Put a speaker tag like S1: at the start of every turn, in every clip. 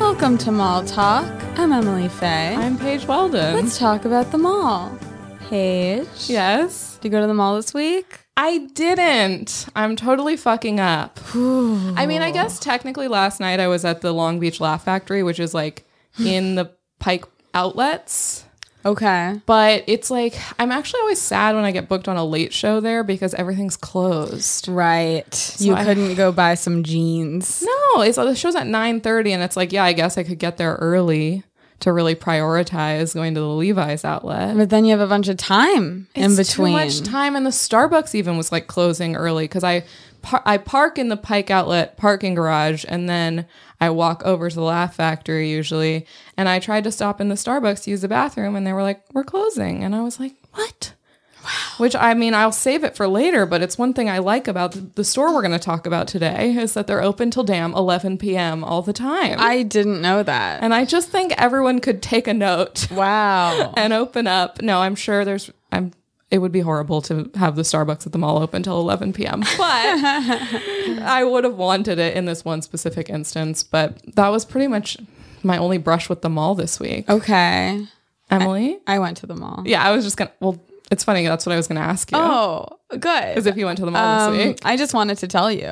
S1: Welcome to Mall Talk. I'm Emily Faye.
S2: I'm Paige Weldon.
S1: Let's talk about the mall. Paige.
S2: yes.
S1: Did you go to the mall this week?
S2: I didn't. I'm totally fucking up. I mean, I guess technically last night I was at the Long Beach Laugh Factory, which is like in the Pike outlets.
S1: Okay.
S2: But it's like, I'm actually always sad when I get booked on a late show there because everything's closed.
S1: Right. you
S2: I-
S1: couldn't go buy some jeans.
S2: No, it's the show's at 9:30 and it's like, yeah, I guess I could get there early to really prioritize going to the Levi's outlet.
S1: But then you have a bunch of time in
S2: It's
S1: between.
S2: Too much time, and the Starbucks even was like closing early because I par- I park in the Pike Outlet parking garage, and then I walk over to the Laugh Factory usually. And I tried to stop in the Starbucks to use the bathroom, and they were like, "We're closing," and I was like, "What?" Which I mean, I'll save it for later, but it's one thing I like about the, the store we're going to talk about today is that they're open till damn 11 p.m. all the time.
S1: I didn't know that.
S2: and I just think everyone could take a note
S1: Wow.
S2: and open up. No, I'm sure there's. I'm. It would be horrible to have the Starbucks at the mall open till 11 p.m. But I would have wanted it in this one specific instance. But that was pretty much my only brush with the mall this week.
S1: okay.
S2: Emily.
S1: I went to the mall.
S2: yeah, I was just gonna. Well, it's funny. That's what I was gonna ask you.
S1: Oh, good.
S2: Because if you went to the mall this
S1: Um,
S2: week.
S1: I just wanted to tell you.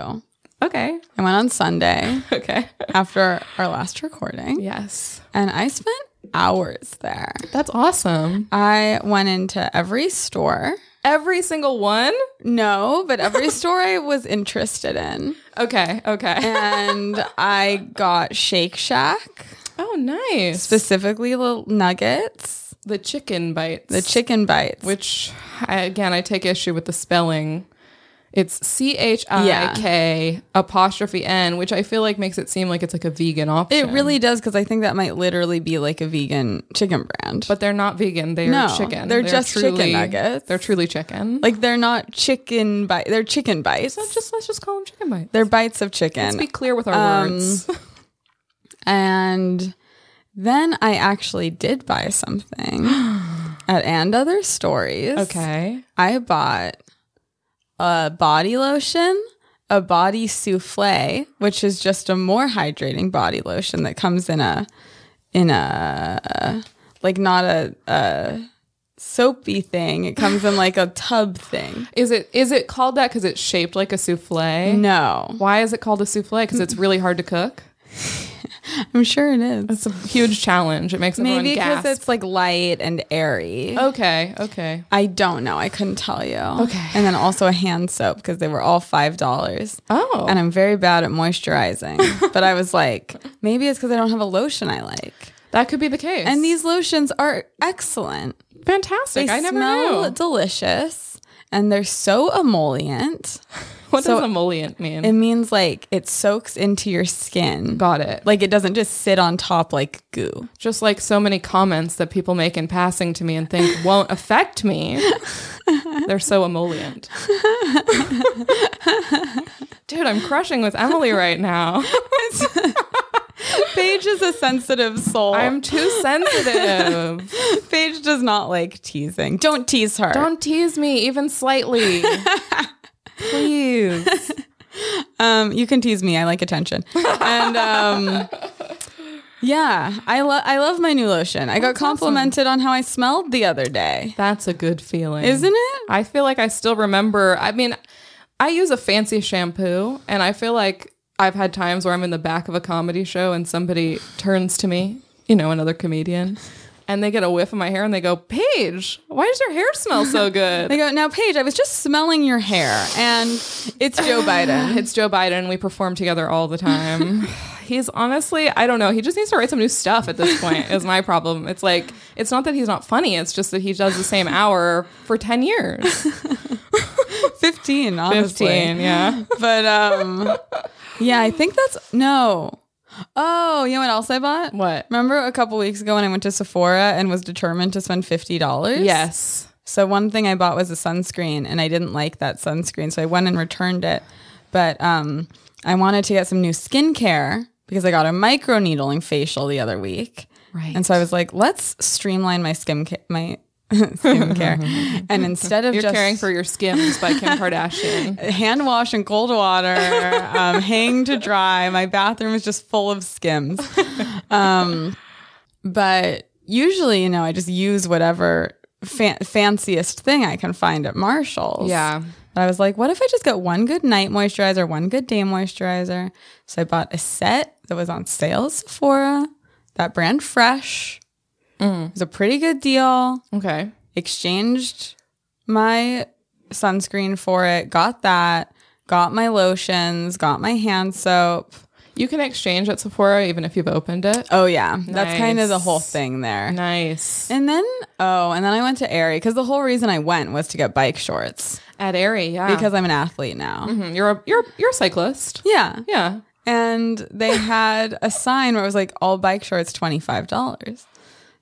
S1: I
S2: Okay.
S1: went on Sunday
S2: Okay.
S1: after our last recording
S2: yes.
S1: and I spent hours there.
S2: That's awesome.
S1: I went into every store.
S2: Every single one.
S1: No, but every store I was interested in.
S2: Okay. Okay.
S1: And I got Shake Shack,
S2: Oh, nice.
S1: specifically the nuggets,
S2: the chicken bites.
S1: the chicken bites.
S2: which I, again I take issue with the spelling. It's C H I K apostrophe N, which I feel like makes it seem like it's like a vegan
S1: it
S2: option.
S1: really does because I think that might literally be like a vegan chicken brand.
S2: but they're not vegan. They
S1: No,
S2: are chicken.
S1: they're just chicken nuggets.
S2: They're truly chicken.
S1: like they're not chicken bite, they're chicken bites.
S2: let's just let's just call them chicken bites.
S1: they're um, bites of
S2: Let's
S1: chicken.
S2: be clear with our words.
S1: And then I actually did buy something at and other stories.
S2: Okay.
S1: I bought a body lotion, a body souffle, which is just a more hydrating body lotion that comes in a in a like not a, a soapy thing. It comes in like a tub thing.
S2: Is it is it called that because it's shaped like a souffle?
S1: Mm. No,
S2: Why is it called a souffle? Because it's really hard to cook.
S1: I'm sure it is.
S2: It's a huge challenge. It makes everyone
S1: Maybe because
S2: gasp. Oh.
S1: it's like light and airy.
S2: okay. Okay.
S1: I don't know. I couldn't tell you.
S2: Okay.
S1: And then also a hand soap because they were all five dollars.
S2: Oh.
S1: and I'm very bad at moisturizing. but I was like, maybe it's because I don't have a lotion I like.
S2: that could be the case.
S1: And these lotions are excellent. They
S2: fantastic. I never
S1: smell
S2: knew.
S1: delicious, and they're so emollient.
S2: What
S1: So-
S2: does emollient mean?
S1: It means like it soaks into your skin.
S2: Got it. Like
S1: Like it doesn't just sit on top like goo.
S2: just like so many comments that people make in passing to me and think won't affect me. They're so emollient. Dude, I'm crushing with Emily right now.
S1: Paige is a sensitive soul.
S2: I'm too sensitive.
S1: Paige does not like teasing. Don't tease her.
S2: Don't tease me even slightly. Please.
S1: Um, you can tease me. I like attention. And um, yeah, I love I love my new lotion. I got complimented on how I smelled the other day.
S2: That's a good feeling.
S1: Isn't it?
S2: I feel like I still remember. I mean, I use a fancy shampoo, and I feel like I've had times where I'm in the back of a comedy show and somebody turns to me, you know, another comedian, and they get a whiff of my hair and they go, Paige, why does your hair smell so good?
S1: They go now, Paige. I was just smelling your hair, and it's Joe Biden.
S2: it's Joe Biden. We perform together all the time. he's honestly, I don't know. He just needs to write some new stuff at this point, is my problem. It's like, it's not that he's not funny, it's just that he does the same hour for 10 years.
S1: Fifteen, honestly.
S2: 15, yeah.
S1: But um, yeah, I think that's no. Oh, you know what else I bought?
S2: What?
S1: Remember a couple weeks ago when I went to Sephora and was determined to spend fifty dollars?
S2: Yes.
S1: So one thing I bought was a sunscreen, and I didn't like that sunscreen, so I went and returned it. But um, I wanted to get some new skincare because I got a microneedling facial the other week,
S2: Right.
S1: and so I was like, let's streamline my skincare, my skincare, and instead of
S2: You're
S1: just
S2: caring for your skims by Kim Kardashian.
S1: hand wash in cold water, um, hang to dry. My bathroom is just full of skims. but usually, you know, I just use whatever fa- fanciest thing I can find at Marshalls.
S2: Yeah.
S1: But I was like, what if I just got one good night moisturizer, one good day moisturizer? So I bought a set that was on sale at Sephora, that brand Fresh. It was a pretty good deal.
S2: Okay.
S1: Exchanged my sunscreen for it, got that, got my lotions, got my hand soap.
S2: You can exchange at Sephora even if you've opened it.
S1: Oh, yeah. That's kind of the
S2: Nice.
S1: whole thing there.
S2: Nice.
S1: And then, oh, and then I went to Aerie because the whole reason I went was to get bike shorts
S2: At Aerie, yeah.
S1: because I'm an athlete now.
S2: Mhm. you're a you're you're a cyclist.
S1: Yeah.
S2: Yeah.
S1: And they had a sign where it was like all bike shorts $25.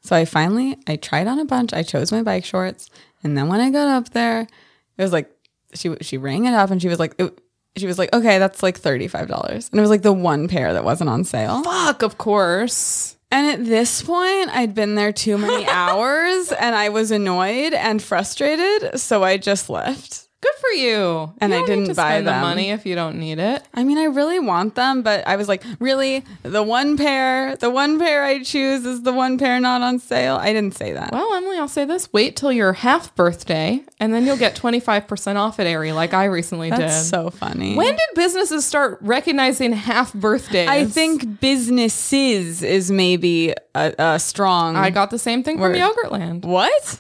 S1: So I finally I tried on a bunch. I chose my bike shorts, and then when I got up there, it was like she she rang it up and she was like it, she was like, "Okay, that's like $35." And it was like the one pair that wasn't on sale.
S2: Fuck, of course.
S1: And at this point, I'd been there too many hours and I was annoyed and frustrated, so I just left.
S2: Good for you.
S1: And
S2: You
S1: I
S2: don't need
S1: didn't
S2: to
S1: buy
S2: spend
S1: them.
S2: the money if you don't need it.
S1: I mean, I really want them, but I was like, really? The one pair, the one pair I choose is the one pair not on sale? I didn't say that.
S2: Well, Emily, I'll say this: wait till your half birthday, and then you'll get twenty five percent off at Aerie, like I recently
S1: That's
S2: did.
S1: so funny.
S2: when did businesses start recognizing half birthdays?
S1: I think businesses is maybe a, a strong.
S2: I got the same thing from
S1: Word.
S2: Yogurtland.
S1: what?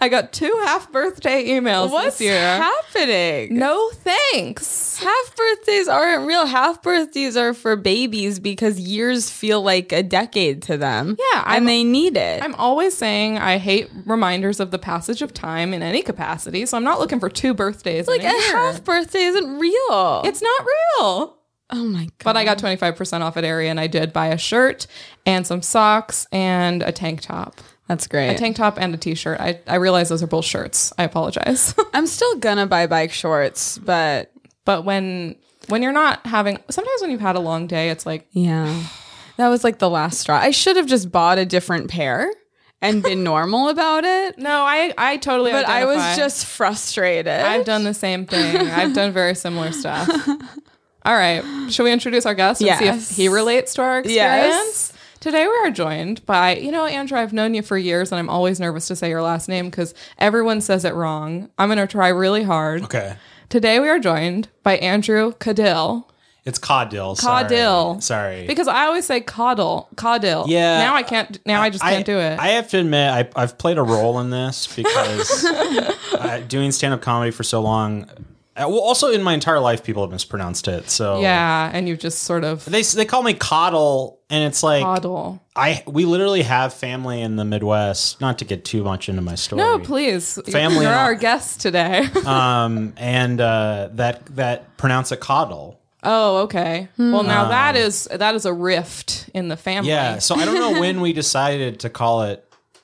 S2: I got two half birthday emails
S1: What's
S2: this year.
S1: happening?
S2: no thanks.
S1: Half birthdays aren't real. Half birthdays are for babies because years feel like a decade to them.
S2: Yeah, I'm-
S1: and they need it.
S2: I'm always saying I hate reminders of the passage of time in any capacity, so I'm not looking for two birthdays.
S1: like
S2: in a,
S1: a
S2: year.
S1: half birthday isn't real.
S2: It's not real.
S1: oh my god.
S2: But I got 25% off at Aerie and I did buy a shirt and some socks and a tank top.
S1: That's great.
S2: A tank top and a t shirt. I, I realize those are both shirts. I apologize.
S1: I'm still gonna buy bike shorts, but
S2: but when when you're not having sometimes when you've had a long day, it's like
S1: yeah, that was like the last straw. I should have just bought a different pair and been normal about it.
S2: no, I I totally
S1: But I was
S2: identify.
S1: just frustrated.
S2: I've done the same thing. I've done very similar stuff. All right. Should we introduce our guest and see
S1: Yes.
S2: if he relates to our
S1: Yes.
S2: experience? Today we are joined by, you know, Andrew, I've known you for years and I'm always nervous to say your last name because everyone says it wrong. I'm going to try really hard.
S3: Okay.
S2: Today we are joined by Andrew Cadill.
S3: It's Caudill.
S2: Caudill.
S3: Sorry.
S2: Because I always say Caudle. Caudill.
S3: Yeah.
S2: Now I can't, now I just can't do it.
S3: I have to admit, I, I've played a role in this because uh, doing stand up comedy for so long. uh, Well, also in my entire life, people have mispronounced it. So
S2: yeah. And you just sort of
S3: they they call me Coddle, and it's like
S2: Caudle.
S3: I we literally have family in the Midwest. Not to get too much into my story.
S2: No, please.
S3: Family
S2: You're
S3: and all.
S2: our guest today.
S3: Um, and uh, that that pronounce it Coddle.
S2: Oh, okay.
S3: Hmm.
S2: Well, now
S3: Um,
S2: that is that is a rift in the family.
S3: Yeah. So I don't know when we decided to call it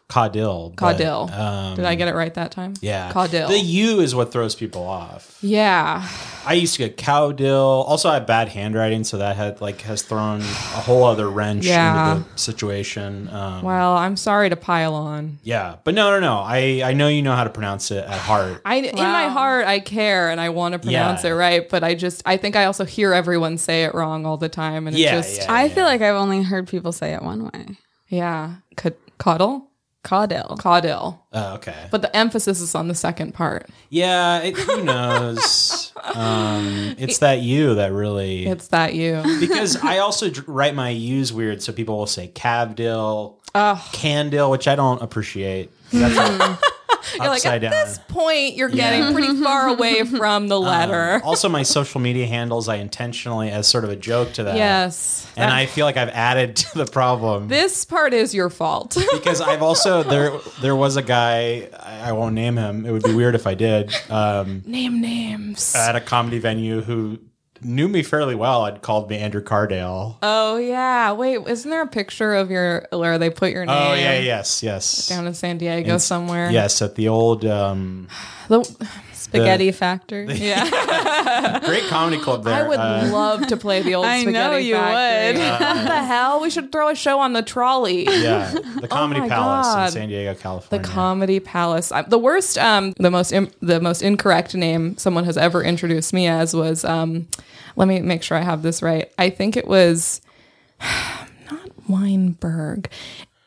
S3: Caudill. but,
S2: Caudill.
S3: um,
S2: Did I get it right that time?
S3: Yeah.
S2: Caudill.
S3: The U is what throws people off.
S2: yeah.
S3: I used to get cowdill. Also, I have bad handwriting, so that had like has thrown a whole other wrench
S2: Yeah.
S3: into the situation. Um,
S2: Well, I'm sorry to pile on.
S3: Yeah, but no, no, no. I I know you know how to pronounce it at heart.
S2: I in my
S1: Wow.
S2: heart I care and I want to pronounce
S3: Yeah.
S2: it right, but I just I think I also hear everyone say it wrong all the time and
S3: Yeah,
S2: it just
S3: yeah.
S1: I feel like I've only heard people say it one way.
S2: yeah. Ca- Caudle?
S1: Caudil.
S2: Caudil.
S3: Uh, okay.
S2: But the emphasis is on the second part.
S3: yeah, it, who knows? um, it's that U that really.
S2: It's that you.
S3: because I also dr- write my U's weird, so people will say cavdill,
S2: Ugh. Hmm.
S3: candil, which I don't appreciate. That's a-
S2: You're like
S3: upside
S2: at
S3: down. Um,
S2: this point you're getting pretty far away from the letter.
S3: also, my social media handles I intentionally, as sort of a joke to that,
S2: yes.
S3: and I feel like I've added to the problem
S2: This part is your fault.
S3: because I've also there there was a guy I, I won't name him. It would be weird if I did um,
S2: Name names.
S3: at a comedy venue who knew me fairly well and called me Andrew Cardale.
S2: oh yeah. Wait, isn't there a picture of your where they put your name
S3: oh yeah, yes, yes,
S2: down in San Diego somewhere?
S3: yes, at the old um,
S2: The-
S1: Spaghetti Factory.
S2: yeah.
S3: great comedy club there.
S2: I would
S3: uh,
S2: love to play the old
S1: I
S2: spaghetti
S1: know you
S2: factory.
S1: would.
S2: what the hell? We should throw a show on the trolley.
S3: yeah, the Comedy
S2: Oh my
S3: Palace
S2: God.
S3: in San Diego,
S2: The
S3: California.
S2: Comedy Palace. I, the worst, um, the most, im- the most incorrect name someone has ever introduced me as was. Um, let me make sure I have this right. I think it was not Weinberg.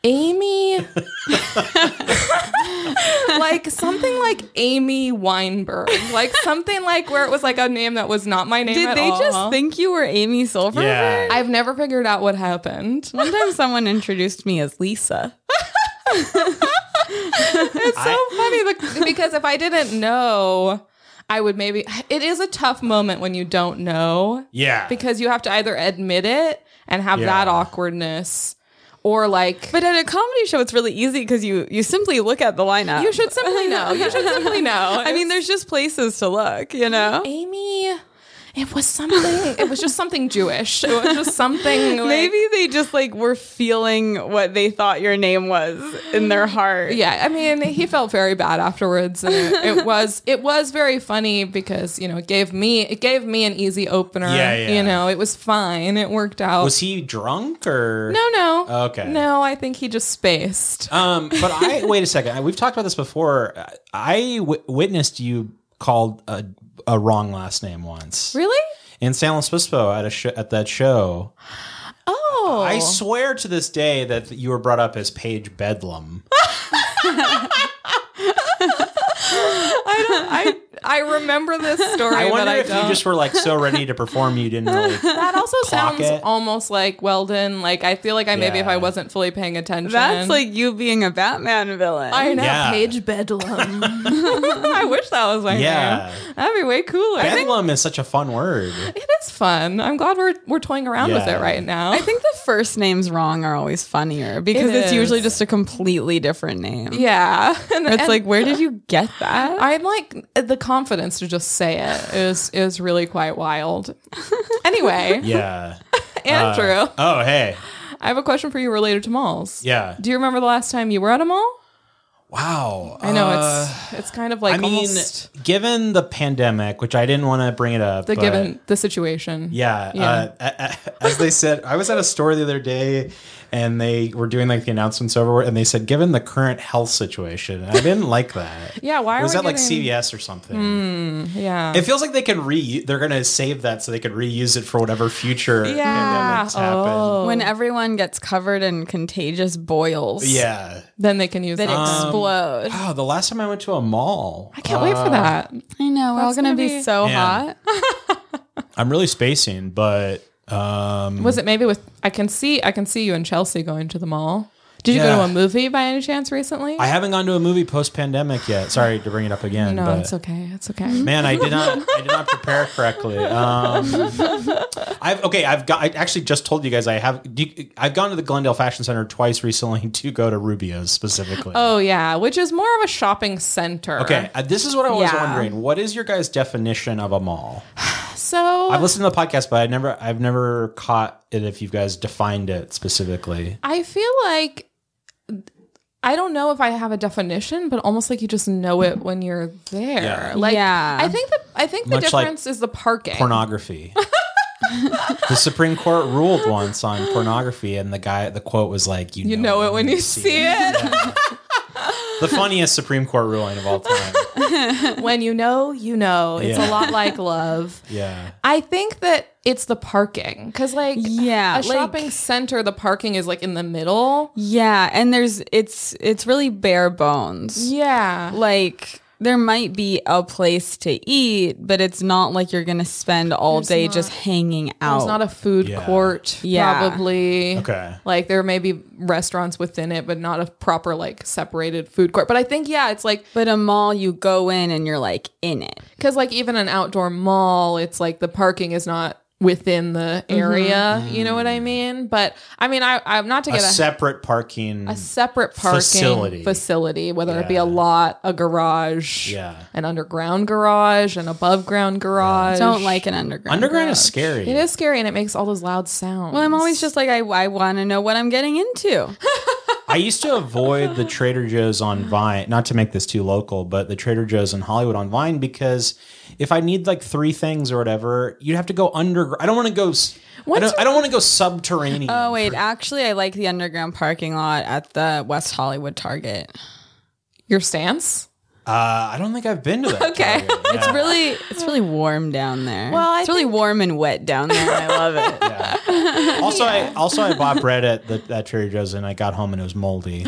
S2: Amy, like something like Amy Weinberg, like something like where it was like a name that was not my name.
S1: Did
S2: at
S1: they
S2: all.
S1: just think you were Amy Silver?
S3: Yeah.
S2: I've never figured out what happened.
S1: One time someone introduced me as Lisa.
S2: It's so funny bec- because if I didn't know, I would maybe. It is a tough moment when you don't know
S3: yeah.
S2: because you have to either admit it and have
S3: Yeah.
S2: that awkwardness or like.
S1: But at a comedy show, it's really easy because you you simply look at the lineup.
S2: you should simply know. You should simply know.
S1: I mean, there's just places to look, you know.
S2: Amy. It was something. It was just something Jewish. It was just something. Like,
S1: Maybe they just like were feeling what they thought your name was in their heart.
S2: Yeah, I mean, he felt very bad afterwards. And it, it was it was very funny because you know it gave me it gave me an easy opener.
S3: Yeah, yeah.
S2: You know, it was fine. It worked out.
S3: was he drunk or
S2: no, no.
S3: Okay.
S2: No, I think he just spaced.
S3: Um, but I wait a second. I- We've talked about this before. I w- witnessed you called a, a wrong last name once
S2: really?
S3: in San Luis Obispo at a sh- at that show.
S2: Oh,
S3: I swear to this day that you were brought up as Paige Bedlam.
S2: I I remember this story.
S3: I wonder
S2: but I
S3: if
S2: don't.
S3: you just were like so ready to perform you didn't really.
S2: that also
S3: clock
S2: sounds
S3: it.
S2: almost like Weldon. Like I feel like I maybe if
S3: Yeah.
S2: I wasn't fully paying attention,
S1: That's like you being a Batman villain.
S2: I know
S3: Yeah.
S2: Paige Bedlam. I wish that was my
S3: Yeah.
S2: name. That'd be way cooler.
S3: Bedlam is such a fun word.
S2: It is fun. I'm glad we're we're toying around with
S3: Yeah.
S2: it right now.
S1: I think the first names wrong are always funnier because
S2: It
S1: it's usually
S2: is.
S1: just a completely different name.
S2: yeah, and
S1: It's
S2: and
S1: like, where did you get that?
S2: I'm like the confidence to just say it is is really quite wild. Anyway,
S3: Yeah.
S2: Andrew,
S3: Uh, oh hey.
S2: I have a question for you related to malls.
S3: Yeah.
S2: Do you remember the last time you were at a mall?
S3: Wow.
S2: I know
S3: Uh,
S2: it's it's kind of like
S3: I mean,
S2: almost
S3: given the pandemic, which I didn't want to bring it up,
S2: the
S3: but-
S2: given the situation.
S3: Yeah. Uh, a- a- as they said, I was at a store the other day and they were doing like the announcements over and they said, given the current health situation, I didn't like that.
S2: Yeah, why
S3: It
S2: are
S3: was
S2: we
S3: that like
S2: getting- Hmm.
S3: CVS or something?
S2: Yeah.
S3: It feels like they can re they're going to save that so they can reuse it for whatever future
S2: Yeah.
S3: pandemics happen.
S2: Oh.
S1: when everyone gets covered in contagious boils
S3: Yeah. Um,
S2: then they can use
S1: that
S2: that.
S1: explode.
S3: Oh, the last time I went to a mall. uh,
S2: I can't wait for that.
S3: mm.
S1: I know we're all
S2: that's
S1: gonna,
S2: gonna
S1: be,
S2: be-
S1: so hot.
S3: Yeah. I'm really spacing, but um
S2: Was it maybe with I can see I can see you in Chelsea going to the mall. Did you go
S3: Yeah.
S2: to a movie by any chance recently?
S3: I haven't gone to a movie post pandemic yet. Sorry to bring it up again.
S2: no,
S3: but
S2: it's okay. It's okay.
S3: Man, I did not. I did not prepare correctly. Um, I've okay. I've got. I actually just told you guys I have. Do you, I've gone to the Glendale Fashion Center twice recently to go to Rubio's specifically.
S2: Oh yeah, which is more of a shopping center.
S3: Okay, uh, this is what I was
S2: Yeah.
S3: wondering. What is your guys' definition of a mall?
S2: So
S3: I've listened to the podcast, but I never, I've never caught it. If you guys defined it specifically,
S2: I feel like I don't know if I have a definition, but almost like you just know it when you're there.
S3: Yeah.
S2: Like
S1: Yeah.
S2: I think the I think the
S3: Much like
S2: difference is the parking.
S3: pornography. the Supreme Court ruled once on pornography, and the guy, the quote was like, "You,
S2: you know it when you see it.
S3: The funniest Supreme Court ruling of all time.
S2: when you know, you know. It's
S3: Yeah.
S2: a lot like love.
S3: Yeah.
S2: I think that it's the parking because, like,
S1: Yeah,
S2: a shopping
S1: like-
S2: center, the parking is like in the middle.
S1: Yeah, and there's it's it's really bare bones.
S2: Yeah,
S1: Like there might be a place to eat, but it's not like you're gonna spend all day just hanging out.
S2: it's not a food
S3: Yeah.
S2: court.
S1: Oh. Yeah.
S2: probably.
S3: Okay.
S2: Like there may be restaurants within it, but not a proper like separated food court. But I think yeah, it's like
S1: but a mall, you go in and you're like in it.
S2: because like even an outdoor mall, it's like the parking is not within the
S1: Mm-hmm.
S2: area. You know what I mean? But I mean, I I'm not to
S3: Mm. a
S2: get a
S3: separate parking.
S2: a separate parking
S3: Facility.
S2: facility, whether it be a
S3: Yeah.
S2: lot, a garage,
S3: Yeah.
S2: an underground garage, an above ground garage.
S1: Don't like an underground.
S3: Underground
S1: garage.
S3: is scary.
S2: It is scary and it makes all those loud sounds.
S1: Well, I'm always just like I I want to know what I'm getting into.
S3: I used to avoid the Trader Joe's on Vine, not to make this too local, but the Trader Joe's in Hollywood on Vine because if I need like three things or whatever, you'd have to go under. I don't want to go. s- I
S2: Once
S3: don't,
S2: you-
S3: I don't want to go subterranean.
S1: Oh wait, actually, I like the underground parking lot at the West Hollywood Target.
S2: your stance.
S3: Uh, I don't think I've been to that.
S1: Okay.
S3: Target.
S1: It's
S3: Oh, Yeah.
S1: really it's really warm down there.
S2: Well, I
S1: it's really warm and wet down there. I love it.
S3: Yeah. Also, I also I bought bread at the, at Trader Joe's and I got home and it was moldy.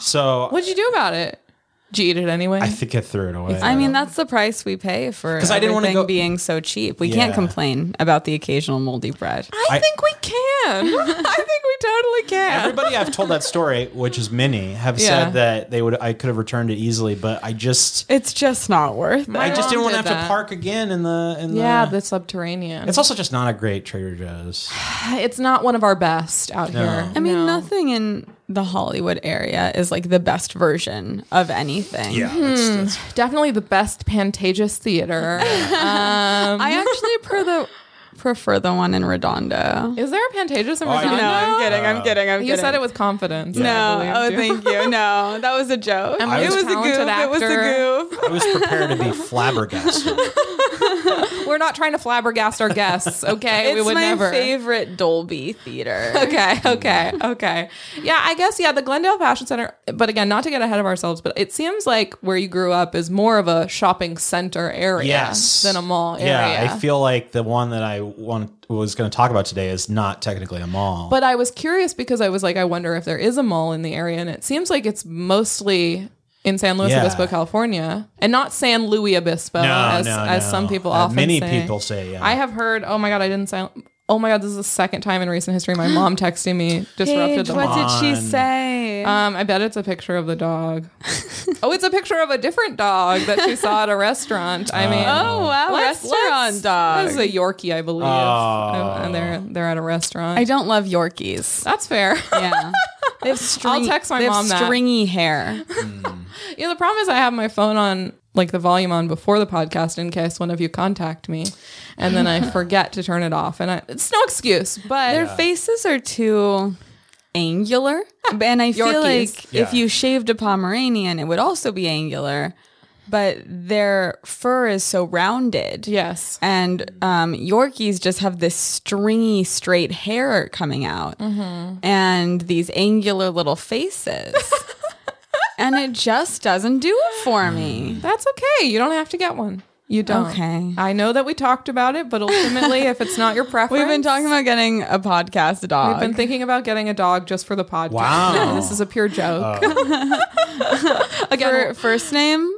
S3: so
S2: What'd you do about it? Did you eat it anyway?
S3: I think I threw it away.
S1: I mean, that's the price we pay for
S3: 'Cause I didn't wanna
S1: everything
S3: go-
S1: being so cheap. We can't
S3: Yeah.
S1: complain about the occasional moldy bread.
S2: I
S3: I-
S2: think we can. I think we totally can.
S3: Everybody I've told that story, which is many, have
S2: Yeah.
S3: said that they would I could have returned it easily, but I just
S1: It's just not worth it.
S3: I just
S2: mom
S3: didn't want to
S2: did
S3: have
S2: that.
S3: to park again in the in
S2: yeah,
S3: the,
S2: the subterranean.
S3: It's also just not a great Trader Joe's.
S2: It's not one of our best out here.
S1: I mean,
S2: No.
S1: nothing in the Hollywood area is like the best version of anything.
S3: it's-
S2: Hmm.
S3: it's-
S2: Definitely the best Pantages Theater. um,
S1: I actually prefer the prefer the one in Redondo.
S2: is there a Pantages in
S3: Oh, I
S2: Redondo?
S3: didn't
S1: No, I'm kidding. I'm kidding. I'm
S2: You
S1: kidding.
S2: said it with confidence.
S1: No,
S2: I
S1: oh,
S2: believed you.
S1: thank you. No, that was a joke.
S2: Emily
S1: it
S2: was
S1: was
S2: a
S1: a goof.
S2: talented
S1: It was
S2: actor.
S1: a goof.
S3: I was prepared to be flabbergasted.
S2: We're not trying to flabbergast our guests, okay?
S1: It's
S2: we would
S1: my
S2: never.
S1: favorite Dolby theater.
S2: Okay, okay, okay. Yeah, I guess, yeah, the Glendale Fashion Center, but again, not to get ahead of ourselves, but it seems like where you grew up is more of a shopping center area
S3: Yes.
S2: than a mall area.
S3: Yeah, I feel like the one that I want was going to talk about today is not technically a mall.
S2: But I was curious because I was like, I wonder if there is a mall in the area, and it seems like it's mostly in San Luis
S3: Yeah.
S2: Obispo, California, and not San Luis Obispo, uh, as, as some people
S3: Uh,
S2: often
S3: many
S2: say.
S3: people say. Yeah.
S2: I have heard. Oh my god, I didn't sound. Oh my god, this is the second time in recent history my mom texting me disrupted
S1: Paige,
S2: the
S1: what
S2: mall.
S1: did she
S3: Come on.
S1: say?
S2: Um, I bet it's a picture of the dog. oh, it's a picture of a different dog that she saw at a restaurant. I mean,
S1: oh wow,
S2: let's-
S1: restaurant
S2: let's-
S1: dog.
S2: This is a Yorkie, I believe,
S3: Oh.
S2: and they're they're at a restaurant.
S1: I don't love Yorkies.
S2: That's fair.
S1: Yeah, they have string,
S2: text my
S1: they have
S2: mom that.
S1: stringy hair.
S2: Yeah, the problem is I have my phone on like the volume on before the podcast in case one of you contact me, and then I forget to turn it off, and I, it's no excuse. But
S1: Their faces are too angular, and I feel
S2: Yorkies.
S1: like
S3: Yeah.
S1: if you shaved a Pomeranian, it would also be angular. But their fur is so rounded.
S2: yes,
S1: and um, Yorkies just have this stringy, straight hair coming out, and these angular little faces, and it just doesn't do it for me.
S2: that's okay. You don't have to get one. You don't.
S1: Okay.
S2: I know that we talked about it, but ultimately, if it's not your preference,
S1: We've been talking about getting a podcast dog.
S2: I've been thinking about getting a dog just for the podcast.
S3: Wow. Uh,
S2: this is a pure joke.
S1: For,
S2: Again,
S1: first name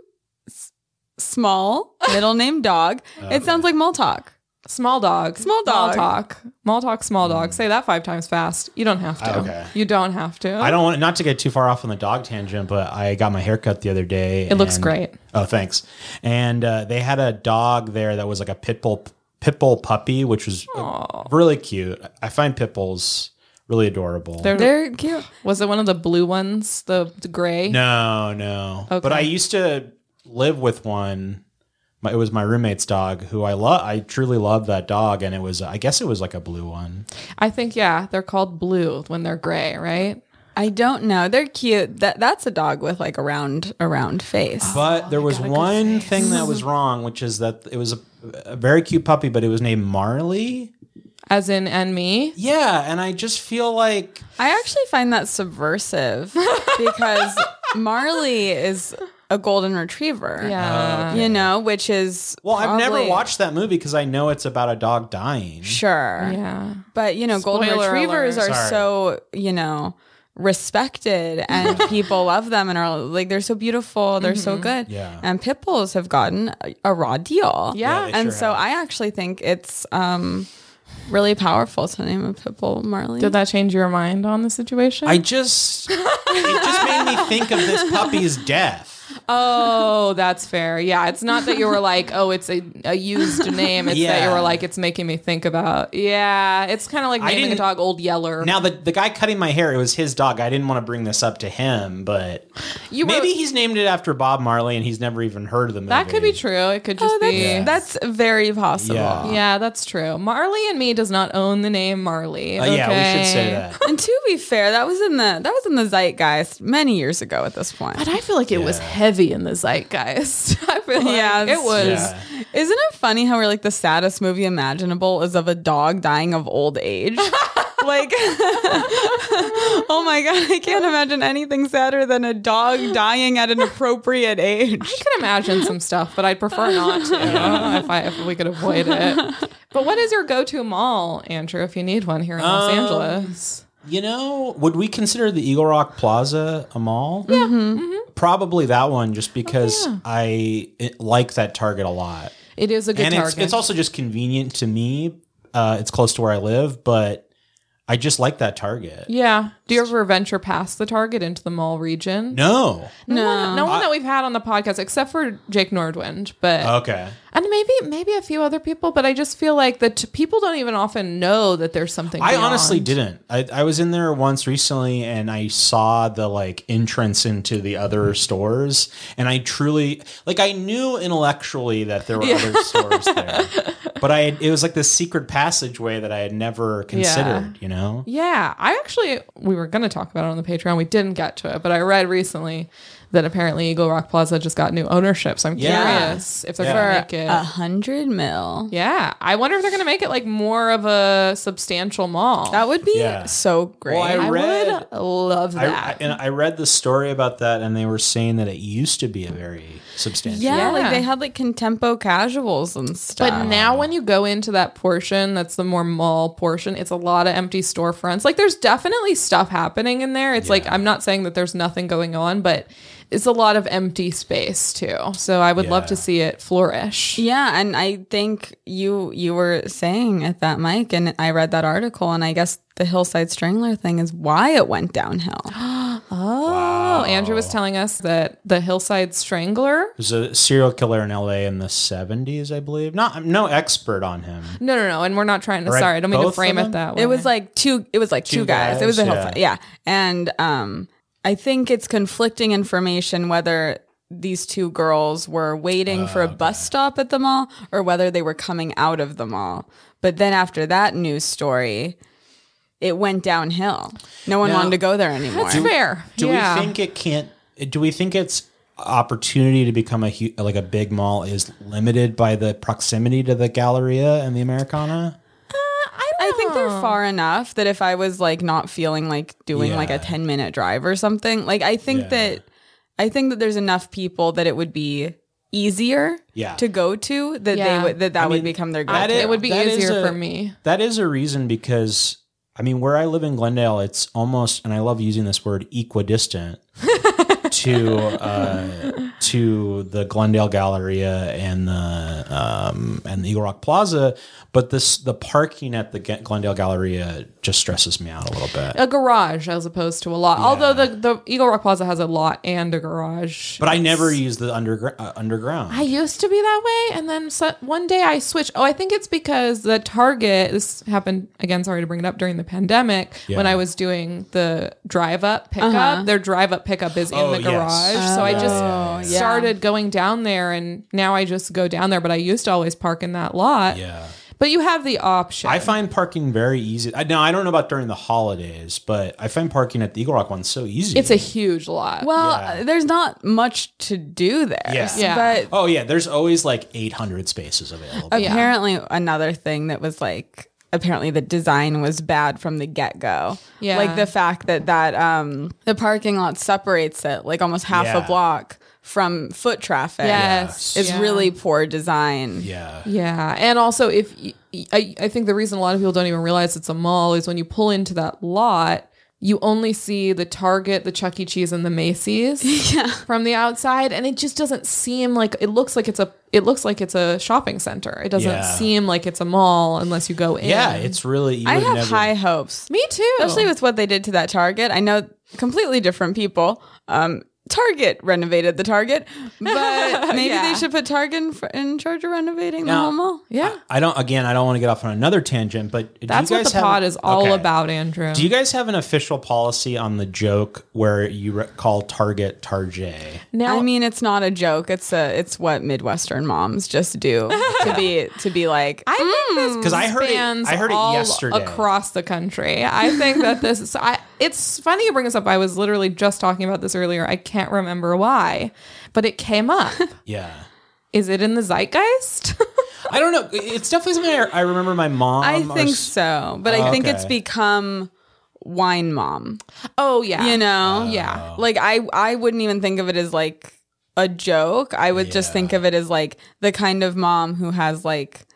S1: S- small, middle name dog. It sounds like mall talk.
S2: small dog,
S1: Small dog.
S2: small talk, small talk, small dog. Say that five times fast. You don't have to.
S3: Hmm. Okay.
S2: You don't have to.
S3: I don't want not to get too far off on the dog tangent, but I got my haircut the other day.
S2: It looks great.
S3: Oh, thanks. And uh, they had a dog there that was like a pit bull pit bull puppy, which was uh, really cute. I find pit bulls really adorable.
S2: They're-
S1: They're cute.
S2: Was it one of the blue ones? The, the gray?
S3: no, no.
S2: Okay.
S3: But I used to live with one. My, it was my roommate's dog, who I love. I truly love that dog, and it was. I guess it was like a blue one.
S2: I think, yeah, they're called blue when they're gray, right?
S1: I don't know. They're cute. That that's a dog with like a round a round face.
S3: But there
S2: Oh
S3: was one thing that was wrong, which is that it was a, a very cute puppy, but it was named Marley.
S2: As in, and me.
S3: Yeah, and I just feel like
S1: I actually find that subversive because Marley is a golden retriever.
S3: Uh,
S2: Yeah.
S1: You know, which is
S3: well, I've never
S1: probably-
S3: watched that movie because I know it's about a dog dying.
S1: Sure.
S2: Yeah.
S1: But you know, golden
S2: Spoiler
S1: retrievers
S2: alert.
S1: are
S3: Sorry.
S1: so, you know, respected and people love them and are like they're so beautiful, they're so
S2: Mm-hmm.
S1: good.
S3: Yeah.
S1: And pit bulls have gotten a, a raw deal.
S2: Yeah.
S3: they
S1: and
S3: sure
S1: so
S3: have.
S1: I actually think it's um really powerful to name a pit bull Marley.
S2: Did that change your mind on the situation?
S3: I just it just made me think of this puppy's death.
S2: oh, that's fair. Yeah. It's not that you were like, oh, it's a, a used name. It's that you
S3: Yeah.
S2: were like, it's making me think about. Yeah. It's kind of like naming a
S3: didn't-
S2: dog Old Yeller.
S3: Now the the guy cutting my hair, it was his dog. I didn't want to bring this up to him, but
S2: You
S3: maybe
S2: wrote-
S3: he's named it after Bob Marley and he's never even heard of the movie.
S2: that could be true. It could just
S1: Oh, that's,
S2: be.
S1: that's very possible.
S3: Yeah.
S2: yeah, that's true. Marley and me does not own the name Marley.
S3: Uh, Yeah, we should
S2: okay?
S3: say that.
S1: And to be fair, that was in the that was in the zeitgeist many years ago at this point.
S2: But I feel like it was
S3: Yeah.
S2: heavy in the zeitgeist. I feel like
S1: Yeah,
S2: it was.
S3: Yeah.
S1: Isn't it funny how we're like the saddest movie imaginable is of a dog dying of old age? like, oh my God, I can't imagine anything sadder than a dog dying at an appropriate age.
S2: I can imagine some stuff, but I'd prefer not to if, I, if we could avoid it. But what is your go-to mall, Andrew, if you need one here in Los
S3: Um,
S2: Angeles?
S3: You know, would we consider the Eagle Rock Plaza a mall? Yeah.
S2: Mm-hmm.
S3: Probably that one just because I it- like that Target a lot.
S2: It is a good
S3: and it's,
S2: target.
S3: it's also just convenient to me. Uh, it's close to where I live, but I just like that Target.
S2: yeah. Do you ever venture past the Target into the mall region?
S3: No.
S2: No, one, no one that we've had on the podcast except for Jake Nordwind, but
S3: Okay.
S2: and maybe maybe a few other people. But I just feel like that t- people don't even often know that there's something.
S3: I honestly
S2: beyond.
S3: didn't. I, I was in there once recently and I saw the like entrance into the other stores. And I truly, like, I knew intellectually that there were other stores there. But I, had, it was like this secret passageway that I had never considered, you know?
S2: Yeah, I actually we were going to talk about it on the Patreon. We didn't get to it, but I read recently that apparently Eagle Rock Plaza just got new ownership. So I'm
S3: Yeah.
S2: curious if they're
S3: Yeah.
S2: going to make it.
S1: A hundred mil.
S2: yeah, I wonder if they're going to make it like more of a substantial mall.
S1: That would be
S3: Yeah.
S1: so great.
S3: Well, I-
S2: I
S3: read-
S2: would love
S3: I,
S2: that.
S3: I, and I read the story about that and they were saying that it used to be a very substantial.
S1: yeah, like
S2: Yeah.
S1: they had like contempo casuals and stuff.
S2: But now, when you go into that portion, that's the more mall portion, it's a lot of empty storefronts. Like, there's definitely stuff happening in there. It's like, I'm not saying that there's nothing going on, but it's a lot of empty space, too. So, I would love
S3: Yeah.
S2: to see it flourish.
S1: Yeah, and I think you you were saying at that mic, and I read that article, and I guess the Hillside Strangler thing is why it went downhill.
S2: Oh, Andrew was telling us that the Hillside Strangler.
S3: There's a serial killer in LA in the 70s, I believe. Not, I'm no expert on him.
S2: No, no, no. And we're not trying to,
S3: Right,
S2: sorry, I don't mean to
S3: both of
S2: frame
S3: them?
S2: it that way.
S1: It was like two. It was like two,
S3: Two
S1: guys. It was a
S3: guys,
S1: Hillside, yeah. And um, I think it's conflicting information whether these two girls were waiting for
S3: Oh,
S1: a bus stop at the mall or whether they were coming out of the mall. But then after that news story, it went downhill. No one
S3: Now-
S1: wanted to go there anymore.
S2: That's fair.
S3: Do
S2: yeah.
S3: we think it can't? Do we think its opportunity to become a hu- like a big mall is limited by the proximity to the Galleria and the Americana?
S1: I think they're
S2: Oh.
S1: far enough that if I was like not feeling like doing like a
S3: Yeah.
S1: 10 minute drive or something, like I think
S3: Yeah.
S1: that I think that there's enough people that it would be easier
S3: Yeah.
S1: to go to that
S2: Yeah.
S1: they would that that would
S3: mean,
S1: become their
S3: I
S1: go
S3: did-
S2: it would be
S3: That is
S2: easier
S3: a-
S2: for me.
S3: That is a reason because I mean, where I live in Glendale, it's almost, and I love using this word, equidistant to uh, to the Glendale Galleria and the um, and the Eagle Rock Plaza. But this the parking at the Ga- Glendale Galleria just stresses me out a little bit.
S2: A garage as opposed to a lot. Although the, the Eagle Rock Plaza has a lot and a garage.
S3: But I never use the undergr- uh, underground.
S2: I used to be that way, and then so, one day I switched. Oh, I think it's because the Target. This happened again. Sorry to bring it up during the pandemic when
S3: Yeah.
S2: I was doing the drive up pickup.
S1: Uh-huh.
S2: Their drive up pickup is in
S3: Oh,
S2: the
S3: yes.
S2: garage, so I just
S3: yeah,
S1: yeah.
S2: started going down there, and now I just go down there. But I used to always park in that lot.
S3: yeah.
S2: But you have the option.
S3: I find parking very easy. I, now I don't know about during the holidays, but I find parking at the Eagle Rock one so easy.
S2: it's a huge lot.
S1: Well,
S3: Yeah.
S1: uh, there's not much to do there.
S3: Yeah.
S2: Yeah.
S1: But
S3: oh yeah, there's always like 800 spaces available.
S1: apparently another thing that was like apparently the design was bad from the get-go
S2: Yeah.
S1: like the fact that that um the parking lot separates it like almost half
S3: Yeah.
S1: a block from foot traffic
S2: yes,
S1: is
S2: Yeah.
S1: really poor design
S3: yeah,
S2: Yeah, and also if y- I, I think the reason a lot of people don't even realize it's a mall is when you pull into that lot, you only see the Target, the Chuck E. Cheese, and the Macy's from the outside, and it just doesn't seem like it looks like it's a it looks like it's a shopping center. It doesn't
S3: Yeah.
S2: seem like it's a mall unless you go in.
S3: yeah. It's really. You
S1: i
S3: would
S1: have
S3: never,
S1: high hopes
S2: me too.
S1: especially with what they did to that target i know completely different people um Target renovated the Target, but maybe
S2: Yeah.
S1: they should put Target in, fr- in charge of renovating the
S3: Now-
S1: whole mall.
S2: yeah,
S3: I don't. Again, I don't want to get off on another tangent, but do
S2: that's
S3: you
S2: what
S3: guys
S2: the
S3: have-
S2: pod is all
S3: Okay.
S2: about, Andrew.
S3: Do you guys have an official policy on the joke where you re- call Target Tarjay?
S2: now,
S1: I mean, it's not a joke. It's a it's what Midwestern moms just do to be to be like.
S2: I think this because
S3: I heard it- I heard it yesterday.
S2: Mm. across the country. I think that this is. I, it's funny you bring this up. I was literally just talking about this earlier. I can't remember why, but it came up.
S3: Yeah.
S2: is it in the zeitgeist?
S3: I don't know. It's definitely something I, I remember my mom.
S1: I
S3: or
S1: think
S3: s-
S1: so, but I think it's
S3: Oh, Okay.
S1: become wine mom.
S2: Oh yeah.
S1: You know?
S3: Ah.
S2: yeah.
S3: Uh, Oh.
S1: Like I I wouldn't even think of it as like a joke. I would just think of it as like the kind of mom who has like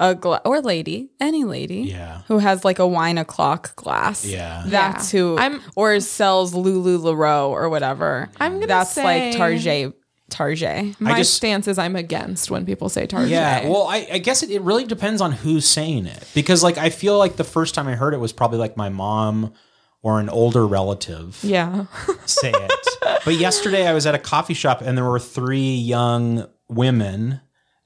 S1: a gla- or lady, any lady,
S3: Yeah.
S1: who has like a wine o'clock glass.
S3: Yeah.
S1: That's
S2: Yeah.
S1: who
S2: I'm-
S1: or sells Lulu Laro or whatever.
S2: I'm gonna
S1: That's like
S2: say-
S1: Target Target.
S2: My
S3: just-
S2: stance is I'm against when people say Target.
S3: Yeah, well, I, I guess it, it really depends on who's saying it because, like, I feel like the first time I heard it was probably like my mom or an older relative
S2: yeah.
S3: say it. But yesterday I was at a coffee shop and there were three young women.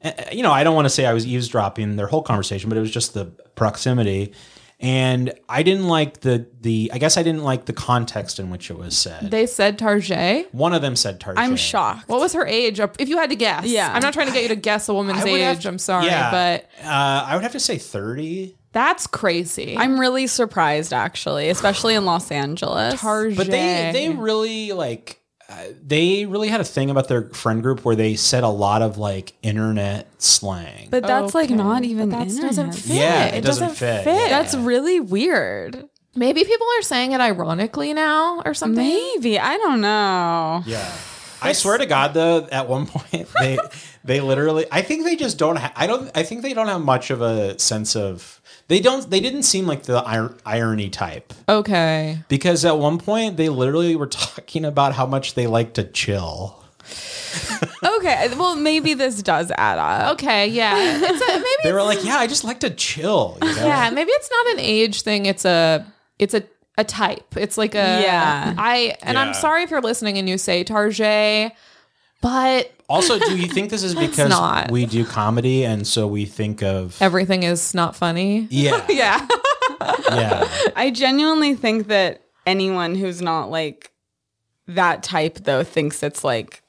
S3: Uh, You know, I don't want to say I was eavesdropping their whole conversation, but it was just the proximity. And I didn't like the the. I guess I didn't like the context in which it was said.
S2: they said Target.
S3: One of them said Target.
S1: I'm shocked.
S2: What was her age? If you had to guess,
S1: Yeah.
S2: I'm not trying to get you to guess a woman's
S3: I would
S2: age.
S3: have-
S2: I'm sorry,
S3: yeah,
S2: but
S3: uh, I would have to say thirty.
S2: that's crazy.
S1: I'm really surprised actually, especially in Los Angeles.
S2: Target.
S3: But they they really like uh, they really had a thing about their friend group where they said a lot of like internet slang.
S1: But that's like
S2: Okay.
S1: not even
S2: That
S1: internet.
S2: doesn't fit.
S3: Yeah, it doesn't fit, yeah.
S1: That's really weird.
S2: Maybe people are saying it ironically now or something.
S1: Maybe I don't know.
S3: yeah. I swear to God, though, at one point they they literally. I think they just don't. Ha- I don't. I think they don't have much of a sense of. They don't. They didn't seem like the ir- irony type
S2: Okay.
S3: because at one point they literally were talking about how much they like to chill.
S1: Okay, well maybe this does add up.
S2: Okay. Yeah. It's a, maybe.
S3: They were like, "Yeah, I just like to chill." you know?
S2: yeah. Maybe it's not an age thing. It's a. It's a. A type. It's like a.
S1: Yeah.
S2: I and
S3: Yeah.
S2: I'm sorry if you're listening and you say Target, but
S3: Also, do you think this is because
S2: not.
S3: we do comedy and so we think of
S2: everything is not funny.
S3: yeah,
S2: Yeah.
S3: yeah,
S1: I genuinely think that anyone who's not like that type though thinks it's like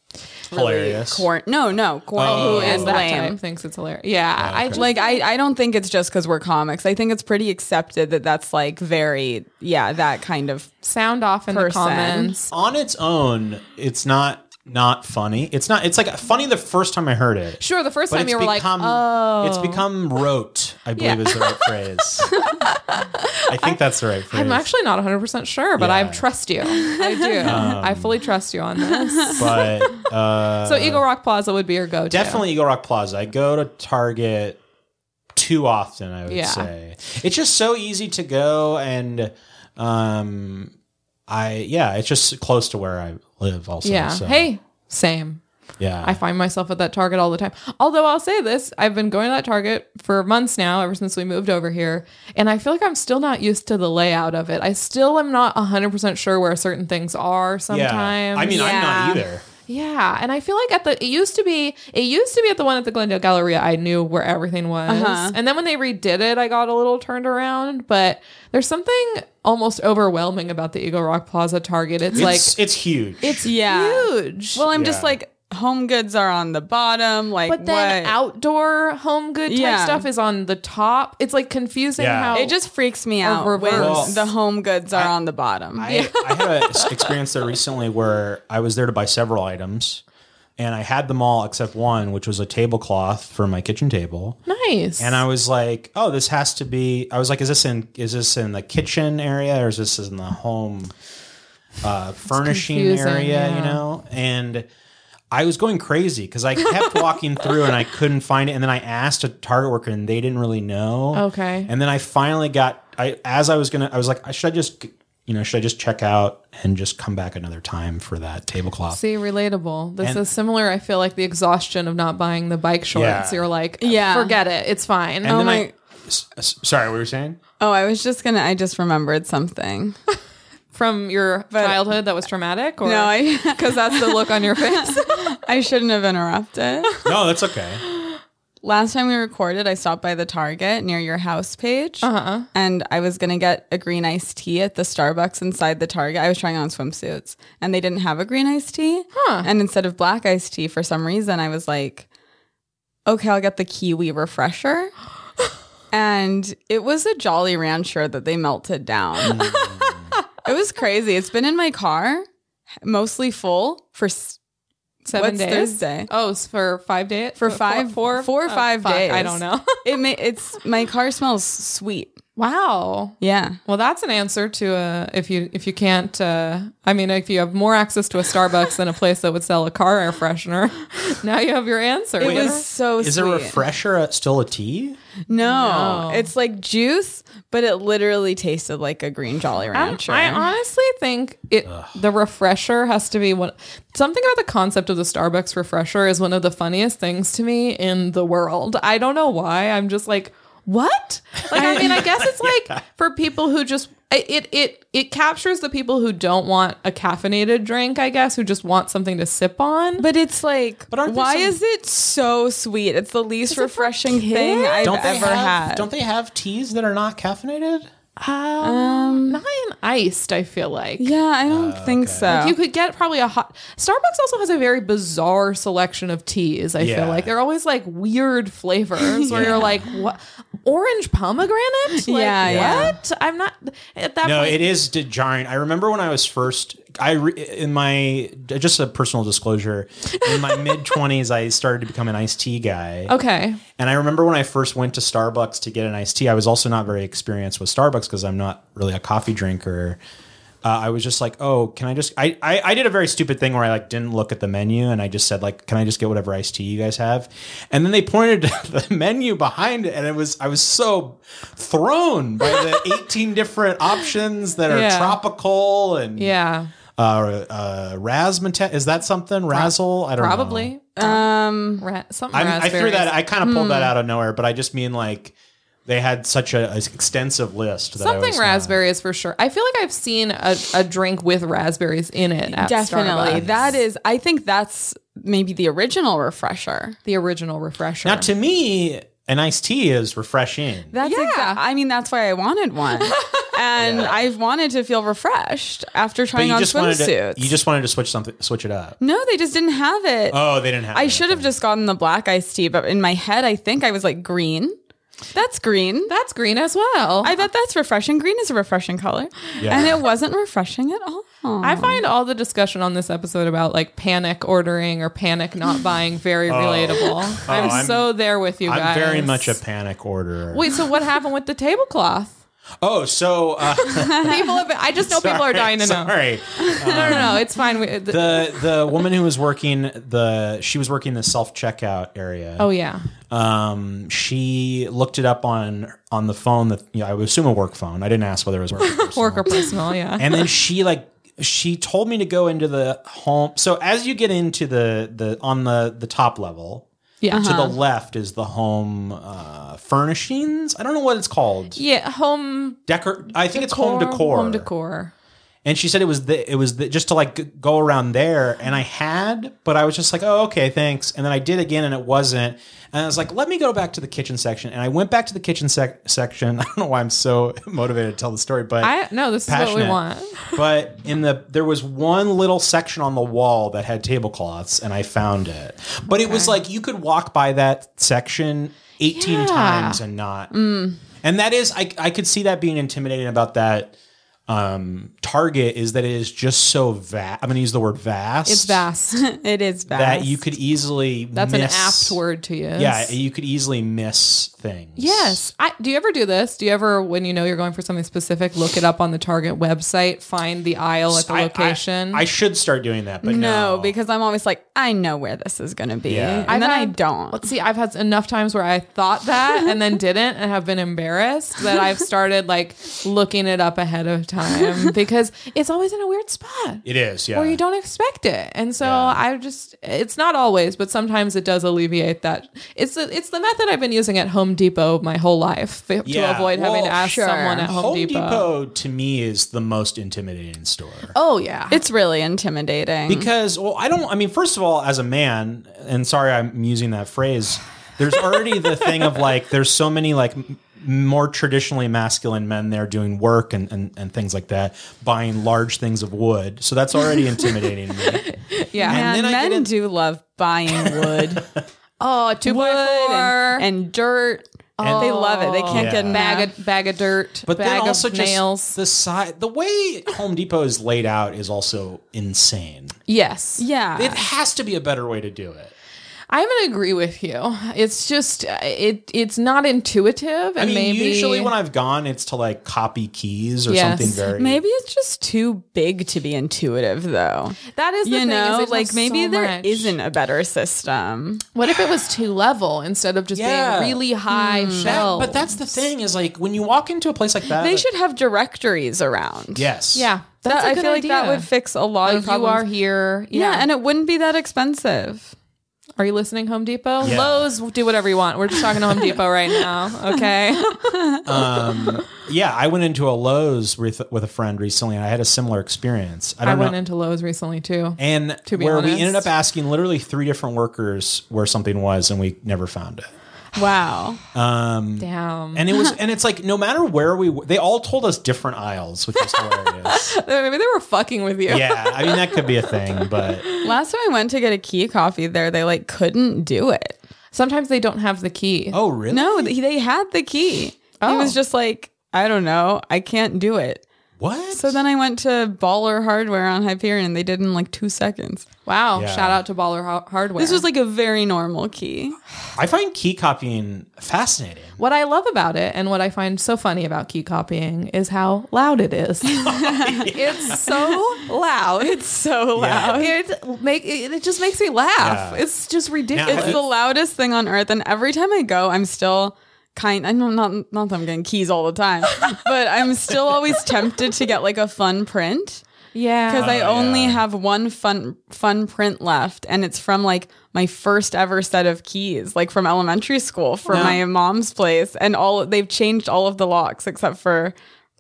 S3: hilarious.
S1: corn. No, no, corn
S3: Oh.
S1: who is
S2: and that
S1: lame.
S2: type thinks it's hilarious. Yeah, I just,
S1: Like I, I don't think it's just because we're comics. I think it's pretty accepted that that's like very, yeah, that kind of.
S2: sound off in
S1: Person.
S2: the comments.
S3: On its own, it's not not funny. It's not. It's like funny the first time I heard it.
S2: Sure, the first
S3: But
S2: time
S3: it's
S2: you were
S3: become
S2: like, "Oh,
S3: it's become rote, I believe
S2: Yeah.
S3: is the right phrase. I think that's the right phrase.
S2: I'm actually not 100 percent sure, but I
S3: Yeah. Um,
S2: trust you. I do. I fully trust you on this.
S3: but uh,
S2: So Eagle Rock Plaza would be your go-to.
S3: definitely Eagle Rock Plaza. I go to Target too often, I would
S2: Yeah.
S3: say. It's just so easy to go and um I yeah, it's just close to where I live also.
S2: Yeah.
S3: so,
S2: Hey, same.
S3: Yeah.
S2: I find myself at that Target all the time. Although I'll say this, I've been going to that Target for months now, ever since we moved over here, and I feel like I'm still not used to the layout of it. I still am not 100% sure where certain things are
S3: yeah.
S2: sometimes.
S3: I mean I'm
S1: Yeah.
S3: not either.
S2: Yeah, and I feel like at the it used to be it used to be at the one at the Glendale Galleria I knew where everything was.
S1: Uh-huh.
S2: And then when they redid it, I got a little turned around, but there's something almost overwhelming about the Eagle Rock Plaza Target. It's, like
S3: it's, it's huge.
S2: it's
S1: Yeah.
S2: huge.
S1: Well, I'm just
S3: Yeah.
S1: like home goods are on the bottom. Like,
S2: but then
S1: what?
S2: outdoor home good type
S1: Yeah.
S2: stuff is on the top. It's like confusing
S3: Yeah.
S2: how
S1: It just freaks me
S2: Or
S1: out when
S2: reverse.
S1: the home goods are on the bottom.
S3: I, I had an experience there recently where I was there to buy several items, and I had them all except one, which was a tablecloth for my kitchen table.
S2: nice.
S3: And I was like, "Oh, this has to be." I was like, "Is this in? Is this in the kitchen area, or is this in the home uh, furnishing
S2: confusing,
S3: area?"
S2: yeah.
S3: You know. And I was going crazy because I kept walking through and I couldn't find it. And then I asked a Target worker, and they didn't really know.
S2: Okay.
S3: And then I finally got. I as I was gonna, I was like, "I should I just." You know, should I just check out and just come back another time for that tablecloth?
S2: See, relatable. This
S3: And-
S2: is similar. I feel like the exhaustion of not buying the bike shorts.
S3: Yeah.
S2: You're like,
S1: Yeah.
S2: forget it. It's fine.
S3: and then
S1: my-
S3: I, s- s- sorry, what were you saying?
S1: oh, I was just gonna. I just remembered something.
S2: from your childhood that was traumatic or
S1: No, I
S2: because that's the look on your face
S1: I shouldn't have interrupted.
S3: No, that's okay.
S1: Last time we recorded, I stopped by the Target near your house page, uh-huh. and I was gonna get a green iced tea at the Starbucks inside the Target. I was trying on swimsuits, and they didn't have a green iced tea. And instead of black iced tea, for some reason, I was like, "Okay, I'll get the kiwi refresher." and it was a Jolly Rancher that they melted down. it was crazy. It's been in my car, mostly full for s-
S2: Seven
S1: What's
S2: days.
S1: Thursday?
S2: Oh, it's for five days.
S1: for five,
S2: four,
S1: four or
S2: oh,
S1: five
S2: fuck,
S1: days.
S2: I don't know.
S1: it may, it's my car smells sweet.
S2: wow.
S1: Yeah,
S2: Well, that's an answer to a if you if you can't. Uh, I mean, if you have more access to a Starbucks than a place that would sell a car air freshener, now you have your answer.
S1: it
S2: you know?
S1: was so.
S3: Is
S1: sweet.
S3: a refresher uh, still a tea?
S1: No,
S2: No.
S1: it's like juice, but it literally tasted like a green Jolly
S2: I'm-
S1: Rancher.
S2: I honestly think it the refresher has to be one something about the concept of the Starbucks refresher is one of the funniest things to me in the world. I don't know why. I'm just like, what? Like I mean, I guess it's like for people who just it it- it it captures the people who don't want a caffeinated drink, I guess, who just want something to sip on.
S1: but it's like,
S3: But aren't there
S1: why
S3: some-
S1: is it so sweet? It's the least
S2: it for
S1: refreshing thing I've
S3: Don't they
S1: ever
S3: have,
S1: had.
S3: Don't they have teas that are not caffeinated?
S2: um, not in iced, I feel like.
S1: yeah, I don't
S3: Oh,
S1: think so.
S2: You could get probably a hot. Starbucks also has a very bizarre selection of teas. I
S3: Yeah.
S2: feel like they're always like weird flavors where you're like, what? Orange pomegranate? Like,
S1: Yeah, yeah.
S2: What? I'm not at that
S3: No,
S2: point.
S3: it is de- jarring. I remember when I was first. I re- in my just a personal disclosure. In my mid twenties, I started to become an iced tea guy.
S2: okay.
S3: And I remember when I first went to Starbucks to get an iced tea, I was also not very experienced with Starbucks because I'm not really a coffee drinker. Uh, I was just like, oh, can I just? I, I I did a very stupid thing where I like didn't look at the menu and I just said like, can I just get whatever iced tea you guys have? And then they pointed to the menu behind it, and it was I was so thrown by the 18 different options that are
S2: Yeah.
S3: tropical and
S2: Yeah.
S3: uh, uh, razzmatazz. Is that something razzle? I don't know.
S2: Probably.
S1: um,
S2: Ra- something
S3: I'm, I threw
S2: raspberries.
S3: that. I kind of pulled
S2: Hmm.
S3: that out of nowhere, but I just mean like they had such a, a extensive list. That I
S2: Something
S3: was uh, not-
S2: raspberries for sure. I feel like I've seen a, a drink with raspberries in it. At
S1: definitely.
S2: Starbucks.
S1: That is. I think that's maybe the original refresher.
S2: the original refresher.
S3: Now, to me, an iced tea is refreshing.
S1: That's yeah. I mean, that's why I wanted one, and I've wanted to feel refreshed after
S3: but
S1: trying
S3: you
S1: on
S3: just wanted to
S1: swimsuits.
S3: you just wanted to switch something, switch it up.
S1: no, they just didn't have it.
S3: Oh, they didn't have.
S1: I
S3: it.
S1: should have just gotten the black iced tea, but in my head, I think I was like green. That's green.
S2: That's green as well.
S1: I bet that's refreshing. Green is a refreshing color,
S3: Yeah.
S1: and it wasn't refreshing at all.
S2: I find all the discussion on this episode about like panic ordering or panic not buying very relatable. I'm,
S3: Oh. I'm-
S2: so there with you
S3: I'm
S2: guys.
S3: very much a panic orderer.
S2: Wait, so what happened with the tablecloth?
S3: Oh, so uh,
S2: People have been, I just know people are dying to know.
S3: sorry.
S2: No, no, no, it's fine. We, the,
S3: The the woman who was working the she was working the self checkout area.
S2: oh yeah.
S3: um, she looked it up on on the phone that you know, I would assume a work phone. I didn't ask whether it was work. or personal.
S2: Work or personal, yeah.
S3: and then she like she told me to go into the home. So as you get into the the on the the top level
S2: yeah.
S3: to the left is the home uh, furnishings. I don't know what it's called.
S2: Yeah, home
S3: Decor. I think it's home decor.
S2: Home decor.
S3: And she said it was the, it was the, just to like g- go around there, and I had, but I was just like, oh okay, thanks. And then I did again, and it wasn't. And I was like, let me go back to the kitchen section, and I went back to the kitchen sec- section. I don't know why I'm so motivated to tell the story, but
S2: I no, this is what
S3: passionate.
S2: we want.
S3: but in the there was one little section on the wall that had tablecloths, and I found it. But it was like you could walk by that section 18
S2: Yeah. Mm.
S3: times and not. And that is, I I could see that being intimidating about that. Um, Target is that it is just so vast. I'm going to use the word vast.
S2: It's vast.
S1: it is bad.
S3: that you could easily.
S2: That's an
S3: miss-
S2: apt word to use.
S3: Yeah, you could easily miss things.
S2: Yes. I, do you ever do this? Do you ever, when you know you're going for something specific, look it up on the Target website, find the aisle at the
S3: I- I-
S2: location?
S3: I, should start doing that, but no,
S1: no, because I'm always like, I know where this is going to be,
S3: Yeah.
S1: and
S2: I've
S1: then I
S2: had-
S1: don't.
S2: Let's see. I've had enough times where I thought that and then didn't and have been embarrassed that I've started like looking it up ahead of time because it's always in a weird spot
S3: it is. Yeah,
S2: where you don't expect it. And so
S3: Yeah.
S2: I just it's not always, but sometimes it does alleviate that. It's the, it's the method I've been using at Home Depot my whole life f-
S3: Yeah.
S2: to avoid having
S3: Well,
S2: to ask
S1: sure.
S2: someone at Home, Depot.
S3: to me is the most intimidating store.
S2: Oh yeah.
S1: It's really intimidating.
S3: Because, well, I don't, I mean, first of all, as a man, and sorry I'm using that phrase, there's already the thing of like, there's so many like m- more traditionally masculine men there doing work and, and, and things like that, buying large things of wood. So that's already intimidating to me.
S2: yeah.
S1: Man,
S3: then I
S1: men
S3: get in-
S1: do love buying wood
S2: Oh, two by
S1: wood
S2: four.
S1: and, and dirt
S3: And- Oh.
S1: They love it. They can't get
S3: Yeah.
S1: mad.
S2: bag of bag of dirt,
S3: But
S2: bag
S3: then also
S2: of nails.
S3: just the side, the way Home Depot is laid out is also insane.
S2: yes.
S1: yeah.
S2: Ah.
S3: It has to be a better way to do it.
S2: I'm gonna agree with you. It's just uh, it it's not intuitive, and
S3: I mean,
S2: maybe
S3: usually when I've gone, it's to like copy keys or
S2: Yes.
S3: something very.
S1: Maybe it's just too big to be intuitive, though.
S2: that is the
S1: You
S2: thing, is
S1: know,
S2: it
S1: like
S2: costs
S1: maybe
S2: so
S1: there
S2: much.
S1: not a better system.
S2: What if it was two level instead of just
S3: Yeah.
S2: being really high
S3: That-
S2: shelves?
S3: but that's the thing is like when you walk into a place like that.
S1: They should have directories around.
S3: Yes.
S2: yeah.
S1: That,
S2: That's a
S1: I
S2: good
S1: feel like that
S2: idea.
S1: would fix a lot of
S2: Like you
S1: problems.
S2: are here.
S1: yeah.
S2: Yeah.
S1: and it wouldn't be that expensive.
S2: are you listening, Home Depot?
S3: Yeah.
S2: Lowe's, do whatever you want. We're just talking to Home Depot right now. Okay.
S3: Um, yeah. I went into a Lowe's with with a friend recently, and I had a similar experience. I
S2: I,
S3: don't know.
S2: went into Lowe's recently too.
S3: and
S2: to be
S3: where we
S2: honest.
S3: ended up asking literally three different workers where something was, and we never found it.
S1: Wow.
S2: Damn.
S3: And it was, and it's like no matter where we, they all told us different aisles, which is hilarious.
S2: Maybe they were fucking with you.
S3: yeah, I mean that could be a thing, but
S1: Last time I went to get a key coffee there, they like couldn't do it.
S2: Sometimes they don't have the key.
S3: oh really?
S1: No, th- they had the key. He
S2: Oh.
S1: was just like, I don't know, I can't do it.
S3: What?
S1: So then I went to Baller Hardware on Hyperion. and They did it in like two seconds.
S2: Wow.
S3: Yeah.
S2: Shout out to Baller Har- Hardware.
S1: This was like a very normal key.
S3: I find key copying fascinating.
S2: What I love about it and what I find so funny about key copying is how loud it is. It's so loud.
S1: It's so
S3: Yeah.
S1: loud.
S2: It make it, it just makes me laugh.
S3: Yeah.
S2: It's just ridiculous.
S1: It's the loudest thing on earth, and every time I go, I'm still kind. I know not not that I'm getting keys all the time, but I'm still always tempted to get like a fun print
S2: yeah.
S1: because I
S3: Oh,
S1: only
S3: yeah.
S1: have one fun fun print left, and it's from like my first ever set of keys, like from elementary school for my mom's place, and all they've changed all of the locks except for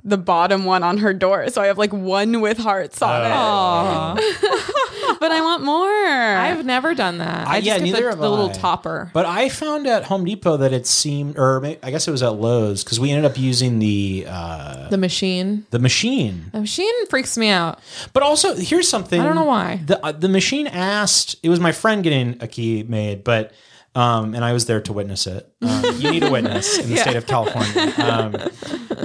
S1: the bottom one on her door. So I have like one with hearts on
S3: Aw. Oh.
S1: it, but I want more.
S2: I've never done that. I, just
S3: yeah,
S2: get
S3: neither
S2: the,
S3: have
S2: the little
S3: I.
S2: topper.
S3: But I found at Home Depot that it seemed, or may- I guess it was at Lowe's, because we ended up using the uh,
S2: the machine.
S3: the machine.
S2: The machine freaks me out.
S3: But also, here's something. I
S2: don't know why.
S3: The, uh, the machine asked, it was my friend getting a key made, but, um, and I was there to witness it. Um, you need a witness in the state of California. Um,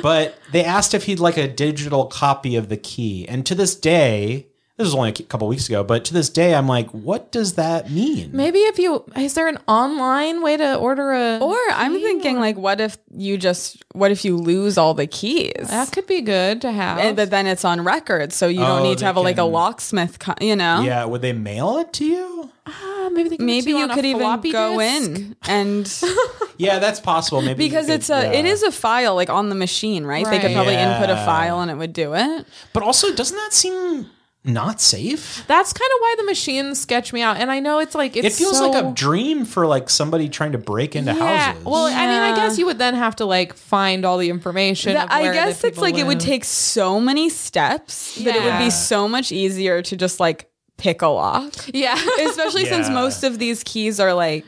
S3: but they asked if he'd like a digital copy of the key. And to this day, this was only a couple weeks ago, but to this day, I'm like, what does that mean?
S2: Maybe if you is there an online way to order a
S1: Or I'm thinking, like, what if you just, what if you lose all the keys?
S2: that could be good to have.
S1: And but then it's on record, so you don't
S3: Oh,
S1: need to
S3: they
S1: have a, like a
S3: can-
S1: locksmith, co- you know?
S3: Yeah, would they mail it to you?
S2: Ah, maybe they can
S1: Maybe you could even go
S2: in.
S1: in and
S3: Yeah, that's possible. Maybe you
S1: because
S3: could-
S1: it's a it
S3: yeah.
S1: is a file like on the machine, right? They could
S2: Right.
S1: probably input a
S3: Yeah.
S1: file and it would do it.
S3: But also, doesn't that seem not safe?
S2: That's kind of why the machines sketch me out, and I know it's like it's
S3: It feels
S2: so-
S3: like a dream for like somebody trying to break into
S2: yeah.
S3: houses.
S2: Well, I mean,
S1: Yeah.
S2: I guess you would then have to like find all the information.
S1: That-
S2: of
S1: I
S2: where the
S1: guess it's
S2: people
S1: like it would
S2: live.
S1: take so many steps that it would
S2: Yeah.
S1: be so much easier to just like pick a lock.
S2: Yeah,
S1: especially since
S3: Yeah.
S1: most of these keys are like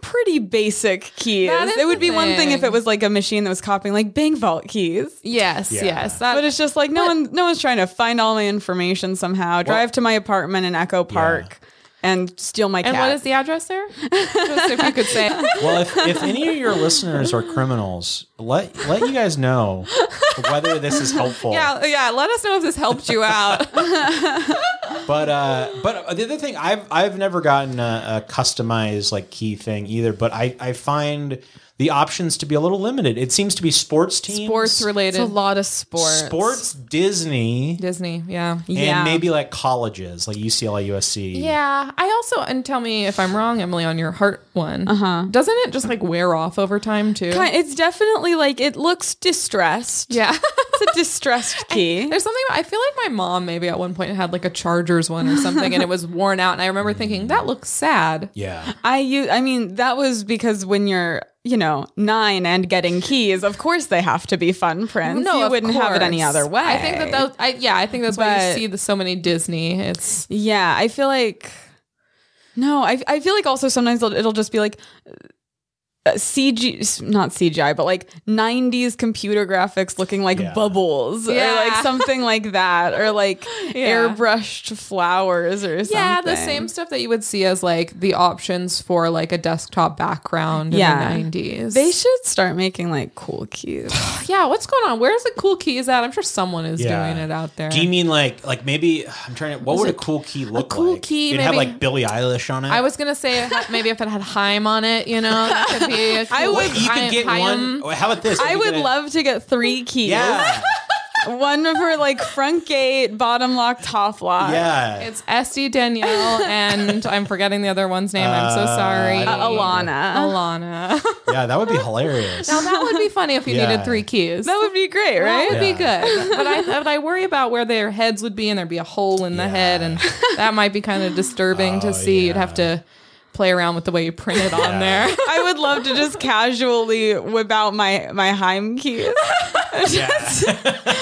S1: pretty basic keys.
S2: That is
S1: It would be
S2: the
S1: one thing if
S2: thing.
S1: it was like a machine that was copying like bank vault keys.
S2: yes,
S3: Yeah.
S2: yes. That,
S1: But it's just like no one no one's trying to find all my information somehow. Drive to my apartment in Echo Park and steal my
S2: and
S1: cat.
S2: what is the address there? Just if you could say.
S3: Well, if, if any of your listeners are criminals, let let you guys know whether this is helpful.
S2: Yeah, yeah. Let us know if this helped you out.
S3: But uh, but the other thing, I've I've never gotten a, a customized like key thing either. But I I find the options to be a little limited. It seems to be sports teams,
S2: Sports
S1: it's
S2: related.
S1: a lot of sports.
S3: sports, Disney,
S2: Disney. Yeah.
S1: yeah.
S3: and maybe like colleges like UCLA, USC.
S2: Yeah, I also and tell me if I'm wrong, Emily, on your heart one. Uh huh. Doesn't it just like wear off over time too?
S1: Ki- It's definitely like it looks distressed.
S2: yeah.
S1: It's a distressed key.
S2: There's something I feel like my mom maybe at one point had like a Chargers one or something, and it was worn out. And I remember thinking that looks sad.
S3: yeah.
S1: I u- I mean that was because when you're you know nine and getting keys, of course they have to be fun prints. you
S2: of
S1: wouldn't have it any
S2: course.
S1: other way.
S2: I think that those. I, yeah, I think that's why
S1: But-
S2: you see the, so many Disney. It's
S1: Yeah, I feel like no, I I feel like also sometimes it'll, it'll just be like uh, CG, not CGI, but like 90s computer graphics looking like
S3: Yeah.
S1: bubbles or like
S2: Yeah.
S1: something like that or like
S2: Yeah.
S1: airbrushed flowers or something.
S2: Yeah, the same stuff that you would see as like the options for like a desktop background in
S1: Yeah.
S2: the 90s.
S1: They should start making like cool cubes.
S2: yeah, what's going on? Where's the cool keys at? I'm sure someone is
S3: Yeah.
S2: doing it out there.
S3: Do you mean like like maybe I'm trying to what would a cool key look
S2: cool
S3: like?
S2: key,
S3: It'd have
S2: maybe-
S3: like Billie Eilish on it.
S2: I was gonna say it had- maybe if it had Heim on it, you know, that could be. A cool
S1: I would-
S3: Wait, you could
S2: Heim-
S3: get
S2: Heim.
S3: one. oh, How about this?
S1: I
S3: You
S1: would
S3: could-
S1: love to get three keys.
S3: Yeah.
S1: One for like front gate, bottom lock, top lock.
S3: yeah.
S2: It's Esty Danielle, and I'm forgetting the other one's name. I'm so
S3: Uh,
S2: sorry.
S3: I don't
S1: Uh, Alana.
S2: Alana.
S3: yeah, that would be hilarious.
S2: now that would be funny if you
S3: Yeah.
S2: needed three keys.
S1: That would be great, right?
S2: That would be
S3: Yeah.
S2: good. But I, but I worry about where their heads would be, and there'd be a hole in the
S3: Yeah.
S2: head, and that might be kind of disturbing
S3: Oh,
S2: to see. You'd
S3: yeah.
S2: have to play around with the way you print it on
S3: Yeah.
S2: there.
S1: I would love to just casually whip out my my Heim keys.
S3: Yeah.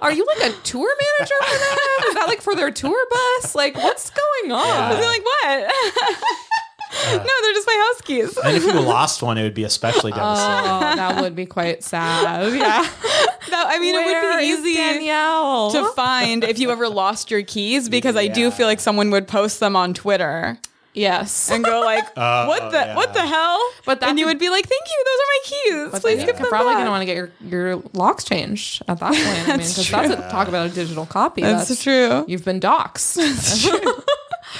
S2: Are you like a tour manager for them? Is that like for their tour bus? Like, what's going on?
S1: I'd be like, what?
S3: Uh.
S1: no, they're just my house keys.
S3: and if you lost one, it would be especially devastating.
S2: Oh, that would be quite sad. Yeah.
S1: No, I mean,
S2: Where
S1: it
S2: is
S1: would be easy
S2: Danielle.
S1: to find if you ever lost your keys because I do
S3: Yeah.
S1: feel like someone would post them on Twitter
S2: yes.
S1: and go like,
S3: Oh,
S1: "What the what
S3: yeah.
S1: the hell?"
S2: But that
S1: and you
S2: could-
S1: would be like, "Thank you, those are my keys.
S2: But
S1: Please
S2: then
S1: give
S2: you're
S1: them
S2: probably going
S1: back."
S2: to want to get your, your locks changed at that point. I mean, because that's a, talk about a digital copy.
S1: That's true.
S2: You've been doxxed.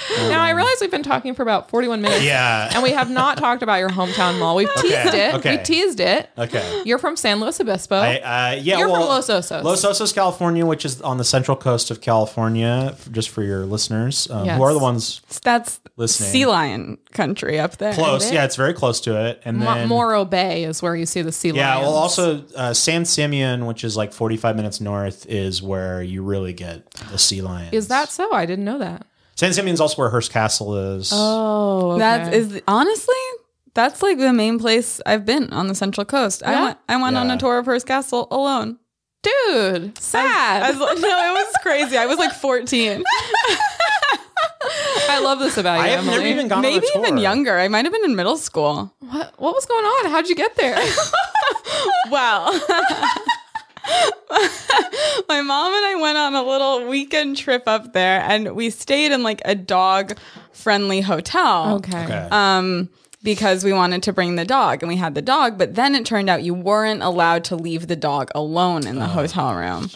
S2: now, I realize we've been talking for about 41 minutes.
S3: Yeah.
S2: And we have not talked about your hometown mall. We've teased it.
S3: okay.
S2: We teased it.
S3: Okay.
S2: You're from San Luis Obispo.
S3: I, uh, yeah,
S2: You're from
S3: well,
S2: Los Osos.
S3: Los Osos, California, which is on the central coast of California, f- just for your listeners, um,
S2: Yes.
S3: who are the ones
S1: That's
S3: Listening.
S1: sea lion country up there.
S3: close.
S2: it?
S3: Yeah, it's very close to it. And
S2: Mo-
S3: then
S2: Morro Bay is where you see the sea
S3: Yeah,
S2: lions.
S3: well, also uh, San Simeon, which is like 45 minutes north, is where you really get the sea lions.
S2: Is that so? I didn't know that.
S3: San Simeon's also where Hearst Castle is.
S2: Oh,
S1: That is honestly, that's like the main place I've been on the Central Coast. I
S2: Yeah?
S1: went, I went on
S3: Yeah.
S1: a tour of Hearst Castle alone.
S2: dude sad.
S1: I was, no, it was crazy. I was like 14,
S2: I love this about you.
S3: I have
S2: Emily.
S3: never even gone
S1: maybe
S3: on a tour.
S1: even younger. I might have been in middle school.
S2: What, what was going on? How'd you get there?
S1: Well, my mom and I went on a little weekend trip up there, and we stayed in like a dog-friendly hotel.
S3: Okay.
S2: Uh,
S1: um, because we wanted to bring the dog and we had the dog, but then it turned out you weren't allowed to leave the dog alone in the hotel room.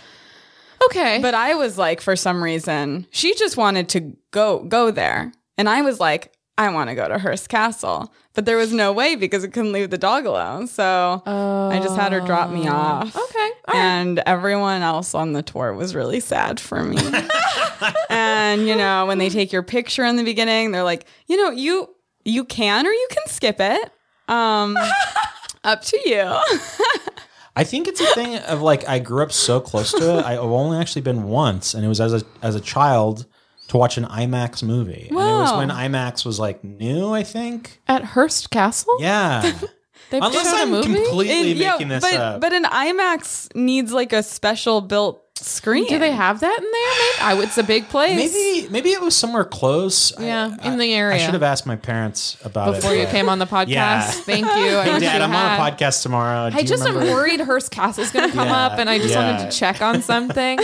S2: Okay.
S1: But I was like, for some reason, she just wanted to go go there, and I was like, I want to go to Hearst Castle, but there was no way because I couldn't leave the dog alone. So I just had her drop me off.
S2: okay. All right.
S1: And everyone else on the tour was really sad for me. and you know, when they take your picture in the beginning, they're like, you know, you you can or you can skip it. Um up to you.
S3: I think it's a thing of like I grew up so close to it. I've only actually been once, and it was as a as a child to watch an IMAX movie. And it was
S1: Wow.
S3: when IMAX was like new, I think.
S2: At Hearst Castle?
S3: Yeah.
S2: They've
S3: Unless
S2: shown a
S3: I'm
S2: movie?
S3: completely
S1: It- yeah,
S3: making this
S1: but,
S3: up.
S1: But an IMAX needs like a special built screen.
S2: Do they have that in there? Maybe. I, it's a big place.
S3: maybe maybe it was somewhere close. I-
S2: Yeah,
S3: I,
S2: in the
S3: I
S2: area.
S3: should have asked my parents about
S2: Before
S3: it.
S2: you
S3: but-
S2: came on the podcast.
S3: Yeah.
S2: Thank you. I
S3: Hey,
S2: wish
S3: Dad,
S2: you
S3: I'm
S2: had.
S3: on a podcast tomorrow. Do
S2: I
S3: you
S2: just am
S3: remember-
S2: worried Hearst Castle's going to come
S3: Yeah,
S2: up, and I just
S3: yeah.
S2: wanted to check on something.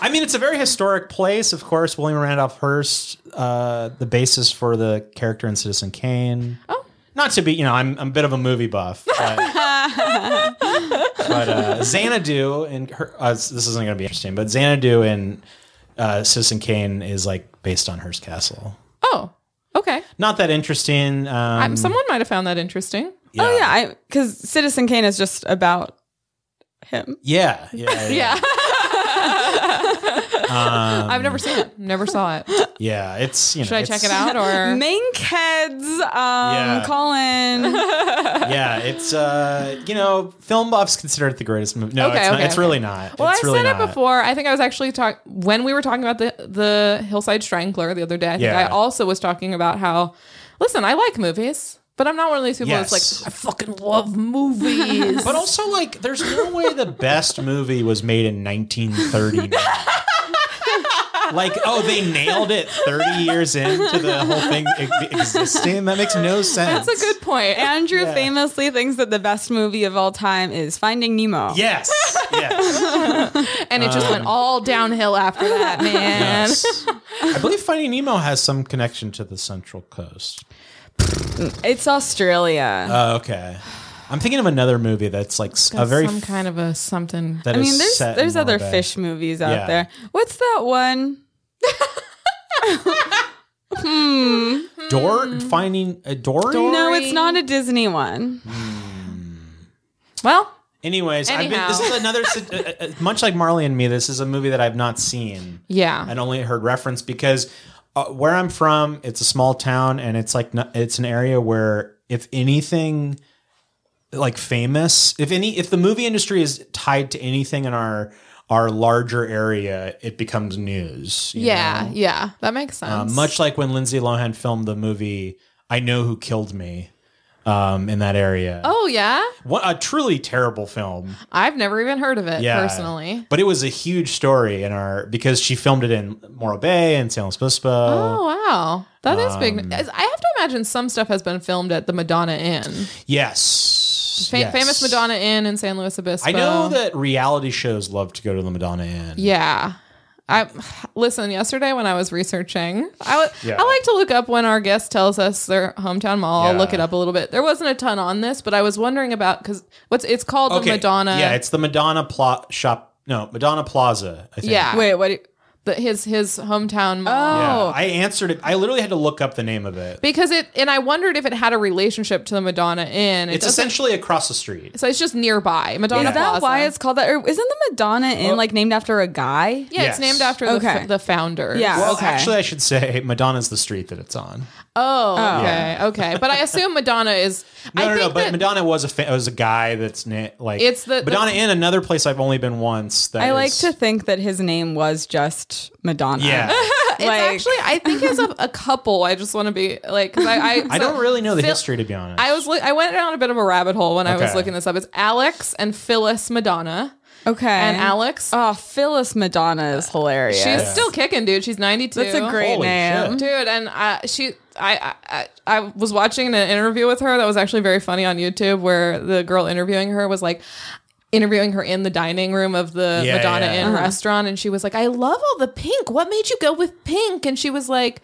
S3: I mean, it's a very historic place, of course. William Randolph Hearst, uh, the basis for the character in Citizen Kane.
S2: Oh.
S3: Not to be, you know, I'm, I'm a bit of a movie buff. But, but, uh, Xanadu, and her, uh, this isn't going to be interesting, but Xanadu and uh, Citizen Kane is like based on Hearst Castle.
S2: oh, okay.
S3: Not that interesting. Um,
S2: Um, Someone might have found that interesting.
S1: Oh yeah, I because Citizen Kane is just about him.
S3: Yeah. Yeah.
S2: Yeah.
S3: Yeah. Um,
S2: I've never seen it. Never saw it.
S3: yeah. It's, you know,
S2: Should I
S3: it's-
S2: check it out or
S1: Mink heads, um,
S3: Yeah.
S1: Colin.
S3: yeah, it's uh, you know, film buffs consider it the greatest movie. No,
S2: Okay,
S3: it's, not,
S2: okay,
S3: it's
S2: okay.
S3: really not.
S2: Well,
S3: it's
S2: I
S3: really
S2: said
S3: not.
S2: it before. I think I was actually talking when we were talking about the the Hillside Strangler the other day. I think
S3: Yeah.
S2: I also was talking about how, listen, I like movies, but I'm not one of these people that's
S3: Yes.
S2: like I fucking love movies.
S3: But also, like, there's no way the best movie was made in 1939. like, oh, they nailed it 30 years into the whole thing e- existing. That makes no sense.
S2: That's a good point.
S1: Andrew famously thinks that the best movie of all time is Finding Nemo.
S3: Yes. Yes.
S2: And it
S3: Um,
S2: just went all downhill after that, man.
S3: yes. I believe Finding Nemo has some connection to the Central Coast.
S1: It's Australia.
S3: Oh, okay. I'm thinking of another movie that's like s- a very
S2: some kind of a something.
S3: that
S1: I
S3: is
S1: mean, there's
S3: set in
S1: there's other
S3: Norway.
S1: fish movies out
S3: Yeah.
S1: there. What's that one?
S2: Hmm.
S3: Dor finding a Dory.
S1: No, it's not a Disney one.
S2: Well,
S3: Anyways, I've been,
S2: Anyhow.
S3: this is another si- uh, uh, much like Marley and Me. This is a movie that I've not seen
S2: yeah.
S3: and only heard reference because uh, where I'm from, it's a small town and it's like n- it's an area where if anything like famous, if any, if the movie industry is tied to anything in our our larger area, it becomes news. you
S2: Yeah,
S3: know?
S2: yeah. That makes
S3: Uh,
S2: sense.
S3: much like when Lindsay Lohan filmed the movie "I Know Who Killed Me." Um, in that area,
S2: Oh yeah?
S3: what a truly terrible film.
S2: I've never even heard of it
S3: Yeah.
S2: personally.
S3: But it was a huge story in our because she filmed it in Morro Bay and San Luis Obispo.
S2: Oh wow. that is
S3: Um,
S2: big. I have to imagine some stuff has been filmed at the Madonna Inn.
S3: Yes.
S2: Fa-
S3: yes.
S2: Famous Madonna Inn in San Luis Obispo.
S3: I know that reality shows love to go to the Madonna Inn.
S2: Yeah. I listen. Yesterday, when I was researching, I wa-
S3: Yeah.
S2: I like to look up when our guest tells us their hometown mall. I'll look
S3: Yeah.
S2: it up a little bit. There wasn't a ton on this, but I was wondering about because what's it's called the Madonna.
S3: Yeah, it's the Madonna plot shop. No, Madonna Plaza. I think.
S2: yeah.
S1: Wait, what? do-
S2: the, his his hometown mall.
S3: Yeah,
S1: Oh,
S3: I answered it. I literally had to look up the name of it.
S2: because it and I wondered if it had a relationship to the Madonna Inn. It
S3: It's
S2: doesn't-
S3: essentially across the street.
S2: so it's just nearby Madonna
S1: is that
S2: Plaza.
S1: why it's called that? Or isn't the Madonna Inn like named after a guy?
S2: yeah, it's
S3: Yes.
S2: named after the,
S1: Okay.
S2: f- the founder.
S1: Yeah.
S3: Well,
S1: okay.
S3: actually, I should say Madonna's the street that it's on.
S2: Oh, okay, okay. But I assume Madonna is.
S3: No,
S2: I
S3: no, no.
S2: think
S3: But
S2: that-
S3: Madonna was a fa- was a guy that's na- like
S2: It's the-
S3: Madonna
S2: the-
S3: Inn. Another place I've only been once. That
S1: I like
S3: is-
S1: to think that his name was just Madonna.
S3: Yeah,
S2: It's
S1: Like-
S2: actually, I think as a, a couple, I just want to be like, 'cause I, I,
S3: I
S2: so-
S3: don't really know the
S2: Phil-
S3: history to be honest.
S2: I was, li- I went down a bit of a rabbit hole when I was
S3: Okay.
S2: looking this up. It's Alex and Phyllis Madonna,
S1: Okay.
S2: and Alex,
S1: Oh, Phyllis Madonna is hilarious.
S2: she's still kicking, dude. She's ninety two.
S1: That's a great
S3: Holy
S1: name.
S3: shit.
S2: dude, and uh, she. I, I I I was watching an interview with her that was actually very funny on YouTube where the girl interviewing her was like interviewing her in the dining room of the
S3: Yeah,
S2: Madonna
S3: yeah. Uh-huh.
S2: Inn restaurant and she was like I love all the pink what made you go with pink and she was like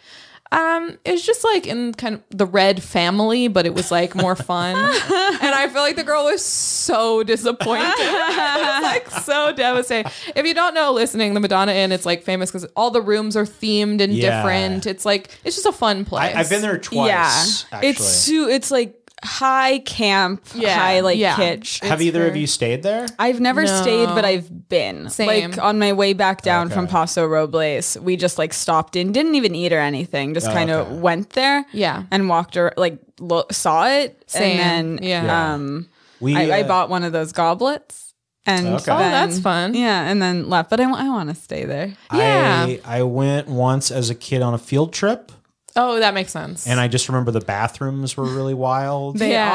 S2: um it was just like in kind of the red family but it was like more fun and I feel like the girl was so disappointed It was, like so devastated if you don't know listening the Madonna Inn it's like famous because all the rooms are themed and
S3: Yeah.
S2: different it's like it's just a fun place
S3: I, I've been there twice.
S1: yeah.
S3: actually.
S1: It's su- it's like high camp,
S2: Yeah,
S1: high like
S2: yeah.
S1: kitsch.
S3: Have
S1: It's
S3: either of
S1: very-
S3: you stayed there?
S1: I've never
S2: No.
S1: stayed, but I've been.
S2: Same.
S1: Like on my way back down from
S3: Okay.
S1: Paso Robles, we just like stopped in, didn't even eat or anything, just kind of
S3: Oh, okay.
S1: went there.
S2: Yeah.
S1: And walked around, like lo- saw it.
S2: Same.
S1: And then
S2: Yeah.
S1: um,
S3: We
S1: I, I
S3: uh,
S1: bought one of those goblets. And
S3: Okay. Oh,
S2: Oh, that's
S1: then-
S2: fun.
S1: Yeah, and then left. But I, wa- I want to stay there.
S2: Yeah.
S3: I, I went once as a kid on a field trip,
S2: Oh, that makes sense.
S3: and I just remember the bathrooms were really wild.
S1: They
S2: Yeah.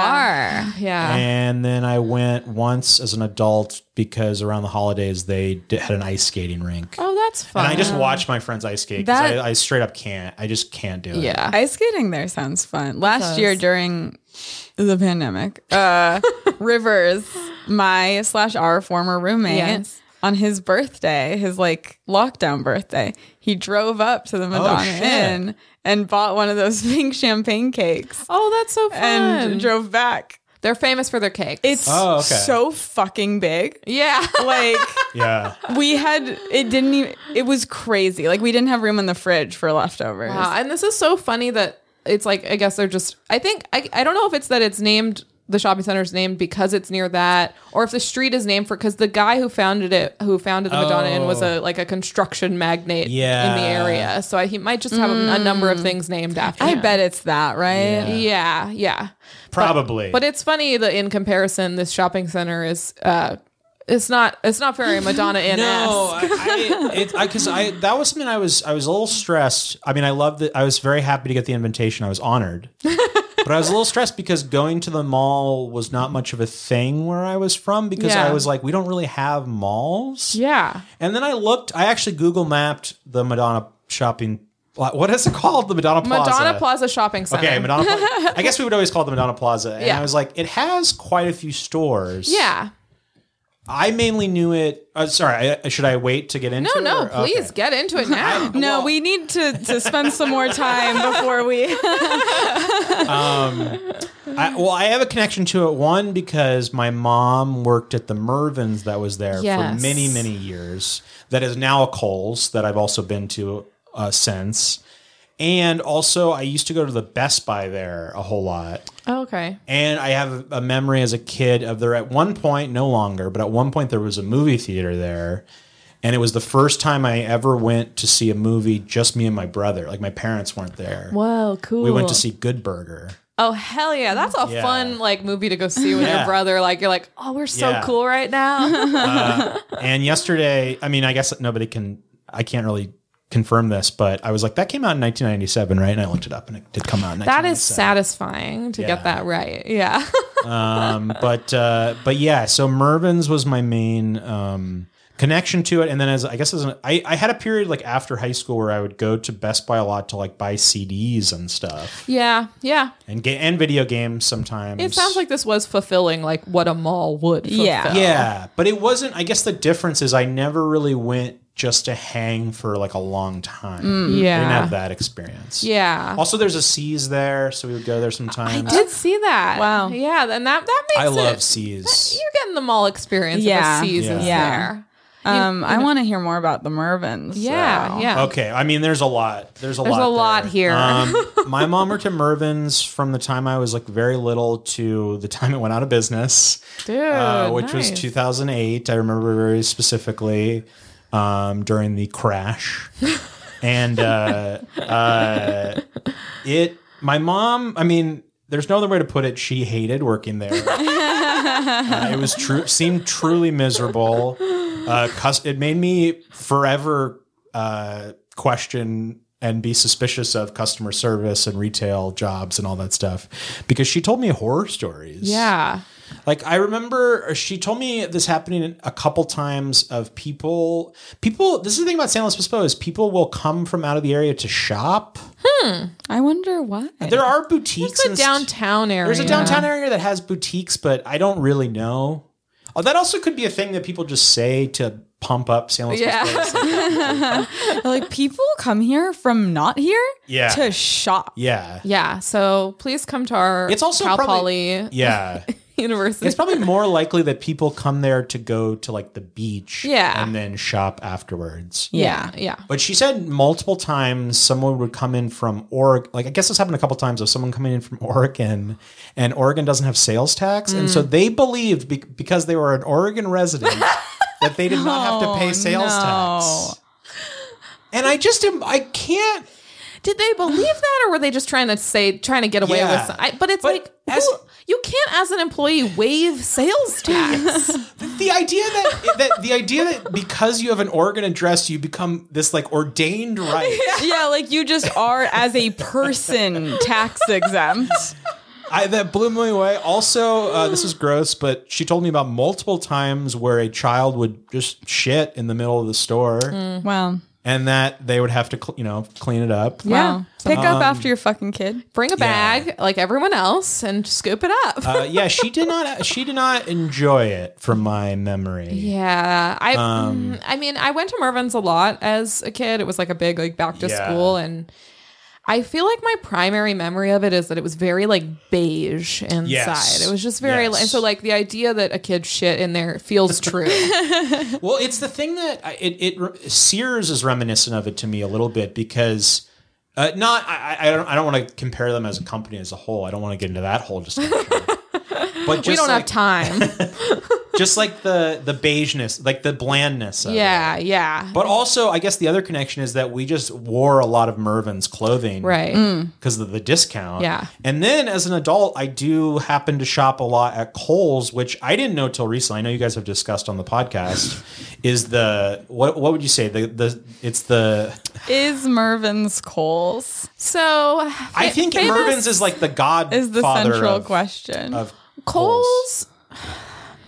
S1: are.
S2: yeah.
S3: and then I went once as an adult because around the holidays they d- had an ice skating rink.
S2: oh, that's fun.
S3: And I just watched my friends ice skate because
S1: That-
S3: I, I straight up can't. I just can't do it.
S2: yeah.
S1: Ice skating there sounds fun. Last
S2: does.
S1: year during the pandemic, uh, Rivers, my slash our former roommate,
S2: Yes.
S1: on his birthday, his like lockdown birthday, he drove up to the
S2: Oh,
S1: Madonna
S3: shit.
S1: Inn and bought one of those pink champagne cakes
S2: oh, that's so fun.
S1: and drove back.
S2: They're famous for their cakes.
S1: It's
S3: Oh, okay.
S1: so fucking big.
S2: yeah.
S1: Like
S3: yeah.
S1: we had, it didn't even, it was crazy. Like we didn't have room in the fridge for leftovers.
S2: wow. And this is so funny that it's like I guess they're just I think I I don't know if it's that it's named the shopping center is named because it's near that or if the street is named for because the guy who founded it who founded the Madonna Inn was a like a construction magnate
S3: Oh. Yeah.
S2: in the area. So I, he might just have a, a number of things named after
S1: I
S2: him.
S1: bet it's that, right?
S2: Yeah, yeah.
S3: Probably.
S2: But it's funny that in comparison, this shopping center is uh, it's not it's not very Madonna in
S3: No, I, I, it, I, cause I, that was something I was, I was a little stressed. I mean, I loved it. I was very happy to get the invitation. I was honored, but But I was a little stressed because going to the mall was not much of a thing where I was from because
S2: Yeah.
S3: I was like, we don't really have malls.
S2: Yeah.
S3: And then I looked, I actually Google mapped the Madonna shopping. pla- What is it called? The Madonna Plaza.
S2: Madonna Plaza Shopping Center.
S3: Okay, Madonna. Pla- I guess we would always call it the Madonna Plaza. And
S2: Yeah.
S3: I was like, it has quite a few stores.
S2: Yeah.
S3: I mainly knew it. Uh, sorry, I, should I wait to get into?
S2: No,
S3: it,
S2: no,
S3: or-
S2: please
S3: okay.
S2: get into it now.
S1: No,
S3: Well-
S1: we need to, to spend some more time before we.
S3: I, well, I have a connection to it. One because my mom worked at the Mervins that was there
S2: Yes.
S3: for many, many years. That is now a Kohl's that I've also been to uh, since. And also, I used to go to the Best Buy there a whole lot.
S2: okay.
S3: And I have a memory as a kid of there at one point, no longer, but at one point there was a movie theater there. And it was the first time I ever went to see a movie, just me and my brother. Like my parents weren't there.
S2: Whoa, cool.
S3: We went to see Good Burger.
S2: Oh hell yeah, that's a
S3: Yeah.
S2: fun like movie to go see with your
S3: Yeah.
S2: brother. Like you're like, oh, we're so
S3: Yeah.
S2: cool right now.
S3: and yesterday, I mean, I guess nobody can, I can't really confirm this, but I was like, that came out in 1997, right? And I looked it up and it did come out in
S2: that is
S3: 1997.
S2: satisfying to get
S3: Yeah.
S2: that right. Yeah.
S3: um, but uh, but yeah, so Mervin's was my main um, connection to it, and then as I guess as an, I, I had a period like after high school where I would go to Best Buy a lot to like buy CDs and stuff,
S2: yeah. Yeah.
S3: and ga- and video games sometimes.
S2: It sounds like this was fulfilling like what a mall would. Fulfill.
S1: Yeah.
S3: yeah, but it wasn't. I guess the difference is I never really went just to hang for like a long time. I didn't
S2: Mm, Yeah.
S3: have that experience.
S2: Yeah.
S3: Also, there's a C's there, so we would go there sometimes.
S2: I did see that.
S1: Wow.
S2: Yeah, and that that makes
S3: I love
S2: it-
S3: C's.
S2: You're getting the mall experience. Yeah.
S1: Yeah.
S2: Of a season
S1: Yeah.
S2: there.
S1: Um, I want to hear more about the Mervins.
S2: Yeah.
S1: so.
S2: Yeah.
S3: Okay, I mean, there's a lot. There's a
S2: There's
S3: lot.
S2: a lot
S3: there.
S2: here.
S3: Um, my mom worked at Mervin's from the time I was like very little to the time it went out of business,
S2: Dude.
S3: uh, which was
S2: nice.
S3: 2008. I remember very specifically um, during the crash, and uh, uh, it. My mom. I mean, there's no other way to put it. She hated working there. Uh, it was true seemed truly miserable uh cus- it made me forever uh question and be suspicious of customer service and retail jobs and all that stuff because she told me horror stories
S2: Yeah.
S3: like I remember uh, she told me this happening a couple times of people people this is the thing about San Luis Obispo is people will come from out of the area to shop.
S1: I wonder why.
S3: There are boutiques
S2: It's a
S3: and st-
S2: downtown area.
S3: there's a downtown area that has boutiques, but I don't really know. Oh, that also could be a thing that people just say to pump up San Luis
S2: Yeah.
S3: Obispo.
S1: like people come here from not here
S3: Yeah.
S1: to shop.
S3: yeah.
S2: Yeah, so please come to our
S3: It's also
S2: Cal
S3: probably-
S2: Poly
S3: Yeah.
S2: University.
S3: It's probably more likely that people come there to go to like the beach
S2: Yeah.
S3: and then shop afterwards.
S2: yeah, yeah.
S3: But she said multiple times someone would come in from Oregon. Like I guess this happened a couple times of someone coming in from Oregon, and Oregon doesn't have sales tax, and
S1: Mm.
S3: so they believed be- because they were an Oregon resident that they did not have to pay sales
S1: Oh, no.
S3: tax. And I just am. I can't.
S2: Did they believe that, or were they just trying to say trying to get away
S3: Yeah.
S2: with? Some, I, but it's
S3: But
S2: like
S3: as-
S2: who- you can't, as an employee, waive sales tax.
S3: The idea that that the idea that because you have an Oregon address, you become this like ordained right.
S1: Yeah, like you just are as a person tax exempt.
S3: I, that blew me away. Also, uh, this is gross, but she told me about multiple times where a child would just shit in the middle of the store,
S2: Mm.
S1: Wow.
S3: and that they would have to, cl- you know, clean it up.
S1: Wow. Pick
S3: Um,
S1: up after your fucking kid.
S2: Bring a
S3: Yeah.
S2: bag like everyone else and scoop it up.
S3: Uh, yeah, she did not. She did not enjoy it, from my memory.
S2: yeah, I.
S3: Um,
S2: mm, I mean, I went to Mervin's a lot as a kid. It was like a big like back to
S3: Yeah.
S2: school, and I feel like my primary memory of it is that it was very like beige inside.
S3: Yes.
S2: It was just very,
S3: Yes.
S2: and so like the idea that a kid shit in there feels true.
S3: Well, it's the thing that I- it, it Sears is reminiscent of it to me a little bit because uh, not I, I- I don't I don't want to compare them as a company as a whole. I don't want to get into that whole discussion. but just
S2: we don't
S3: like,
S2: have time.
S3: just like the the beigeness, like the blandness. Of it.
S2: yeah, yeah.
S3: But also, I guess the other connection is that we just wore a lot of Mervin's clothing,
S2: right.
S3: Because of the discount.
S2: Yeah.
S3: And then as an adult, I do happen to shop a lot at Kohl's, which I didn't know till recently. I know you guys have discussed on the podcast. is the what? What would you say? The the it's the
S1: Is Mervin's Coles
S2: So
S3: I think
S2: famous
S3: Mervin's is like the god
S1: is the
S3: father
S1: central
S3: of,
S1: question.
S3: of Kohl's.
S2: Kohl's.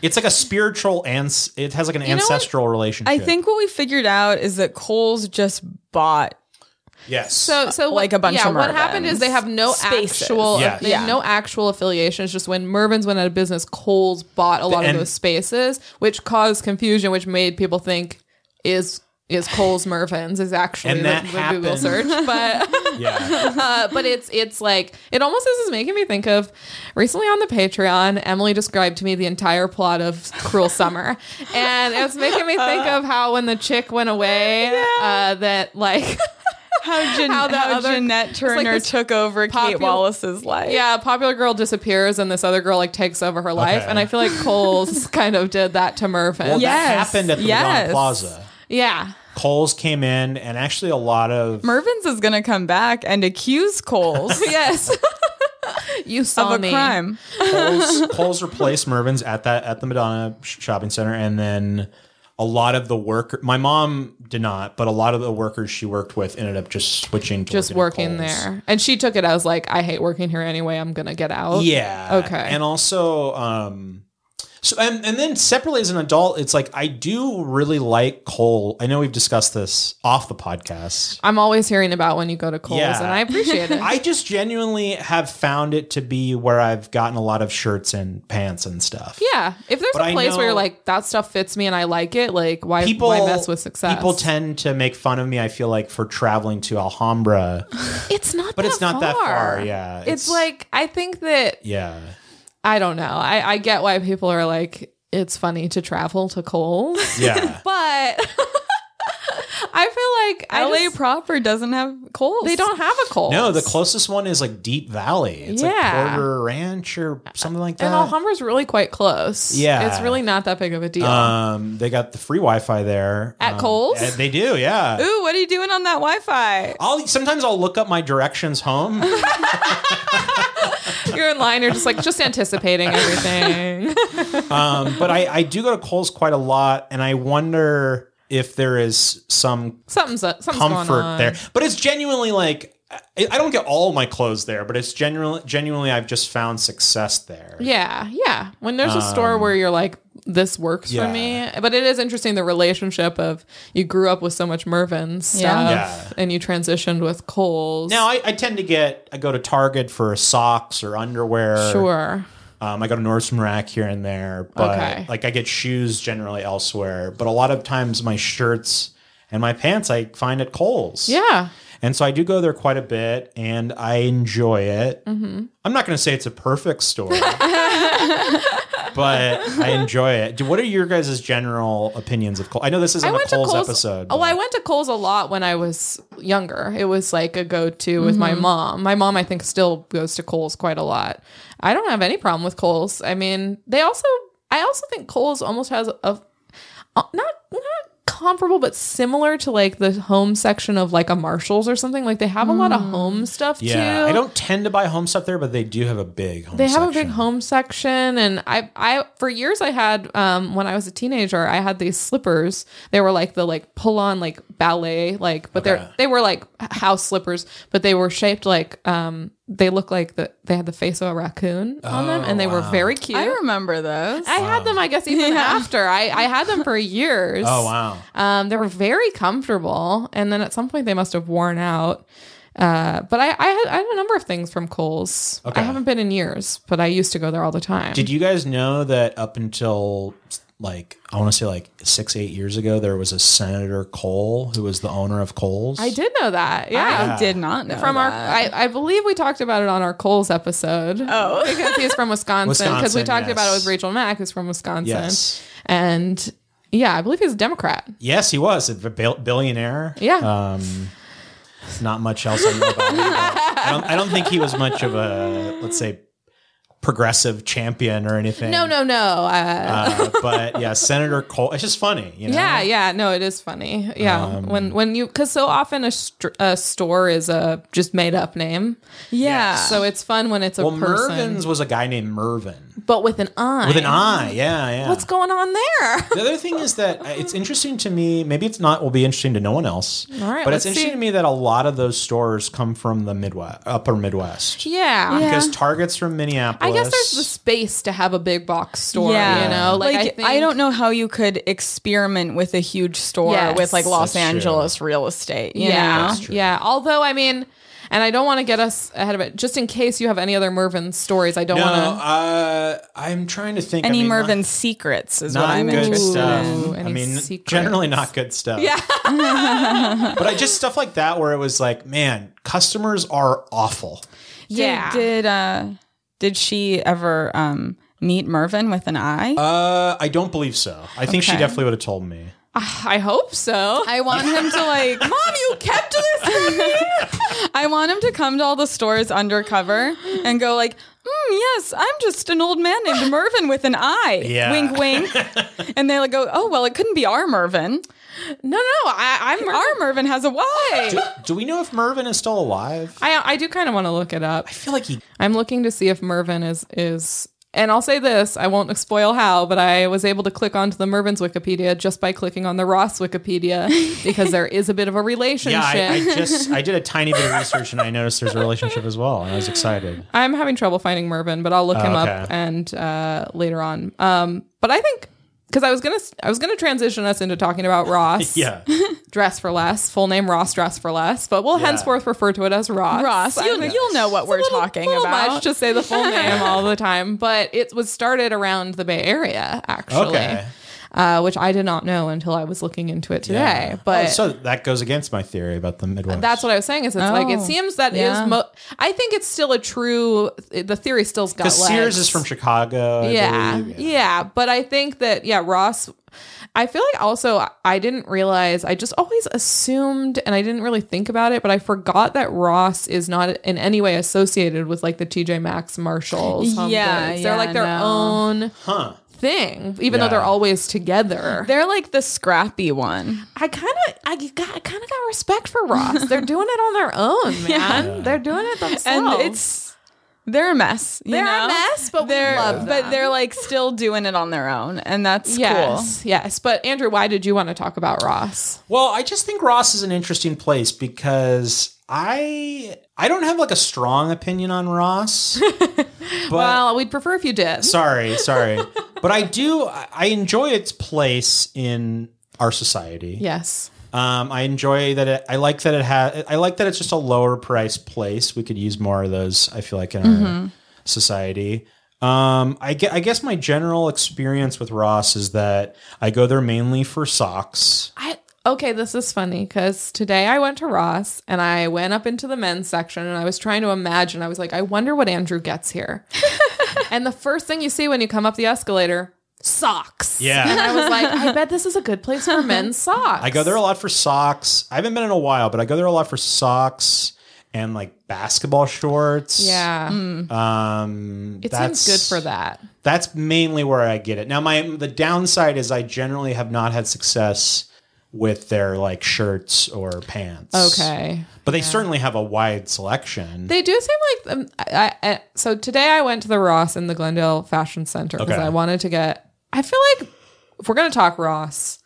S3: It's like a spiritual ans. It has like an
S2: know what?
S3: ancestral relationship.
S1: I think what we figured out is that Coles just bought
S3: yes.
S2: So, so what,
S1: uh, like a bunch
S2: yeah,
S1: of
S2: what happened
S1: Mervins.
S2: is they have no
S1: Spaces.
S2: actual,
S3: Yes.
S2: they have
S1: Yeah.
S2: no actual affiliation. It's just when Mervin's went out of business, Kohl's bought a lot
S3: And-
S2: of those spaces, which caused confusion, which made people think is is Kohl's Mervin's is actually
S3: And
S2: the,
S3: that
S2: the Google
S3: happened.
S2: search, but
S3: yeah.
S2: uh, but it's it's like it almost is, is making me think of recently on the Patreon, Emily described to me the entire plot of Cruel Summer, and it's making me think
S3: Uh.
S2: of how when the chick went away, uh, that like.
S1: how, Jan- how,
S2: how the other-
S1: Jeanette
S2: like
S1: Turner
S2: this
S1: took over
S2: popul-
S1: Kate Wallace's life.
S2: Yeah, popular girl disappears and this other girl like takes over her life.
S3: Okay.
S2: And I feel like Cole's kind of did that to Mervin.
S3: Well,
S1: Yeah.
S3: that
S1: Yes.
S3: happened at the
S1: Yes.
S3: Madonna Plaza.
S2: yeah.
S3: Coles came in, and actually a lot of
S1: Mervin's is going to come back and accuse Coles
S2: Yes. you saw
S1: of a
S2: me.
S1: crime.
S3: Coles, Coles replaced Mervin's at that at the Madonna sh- shopping center, and then a lot of the worker. My mom did not, but a lot of the workers she worked with ended up just switching to
S2: Just working
S3: at Kohl's.
S2: there. And she took it as like, I hate working here anyway. I'm going to get out.
S3: Yeah.
S2: Okay.
S3: And also, um, so and and then separately as an adult, it's like I do really like Cole. I know we've discussed this off the podcast.
S2: I'm always hearing about when you go to Cole's
S3: Yeah.
S2: and I appreciate it.
S3: I just genuinely have found it to be where I've gotten a lot of shirts and pants and stuff.
S2: yeah. If there's
S3: But
S2: a
S3: I
S2: place where you're
S3: know-
S2: like, that stuff fits me and I like it, like why,
S3: People
S2: why mess with success?
S3: People tend to make fun of me. I feel like for traveling to Alhambra,
S2: it's not
S3: but
S2: that
S3: it's not that far. Yeah,
S2: It's like, I think that
S3: yeah,
S2: I don't know. I, I get why people are like, it's funny to travel to Kohl's,
S3: yeah.
S2: but I feel like I
S1: LA
S2: just-
S1: proper doesn't have Coles.
S2: they don't have a Kohl's.
S3: no, the closest one is like Deep Valley. It's
S2: Yeah.
S3: like Porter Ranch or something like that.
S2: and Alhambra's really quite close.
S3: Yeah.
S2: it's really not that big of a deal.
S3: Um, they got the free Wi-Fi there
S2: At
S3: Um,
S2: Kohl's?
S3: yeah, They do, yeah.
S1: Ooh, what are you doing on that Wi-Fi?
S3: I'll sometimes I'll look up my directions home.
S2: you're in line, you're just like just anticipating everything.
S3: Um, but I, I do go to Kohl's quite a lot, and I wonder if there is some
S2: something's up, something's going
S3: comfort
S2: on.
S3: there. But it's genuinely like I, I don't get all my clothes there, but it's genuinely genuinely I've just found success there.
S2: Yeah, yeah. When there's a store where you're like, this works
S3: Um, yeah.
S2: for me. But it is interesting the relationship of you grew up with so much Mervin stuff
S3: Yeah.
S2: and you transitioned with Kohl's.
S3: Now I, I tend to get I go to Target for socks or underwear.
S2: sure.
S3: Um, I go to Nordstrom Rack here and there, but
S2: Okay.
S3: like I get shoes generally elsewhere. But a lot of times my shirts and my pants I find at Kohl's.
S2: Yeah.
S3: And so I do go there quite a bit and I enjoy it.
S2: Mm-hmm.
S3: I'm not going to say it's a perfect store, but I enjoy it. Do- What are your guys' general opinions of Kohl's? I know this isn't
S2: I
S3: a
S2: went
S3: Kohl's,
S2: to Kohl's.
S3: episode.
S2: Oh,
S3: but-
S2: I went to Kohl's a lot when I was younger. It was like a go-to with my
S3: Mm-hmm.
S2: mom. My mom, I think, still goes to Kohl's quite a lot. I don't have any problem with Kohl's. I mean, they also. I also think Kohl's almost has a uh, not not comparable, but similar to like the home section of like a Marshalls or something. Like they have a lot of home stuff
S3: Mm. Yeah.
S2: too.
S3: I don't tend to buy home stuff there, but they do have a big home
S2: They have a
S3: section.
S2: big home section, and I, I for years I had um when I was a teenager I had these slippers. They were like the like pull on like ballet like, but
S3: Okay.
S2: they're they were like h- house slippers, but they were shaped like um they look like the they had the face of a raccoon on them, and they
S3: Oh,
S2: were very cute.
S1: I
S2: I,
S1: remember those.
S2: had them, I guess, even after I I had them for years.
S3: Oh, wow.
S2: Um, they were very comfortable, and then at some point they must have worn out. Uh, but I, I had I had a number of things from Kohl's.
S3: Okay.
S2: I haven't been in years, but I used to go there all the time.
S3: Did you guys know that up until like I want to say like six eight years ago, there was a Senator Cole who was the owner of Cole's.
S2: I did know that. Yeah.
S1: I did not know
S2: from our,
S1: that.
S2: I, I believe we talked about it on our Coles episode. Oh, because he's from Wisconsin. Because we
S3: Wisconsin,
S2: talked about it with
S3: yes.
S2: Rachel Mack, who's from Wisconsin.
S3: Yes.
S2: And yeah, I believe he's a Democrat.
S3: Yes, he was a bil- billionaire.
S2: Yeah.
S3: Um, not much else I know about him. but I don't, I don't think he was much of a let's say progressive champion or anything.
S2: No, no, no. Uh,
S3: Uh, but yeah, Senator Cole. It's just funny. You know?
S2: yeah, yeah. No, it is funny. Yeah,
S3: Um,
S2: when when you because so often a, str- a store is a just made up name.
S1: Yeah.
S3: Yes.
S2: So it's fun when it's a
S3: Well,
S2: person,
S3: Mervin's was a guy named Mervin
S2: but with an eye.
S3: with an eye. Yeah, yeah.
S2: What's going on there?
S3: the other thing is that uh, it's interesting to me. Maybe it's not. Will be interesting to no one else.
S2: All right,
S3: but
S2: let's
S3: it's interesting
S2: see.
S3: to me that a lot of those stores come from the Midwest, Upper Midwest,
S2: yeah.
S1: Yeah.
S3: because Target's from Minneapolis.
S2: I guess there's the space to have a big box store.
S1: Yeah.
S2: You know, like,
S1: like,
S2: I,
S1: I,
S2: think,
S1: don't know how you could experiment with a huge store
S2: Yes.
S1: with like Los
S3: That's true.
S1: Angeles real estate. you
S2: Yeah.
S1: know?
S3: That's true.
S2: Yeah. Although, I mean, and I don't want to get us ahead of it. Just in case you have any other Mervin stories, I don't
S3: No,
S2: want
S3: uh, I'm trying to think. I
S1: Any
S3: mean,
S1: Mervin
S3: Not,
S1: secrets is
S3: not
S1: what I'm
S3: good
S1: interested
S3: stuff.
S1: in.
S2: Ooh,
S3: I
S2: any
S3: mean,
S2: secrets?
S3: generally not good stuff.
S2: to. Yeah.
S3: but I just stuff like that where it was like, man, customers are awful.
S2: yeah.
S1: Did did, uh, did she ever um, meet Mervin with an eye?
S3: Uh, I don't believe so. I think she
S1: Okay.
S3: definitely would have told me.
S2: I hope so.
S1: I want him to like Mom, you kept this from me. I want him to come to all the stores undercover and go like, mm, yes, I'm just an old man named Mervin with an eye.
S3: Yeah.
S1: Wink wink. and they like go, Oh well, it couldn't be our Mervin.
S2: no, no. I, I'm. Mervin.
S1: Our Mervin has a Y.
S3: Do, do we know if Mervin is still alive? I
S2: I I do kind of want to look it up.
S3: feel like he.
S2: I'm looking to see if Mervin is is and I'll say this, I won't spoil how, but I was able to click onto the Mervin's Wikipedia just by clicking on the Ross Wikipedia because there is a bit of a relationship.
S3: Yeah, I, I just I did a tiny bit of research and I noticed there's a relationship as well, and I was excited.
S2: I'm having trouble finding Mervin, but I'll look him
S3: okay.
S2: up and uh, later on. Um, but I think because I was gonna I was gonna transition us into talking about Ross,
S3: Yeah,
S2: dress for less, full name Ross dress for less, but we'll
S3: Yeah.
S2: henceforth refer to it as Ross.
S1: Ross,
S2: I
S1: you,
S2: think
S1: you'll know what we're talking
S2: little
S1: about.
S2: much to say the full name all the time, but it was started around the Bay Area actually.
S3: Okay.
S2: Uh, which I did not know until I was looking into it today.
S3: Yeah.
S2: But
S3: Oh, so that goes against my theory about the Midwest.
S2: that's what I was saying is it's like it
S1: Oh,
S2: seems that is
S1: yeah.
S2: mo- I think it's still a true the theory still's got
S3: because Sears
S2: legs.
S3: is from Chicago. I
S2: yeah,
S3: believe.
S2: yeah. But I think that, yeah, Ross, I feel like also I didn't realize, I just always assumed and I didn't really think about it, but I forgot that Ross is not in any way associated with like the TJ Maxx Marshalls. Home
S1: Yeah,
S2: Goods. They're like
S1: yeah,
S2: their
S1: no.
S2: own
S3: Huh.
S2: thing, even
S3: Yeah.
S2: though they're always together.
S1: They're like the scrappy one.
S2: I kind of, I got, I kind of got respect for Ross. they're doing it on their own, man. They're doing it themselves.
S1: and it's they're a mess. you
S2: Oh. They're a
S1: know?
S2: mess, but we
S1: they're
S2: love
S1: but
S2: them.
S1: they're like still doing it on their own, and that's
S2: yes, yes. But Andrew, why did you want to talk about Ross?
S3: Well, I just think Ross is an interesting place because I I don't have like a strong opinion on Ross. but
S2: Well, we'd prefer if you did.
S3: sorry, sorry, but I do. I I enjoy its place in our society.
S2: Yes.
S3: Um, I enjoy that. It, I like that it has. I like that it's just a lower price place. We could use more of those. I feel like in our society. Um, I, ge- I guess my general experience with Ross is that I go there mainly for socks.
S2: I okay, this is funny because today I went to Ross and I went up into the men's section and I was trying to imagine. I was like, I wonder what Andrew gets here. and the first thing you see when you come up the escalator, socks.
S3: Yeah.
S2: And I was like, I bet this is a good place for men's socks.
S3: I go there a lot for socks. I haven't been in a while, but I go there a lot for socks and like basketball shorts.
S2: Yeah.
S3: Um,
S2: It
S3: that's-
S2: seems good for that.
S3: That's mainly where I get it. Now my the downside is I generally have not had success with their like shirts or pants.
S2: Okay.
S3: But they certainly have a wide selection.
S2: They do seem like um, I, I, I- so. Today I went to the Ross in the Glendale Fashion Center because
S3: Okay.
S2: I wanted to get. I feel like if we're gonna talk Ross,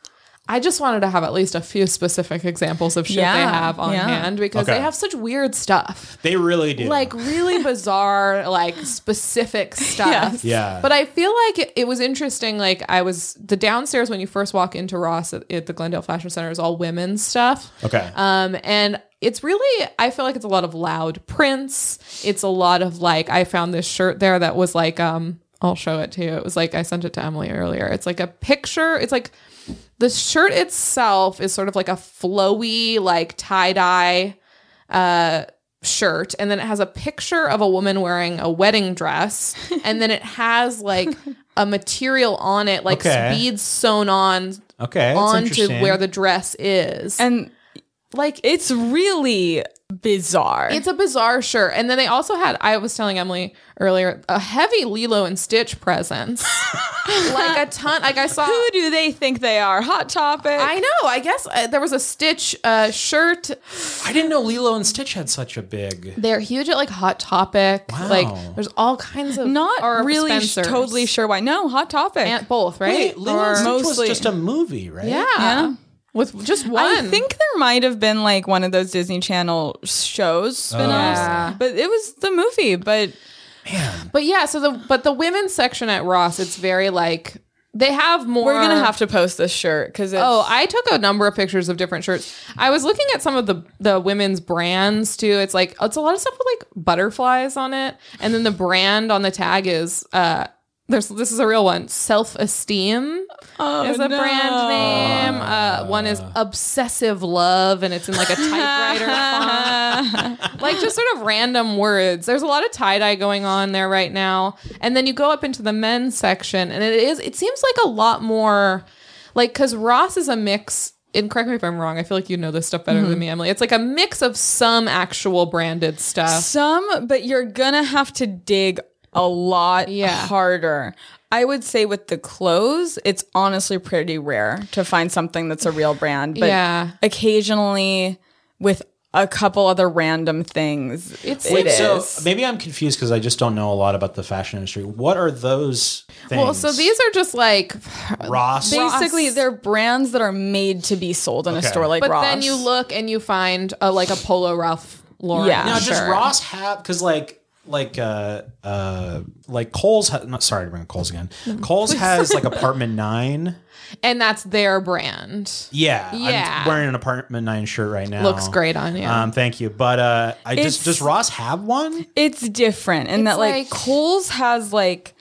S2: I just wanted to have at least a few specific examples of shit they
S1: Yeah,
S2: have on
S1: yeah.
S2: hand because
S3: Okay.
S2: they have such weird stuff,
S3: They really do.
S2: like really bizarre, like specific stuff.
S1: Yes.
S3: Yeah.
S2: But I feel like it, it was interesting. Like I was the downstairs when you first walk into Ross at, at the Glendale Fashion Center is all women's stuff.
S3: okay.
S2: Um, and it's really, I feel like it's a lot of loud prints. It's a lot of like, I found this shirt there that was like, um, I'll show it to you. It was like, I sent it to Emily earlier. It's like a picture. It's like the shirt itself is sort of like a flowy, like tie dye, uh, shirt and then it has a picture of a woman wearing a wedding dress and then it has like a material on it like
S3: Okay.
S2: beads sewn on
S3: okay. That's
S2: onto
S3: interesting.
S2: where the dress is
S1: cool. And
S2: like
S1: It's really bizarre.
S2: It's a bizarre shirt. And then they also had, I was telling Emily earlier, a heavy Lilo and Stitch presence. like a ton. Like I saw.
S1: Who do they think they are? Hot Topic.
S2: I know. I guess uh, there was a Stitch uh, shirt.
S3: I didn't know Lilo and Stitch had such a big.
S2: They're huge at like Hot Topic.
S3: Wow.
S2: Like the's all kinds of.
S1: Not
S2: or
S1: really sh-
S2: Spencer's.
S1: totally sure why. No, Hot Topic.
S2: And both, right?
S3: Wait, Lilo and Stitch
S1: mostly-
S3: was just a movie, right?
S2: yeah.
S1: Yeah.
S2: With just one.
S1: I think there might have been like one of those Disney Channel shows spin-offs,
S2: Yeah.
S1: but it was the movie. But
S2: But yeah, so the but the women's section at Ross, it's very like they have more.
S1: we're gonna have to post this shirt because
S2: Oh, I took a number of pictures of different shirts. I was looking at some of the the women's brands too. It's like it's a lot of stuff with like butterflies on it, and then the brand on the tag is uh there's this is a real one. Self esteem
S1: oh,
S2: is a brand name. Uh, one is obsessive love, and it's in like a typewriter font like just sort of random words. There's a lot of tie dye going on there right now. And then you go up into the men's section, and it is it seems like a lot more like because Ross is a mix. And correct me if I'm wrong. I feel like you know this stuff better
S1: Mm-hmm.
S2: than me, Emily. It's like a mix of some actual branded stuff.
S1: Some, but you're gonna have to dig a lot
S2: Yeah.
S1: harder. I would say with the clothes, it's honestly pretty rare to find something that's a real brand. But
S2: Yeah.
S1: occasionally with a couple other random things,
S2: It's-
S1: it
S2: Wait,
S1: is.
S3: So maybe I'm confused because I just don't know a lot about the fashion industry. What are those things?
S2: Well, so these are just like
S3: Ross.
S1: Basically,
S2: Ross.
S1: they're brands that are made to be sold in
S3: Okay.
S1: a store like
S2: but
S1: Ross.
S2: then you look and you find a, like a Polo Ralph Lauren.
S1: Yeah. No,
S3: Now, does
S2: shirt.
S3: Ross have because like like uh uh like Cole's ha- not sorry to bring up Cole's again. Cole's has like apartment nine.
S2: and that's their brand.
S3: Yeah,
S2: Yeah.
S3: I'm wearing an apartment nine shirt right now.
S2: Looks great on you.
S3: Um, thank you. But uh, I
S1: It's-
S3: just does Ross have one?
S1: It's different in that, like,
S2: like-
S1: Kohl's has like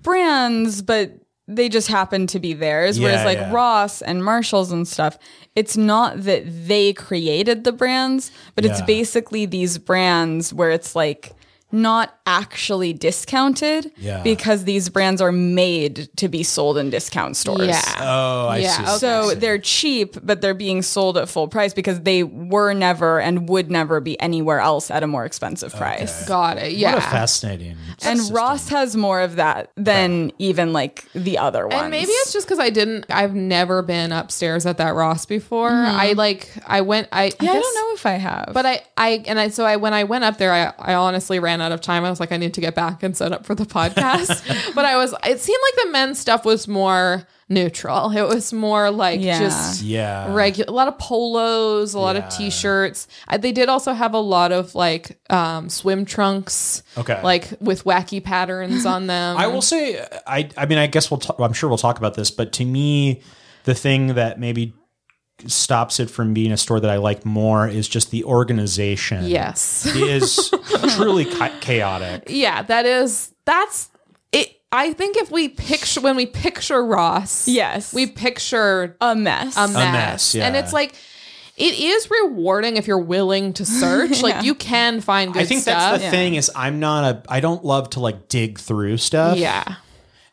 S1: brands, but they just happen to be theirs. whereas,
S3: Yeah,
S1: like,
S3: yeah.
S1: Ross and Marshalls and stuff, it's not that they created the brands, but it's
S3: Yeah.
S1: basically these brands where it's like not actually discounted
S3: Yeah.
S1: because these brands are made to be sold in discount stores.
S2: yeah.
S3: Oh, I
S2: Yeah,
S3: see.
S2: okay.
S1: So they're cheap, but they're being sold at full price because they were never and would never be anywhere else at a more expensive price.
S2: Got it. Yeah.
S3: What a fascinating.
S1: And
S3: system.
S1: Ross has more of that than even like the other ones.
S2: And maybe it's just because I didn't. I've never been upstairs at that Ross before. I like. I went. I
S1: yeah, I,
S2: guess-
S1: don't know if I have.
S2: But I, I, and I, so I, when I went up there, I, I honestly ran out of time. I was like, I need to get back and set up for the podcast. but I was, it seemed like the men's stuff was more neutral. It was more like
S1: Yeah.
S2: just
S3: Yeah.
S2: regular, a lot of polos, a lot
S3: Um, Yeah.
S2: of t-shirts. I, they did also have a lot of like um, swim trunks,
S3: Okay.
S2: like with wacky patterns on them.
S3: I will say, I I mean, I guess we'll. Talk, I'm sure we'll talk about this, but to me, the thing that maybe stops it from being a store that I like more is just the organization.
S2: yes.
S3: is truly cha- chaotic.
S2: Yeah, that is that's it. I think if we picture when we picture Ross,
S1: yes,
S2: we
S1: we
S2: picture a
S1: a mess.
S2: mess,
S3: mess, yeah.
S2: and it's like it is rewarding if you're willing to search. Like you can find good
S3: I think
S2: stuff.
S3: that's the thing is I'm not a I don't love to like dig through stuff.
S2: yeah,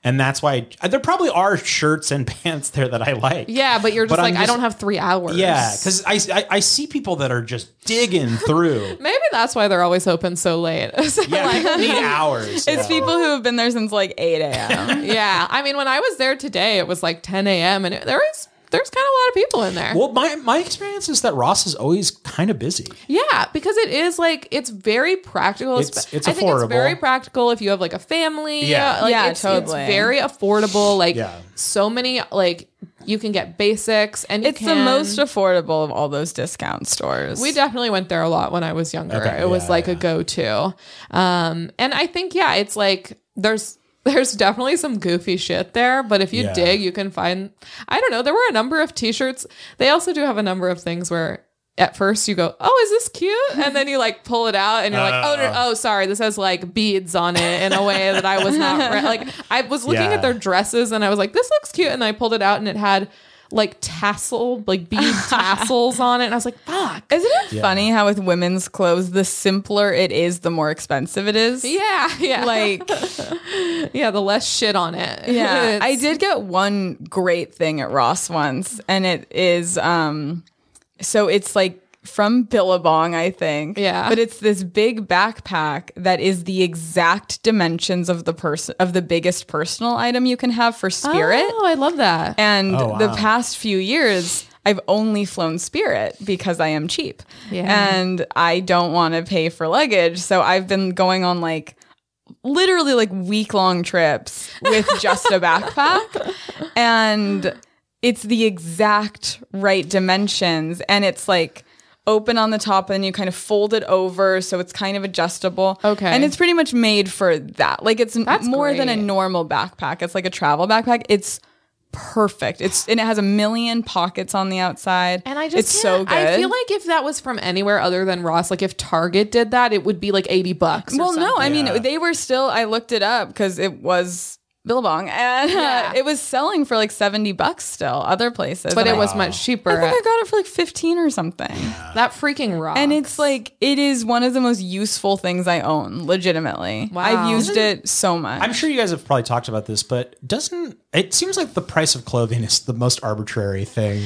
S3: And that's why there probably are shirts and pants there that I like.
S2: yeah, but you're just
S3: But I'm
S2: like I
S3: just-
S2: don't have three hours.
S3: Yeah, cuz I, I I see people that are just digging through.
S2: maybe that's why they're always open so late. So,
S3: Yeah,
S2: like-
S3: people need hours.
S1: it's people who have been there since like eight a.m.
S2: yeah. I mean, when I was there today, it was like 10 a.m. and it, there was there's kind of a lot of people in there.
S3: Well, my my experience is that Ross is always kind of busy.
S2: Yeah, because it is like it's very practical.
S3: It's- it's
S2: I think it's
S3: affordable.
S2: very practical if you have like a family.
S3: Yeah.
S2: like,
S1: Yeah,
S2: it's,
S1: totally.
S2: It's very affordable. Like
S3: Yeah.
S2: so many like you can get basics and you
S1: it's the
S2: can-
S1: most affordable of all those discount stores.
S2: we definitely went there a lot when I was younger.
S3: Okay,
S2: it was
S3: yeah,
S2: like a
S3: yeah.
S2: go-to. Um and I think yeah, it's like there's there's definitely some goofy shit there, but if you
S3: Yeah.
S2: dig, you can find I don't know, there were a number of t-shirts. They also do have a number of things where at first you go, "Oh, is this cute?" and then you like pull it out and you're like, "Oh,
S3: Uh.
S2: no, oh, sorry, this has like beads on it in a way that I was not re- like I was looking
S3: Yeah.
S2: at their dresses and I was like, "This looks cute." And I pulled it out and it had like tassel, like bead tassels on it, and I was like, "Fuck."
S1: Isn't it funny how with women's clothes, the simpler it is, the more expensive it is?
S2: Yeah, yeah.
S1: Like
S2: yeah, the less shit on it.
S1: Yeah,
S2: It's-
S1: I did get one great thing at Ross once, and it is um, so it's like from Billabong, I think.
S2: Yeah.
S1: But it's this big backpack that is the exact dimensions of the person of the biggest personal item you can have for Spirit.
S2: Oh, I love that.
S1: And
S3: Oh,
S1: the
S3: wow.
S1: past few years, I've only flown Spirit because I am cheap.
S2: Yeah.
S1: And I don't want to pay for luggage. So I've been going on like literally like week long trips with just a backpack. And it's the exact right dimensions. And it's like, Open on the top, and then you kind of fold it over, so it's kind of adjustable.
S2: Okay.
S1: and it's pretty much made for that. Like it's
S2: That's
S1: more than a
S2: great.
S1: normal backpack. It's like a travel backpack. It's perfect. It's and it has a million pockets on the outside.
S2: And I just
S1: it's so good.
S2: can't- I feel like if that was from anywhere other than Ross, like if Target did that, it would be like eighty bucks. or
S1: well, no, I
S3: Yeah.
S1: mean they were still. I looked it up because it was Billabong, and uh,
S2: Yeah.
S1: it was selling for like seventy bucks still other places.
S2: but
S1: And
S2: it
S1: I-
S2: was much cheaper.
S1: I think I got it for like fifteen or something.
S2: that freaking Ross.
S1: And it's like it is one of the most useful things I own. Legitimately,
S2: Wow.
S1: I've used it so much.
S3: I'm sure you guys have probably talked about this, but doesn't it seems like the price of clothing is the most arbitrary thing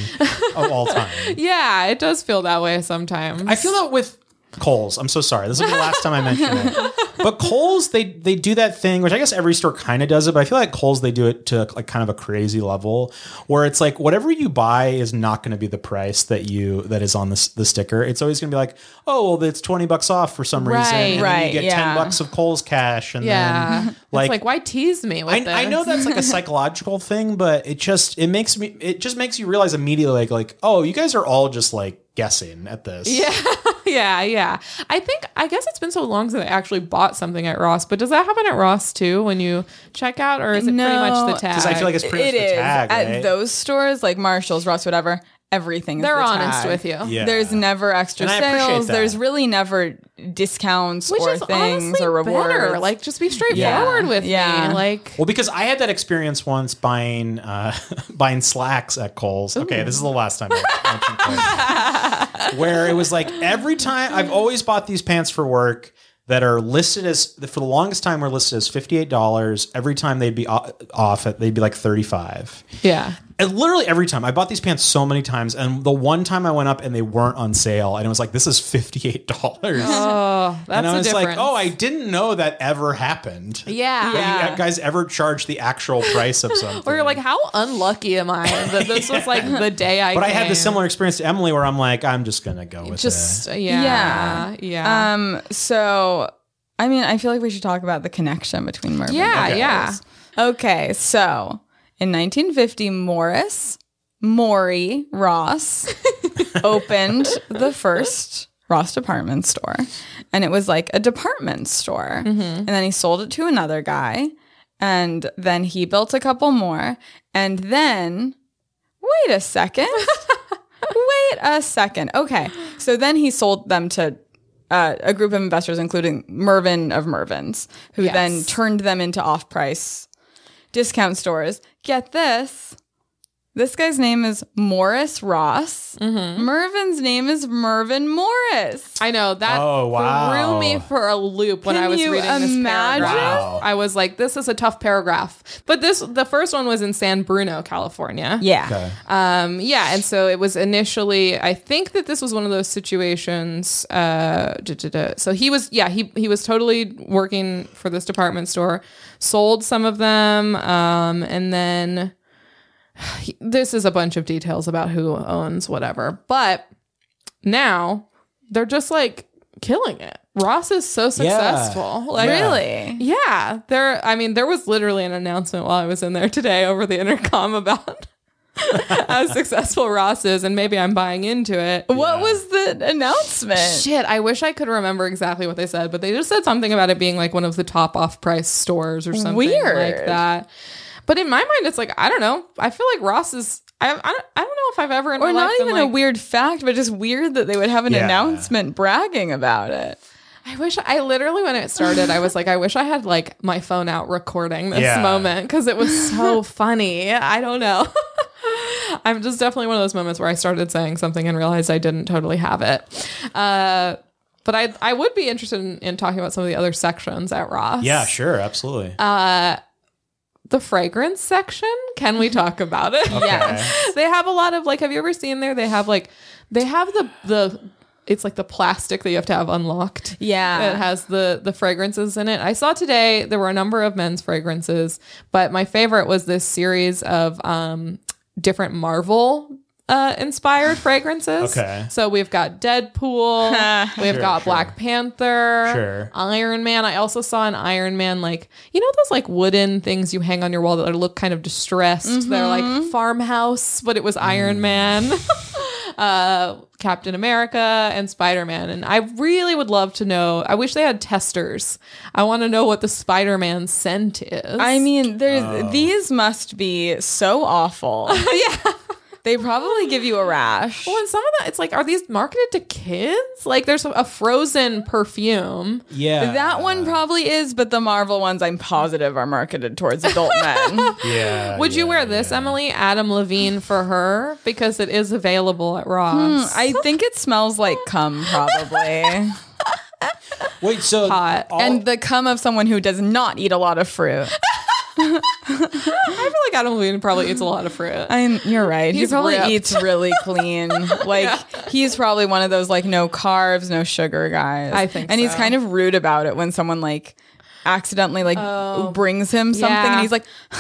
S3: of all time?
S2: yeah, it does feel that way sometimes.
S3: I feel that with Kohl's. I'm so sorry. This is the last time I mentioned it. But Kohl's, they they do that thing, which I guess every store kind of does it, but I feel like Kohl's they do it to like kind of a crazy level where it's like whatever you buy is not going to be the price that you that is on the, s- the sticker. It's always going to be like, oh, well, it's 20 bucks off for some reason.
S2: Right,
S3: and then
S1: right,
S3: you get
S1: yeah.
S3: 10 bucks of Kohl's cash and
S2: yeah.
S3: then
S2: it's like why tease me with
S3: I, I
S2: this?
S3: know that's like a psychological thing, but it just it makes me it just makes you realize immediately like like oh you guys are all just like guessing at this. Yeah,
S2: yeah, yeah. I think I guess it's been so long since I actually bought something at Ross, but does that happen at Ross too when you check out, or is it pretty much
S1: No,
S2: the
S1: 'cause
S2: tag?
S3: I feel like it's pretty
S1: It
S3: much
S1: is
S3: the tag.
S1: at
S3: right?
S1: those stores like Marshalls, Ross, whatever. Everything is
S2: they're
S1: the
S2: honest
S1: tag.
S2: with you.
S3: Yeah.
S1: There's never extra
S3: And I appreciate
S1: sales.
S3: that.
S1: There's really never discounts
S2: Which
S1: or
S2: is
S1: things
S2: honestly
S1: or rewards.
S2: better. Like, just be straightforward with
S1: Yeah.
S2: me. Like,
S3: Well, because I had that experience once buying uh, buying slacks at Kohl's. Okay, this is the last time. I mentioned Kohl's. Where it was like every time I've always bought these pants for work that are listed as for the longest time were listed as fifty eight dollars. Every time they'd be o- off, at, they'd be like thirty five.
S2: yeah.
S3: And literally every time I bought these pants so many times, and the one time I went up and they weren't on sale, and it was like this is fifty eight dollars,
S2: Oh, that's
S3: and I
S2: the
S3: was
S2: difference.
S3: like, oh, I didn't know that ever happened.
S2: yeah.
S3: That
S1: Yeah.
S3: you uh, guys ever charge the actual price of something?
S2: Or you're like, how unlucky am I that this was like the day I.
S3: but I had the
S2: came?
S3: similar experience to Emily where I'm like, I'm just gonna go with
S2: Just
S3: it.
S2: yeah,
S1: Yeah.
S2: yeah, yeah.
S1: um, so I mean, I feel like we should talk about the connection between mermaids.
S2: yeah,
S3: okay.
S2: yeah.
S1: Okay, so in 1950, Morris Maury Ross opened the first Ross department store, and it was like a department store.
S2: Mm-hmm.
S1: And then he sold it to another guy, and then he built a couple more, and then wait a second. Wait a second. Okay. So then he sold them to uh, a group of investors, including Mervyn of Mervyn's, who
S2: Yes.
S1: then turned them into off price discount stores. Get this. This guy's name is Morris Ross. Mervyn's name is Mervyn Morris.
S2: I know that
S3: Oh, wow.
S2: threw me for a loop when
S1: Can
S2: I was
S1: you
S2: reading this paragraph.
S1: imagine?
S3: Wow.
S2: I was like, this is a tough paragraph. But this, the first one was in San Bruno, California.
S1: Yeah.
S3: Okay.
S2: Um, yeah, and so it was initially. I think that this was one of those situations. Uh, duh, duh, duh. So he was, yeah, he he was totally working for this department store, sold some of them, um, and then he- this is a bunch of details about who owns whatever. But now they're just like killing it. Ross is so successful. Like,
S3: Yeah.
S1: Really?
S2: yeah, there. I mean, there was literally an announcement while I was in there today over the intercom about how successful Ross is, and maybe I'm buying into it.
S1: What was the announcement?
S2: Shit, I wish I could remember exactly what they said, but they just said something about it being like one of the top off price stores or something like
S1: Weird.
S2: that. But in my mind, it's like I don't know. I feel like Ross is. I I don't, I don't know if I've ever in
S1: Or
S2: my
S1: not
S2: life been
S1: even a
S2: like,
S1: weird fact, but just weird that they would have an
S3: Yeah.
S1: announcement bragging about it.
S2: I wish I literally when it started, I was like, I wish I had like my phone out recording this
S3: Yeah.
S2: moment because it was so funny. I don't know. I'm just definitely one of those moments where I started saying something and realized I didn't totally have it. Uh, but I I would be interested in, in talking about some of the other sections at Ross.
S3: Yeah, sure, absolutely.
S2: Um, The fragrance section. Can we talk about it?
S1: Yeah.
S3: Okay.
S2: they have a lot of like have you ever seen there they have like they have the the it's like the plastic that you have to have unlocked.
S1: Yeah.
S2: It has the the fragrances in it. I saw today there were a number of men's fragrances, but my favorite was this series of um different Marvel uh inspired fragrances.
S3: Okay.
S2: So we've got Deadpool, we've
S3: Sure,
S2: got
S3: sure.
S2: Black Panther,
S3: Sure.
S2: Iron Man. I also saw an Iron Man like you know those like wooden things you hang on your wall that are- look kind of distressed. They're like farmhouse, but it was Iron Man. uh, Captain America and Spider Man. And I really would love to know. I wish they had testers. I want to know what the Spider Man scent is.
S1: I mean, there's
S3: Oh.
S1: these must be so awful. yeah. They probably give you a rash.
S2: Well, Oh, and some of that, it's like, are these marketed to kids? Like, there's a frozen perfume.
S3: Yeah.
S1: That one probably is, but the Marvel ones I'm positive are marketed towards adult men.
S3: Yeah.
S2: Would you
S3: yeah,
S2: wear this,
S3: yeah.
S2: Emily? Adam Levine for her because it is available at Ross.
S1: I think it smells like cum, probably.
S3: Wait, so
S2: Hot.
S3: all-
S1: and the cum of someone who does not eat a lot of fruit.
S2: I feel like Adam Levine probably eats a lot of fruit.
S1: I'm, you're right.
S2: He's
S1: he probably
S2: ripped.
S1: eats really clean. Like he's probably one of those like no carbs, no sugar guys.
S2: I think
S1: and he's
S2: so.
S1: kind of rude about it when someone like accidentally like brings him something,
S2: Oh. Yeah.
S1: and he's like,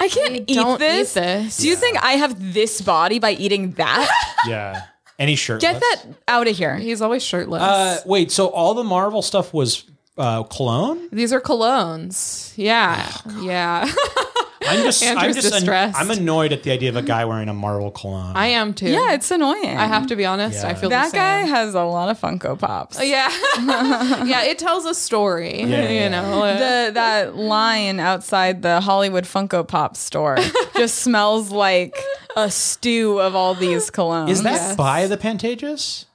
S1: "I can't eat
S2: Don't eat
S1: this.
S2: this.
S1: Do you think I have this body by eating that?
S3: yeah, any shirt?
S1: Get that out of here."
S2: He's always shirtless.
S3: Uh, wait, so all the Marvel stuff was uh, cologne?
S2: These are colognes. Yeah. yeah.
S3: I'm just, I'm
S2: Andrew's
S3: just, an-
S2: distressed.
S3: I'm annoyed at the idea of a guy wearing a Marvel cologne.
S2: I am too.
S1: Yeah, it's annoying.
S2: I have to be honest.
S3: Yeah.
S2: I feel
S1: that
S2: the same.
S1: guy has a lot of Funko Pops.
S2: Yeah, yeah. It tells a story.
S3: Yeah, yeah.
S2: you know. uh,
S1: the that line outside the Hollywood Funko Pop store just smells like a stew of all these colognes.
S3: Is that
S2: Yes.
S3: by the Pantages?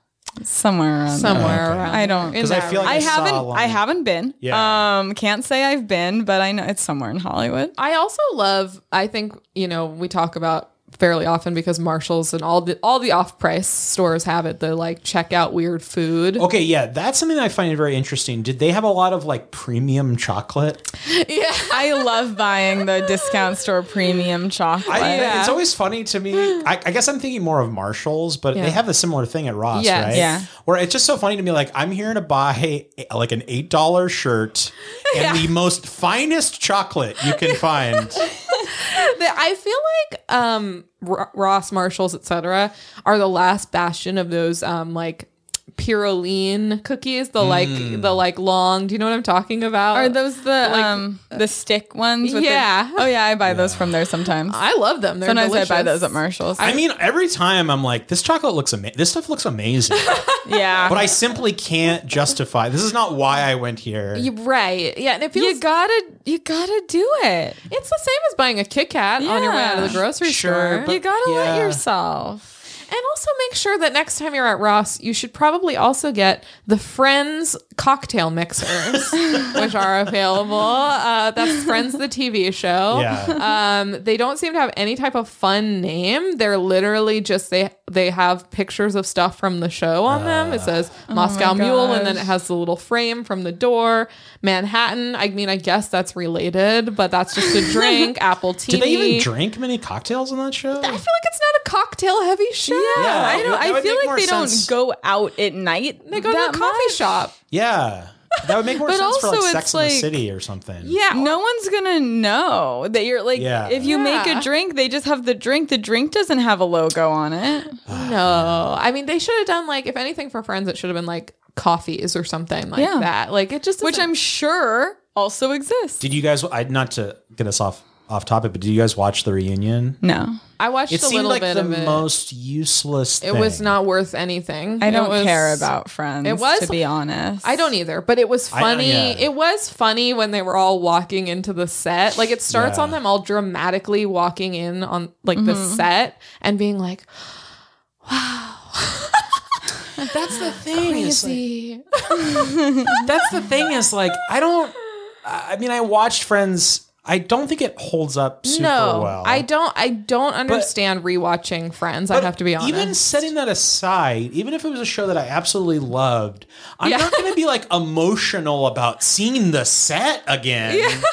S1: somewhere around there.
S2: somewhere
S3: Okay.
S2: around.
S1: I don't-
S2: there, in
S3: 'Cause I
S2: that
S3: feel like
S1: I
S2: range.
S3: I saw a
S1: haven't
S3: line.
S1: I haven't been.
S3: Yeah.
S1: Um can't say I've been, but I know it's somewhere in Hollywood.
S2: I also love. I think you know we talk about fairly often because Marshalls and all the all the off price stores have it. The like check out weird food.
S3: Okay, yeah, that's something that I find very interesting. Did they have a lot of like premium chocolate?
S2: Yeah.
S1: I love buying the discount store premium chocolate.
S3: I,
S2: Yeah.
S3: It's always funny to me. I, I guess I'm thinking more of Marshalls, but
S2: Yeah.
S3: they have a similar thing at Ross,
S2: Yes.
S3: right?
S1: Yeah.
S3: Where it's just so funny to me. Like I'm here to buy a, like an eight dollar shirt and the most finest chocolate you can find.
S2: The- I feel like um, R- Ross, Marshalls, etc., are the last bastion of those um, like pyroline cookies. The like the like long. Do you know what I'm talking about?
S1: Are those the um the stick ones? With
S2: uh, Yeah.
S1: The, oh yeah, I buy those from there sometimes.
S2: I love them. They're
S1: sometimes I buy
S2: delicious.
S1: those at Marshalls.
S3: I mean, every time I'm like, this chocolate looks amazing. This stuff looks amazing,
S1: yeah.
S3: but I simply can't justify. This is not why I went here.
S2: You- right? Yeah, and it feels
S1: you gotta you gotta do it.
S2: it's the same as buying a Kit Kat on your way out of the
S1: Yeah.
S2: grocery
S3: Sure,
S2: store.
S3: but-
S1: You gotta let
S3: Yeah.
S1: yourself.
S2: and also make sure that next time you're at Ross, you should probably also get the Friends cocktail mixers, which are available. Uh, that's Friends, the TV show.
S3: Yeah.
S2: Um, they don't seem to have any type of fun name. They're literally just they they have pictures of stuff from the show on them. It
S3: Ah.
S2: says
S1: Oh
S2: Moscow Mule, and then it has the little frame from the door. Manhattan. I mean, I guess that's related, but that's just a drink. Apple tea.
S3: Did they even drink many cocktails on that show?
S2: I feel like it's not a cocktail heavy show.
S3: Yeah.
S1: I
S3: that
S1: don't. I
S3: would
S1: feel
S3: make
S1: like
S3: more
S1: they
S3: sense.
S1: don't go out at night.
S2: They go to a
S1: that
S2: coffee
S1: much.
S2: shop.
S3: Yeah. That would make more
S1: But
S3: sense for like
S1: also
S3: Sex
S1: it's
S3: in the
S1: like-
S3: City or something.
S2: Yeah.
S1: No one's gonna know that you're like.
S3: Yeah.
S1: If you make
S2: Yeah.
S1: a drink, they just have the drink. The drink doesn't have a logo on it.
S2: No. I mean, they should have done like, if anything for friends, it should have been like coffees or something like
S1: Yeah.
S2: that. Like it just,
S1: Which
S2: doesn't-
S1: I'm sure also exists.
S3: Did you guys? I not to get us off off topic, but did you guys watch the reunion?
S1: no,
S2: I watched
S3: It
S2: a
S3: seemed
S2: little
S3: like
S2: bit
S3: the
S2: of it.
S3: most useless.
S2: it was
S3: thing.
S2: not worth anything.
S1: I
S2: It
S1: don't
S2: was-
S1: care about friends.
S2: it was-
S1: to be honest.
S2: I don't either, but it was
S3: I-
S2: funny.
S3: yeah.
S2: It was funny when they were all walking into the set. Like it starts
S3: Yeah.
S2: on them all dramatically walking in on like the
S1: Mm-hmm.
S2: set and being like,
S3: That's the thing. Is like,
S2: "See,
S3: that's the thing. Is like I don't. I mean, I watched Friends. I don't think it holds up super
S2: no,
S3: well.
S2: I don't. I don't understand rewatching Friends. I
S3: But
S2: have to be honest.
S3: Even setting that aside, even if it was a show that I absolutely loved, I'm
S2: Yeah.
S3: not going to be like emotional about seeing the set again.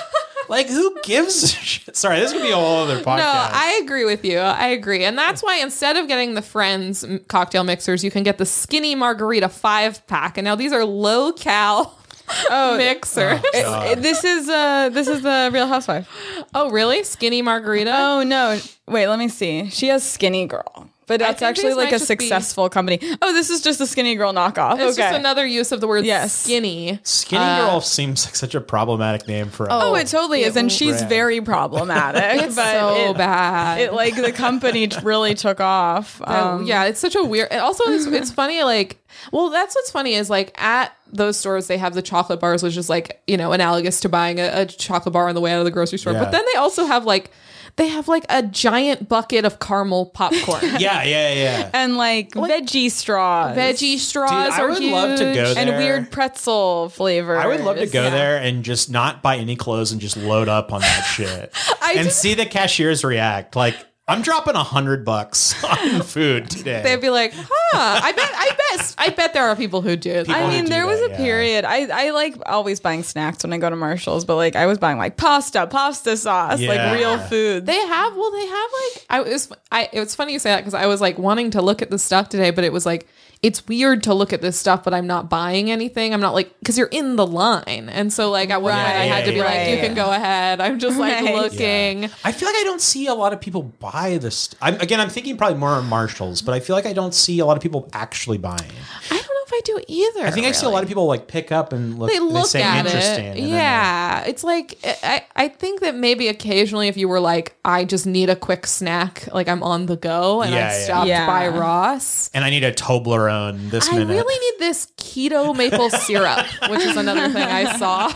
S3: Like, who gives a shit? Sorry, this could be a whole other podcast.
S2: No, I agree with you. I agree. And that's why instead of getting the Friends m- cocktail mixers, you can get the skinny margarita five pack. And now these are low cal
S1: Oh,
S3: oh.
S2: mixers.
S1: It- it- this is uh this is the Real Housewife.
S2: Oh, really? Skinny margarita?
S3: Uh-huh.
S1: Oh no! Wait, let me see. She has Skinny Girl, but that's
S2: think
S1: actually
S2: these
S1: like
S2: might
S1: a
S2: just be-
S1: successful company. Oh, this is just a Skinny Girl knockoff. okay.
S2: It's just another use of the word
S1: Yes.
S2: skinny.
S3: Skinny
S2: uh,
S3: Girl seems like such a problematic name for a
S1: oh, it totally is, and she's
S3: Brand.
S1: very problematic.
S2: It's
S1: but
S2: so
S1: it,
S2: bad.
S1: it like the company really took off.
S2: Oh,
S1: Um,
S2: yeah, it's such a weird. And also, it's, it's funny. Like, well, that's what's funny is like at those stores they have the chocolate bars, which is like you know analogous to buying a, a chocolate bar on the way out of the grocery store.
S3: Yeah.
S2: But then they also have like they have like a giant bucket of caramel popcorn,
S3: Yeah, yeah, yeah.
S1: and like, veggie straws,
S2: veggie straws.
S3: Dude, I
S2: are
S3: would love to go
S2: huge.
S1: and
S3: there.
S1: weird pretzel flavor.
S3: I would love to go there and just not buy any clothes and just load up on that shit and
S2: just-
S3: see the cashiers react. Like, I'm dropping a hundred bucks on food today.
S2: They'd be like, huh? I bet. I bet. I bet there are people who do.
S3: People-
S2: I-
S1: I
S3: wanna
S1: mean,
S3: do
S1: there was
S3: that,
S1: a
S3: yeah.
S1: period. I, I like always buying snacks when I go to Marshalls, but like I was buying like pasta, pasta sauce,
S3: Yeah.
S1: like real food.
S2: They have well, they have like I was I it was funny you say that because I was like wanting to look at this stuff today, but it was like it's weird to look at this stuff, but I'm not buying anything. I'm not like because you're in the line, and so like at one
S1: Right,
S2: point I had to be
S3: yeah,
S2: like, you
S1: yeah.
S2: can go ahead. I'm just like
S1: Right.
S2: looking.
S3: I feel like I don't see a lot of people buy this. St- I'm, again, I'm thinking probably more on Marshalls, but I feel like I don't see a lot of people actually buying.
S2: I don't know if I do either.
S3: I think I see a lot of people like pick up and look.
S2: They look
S3: say
S2: at
S3: interesting.
S2: it.
S3: and then they're like-
S2: Yeah, it's like I, I I think that maybe occasionally if you were like, I just need a quick snack, like I'm on the go, and
S3: Yeah,
S2: I
S3: yeah.
S2: stopped
S1: Yeah.
S2: by Ross.
S3: and I need a Toblerone this
S2: I
S3: minute.
S2: really need this keto maple syrup, which is another thing I saw.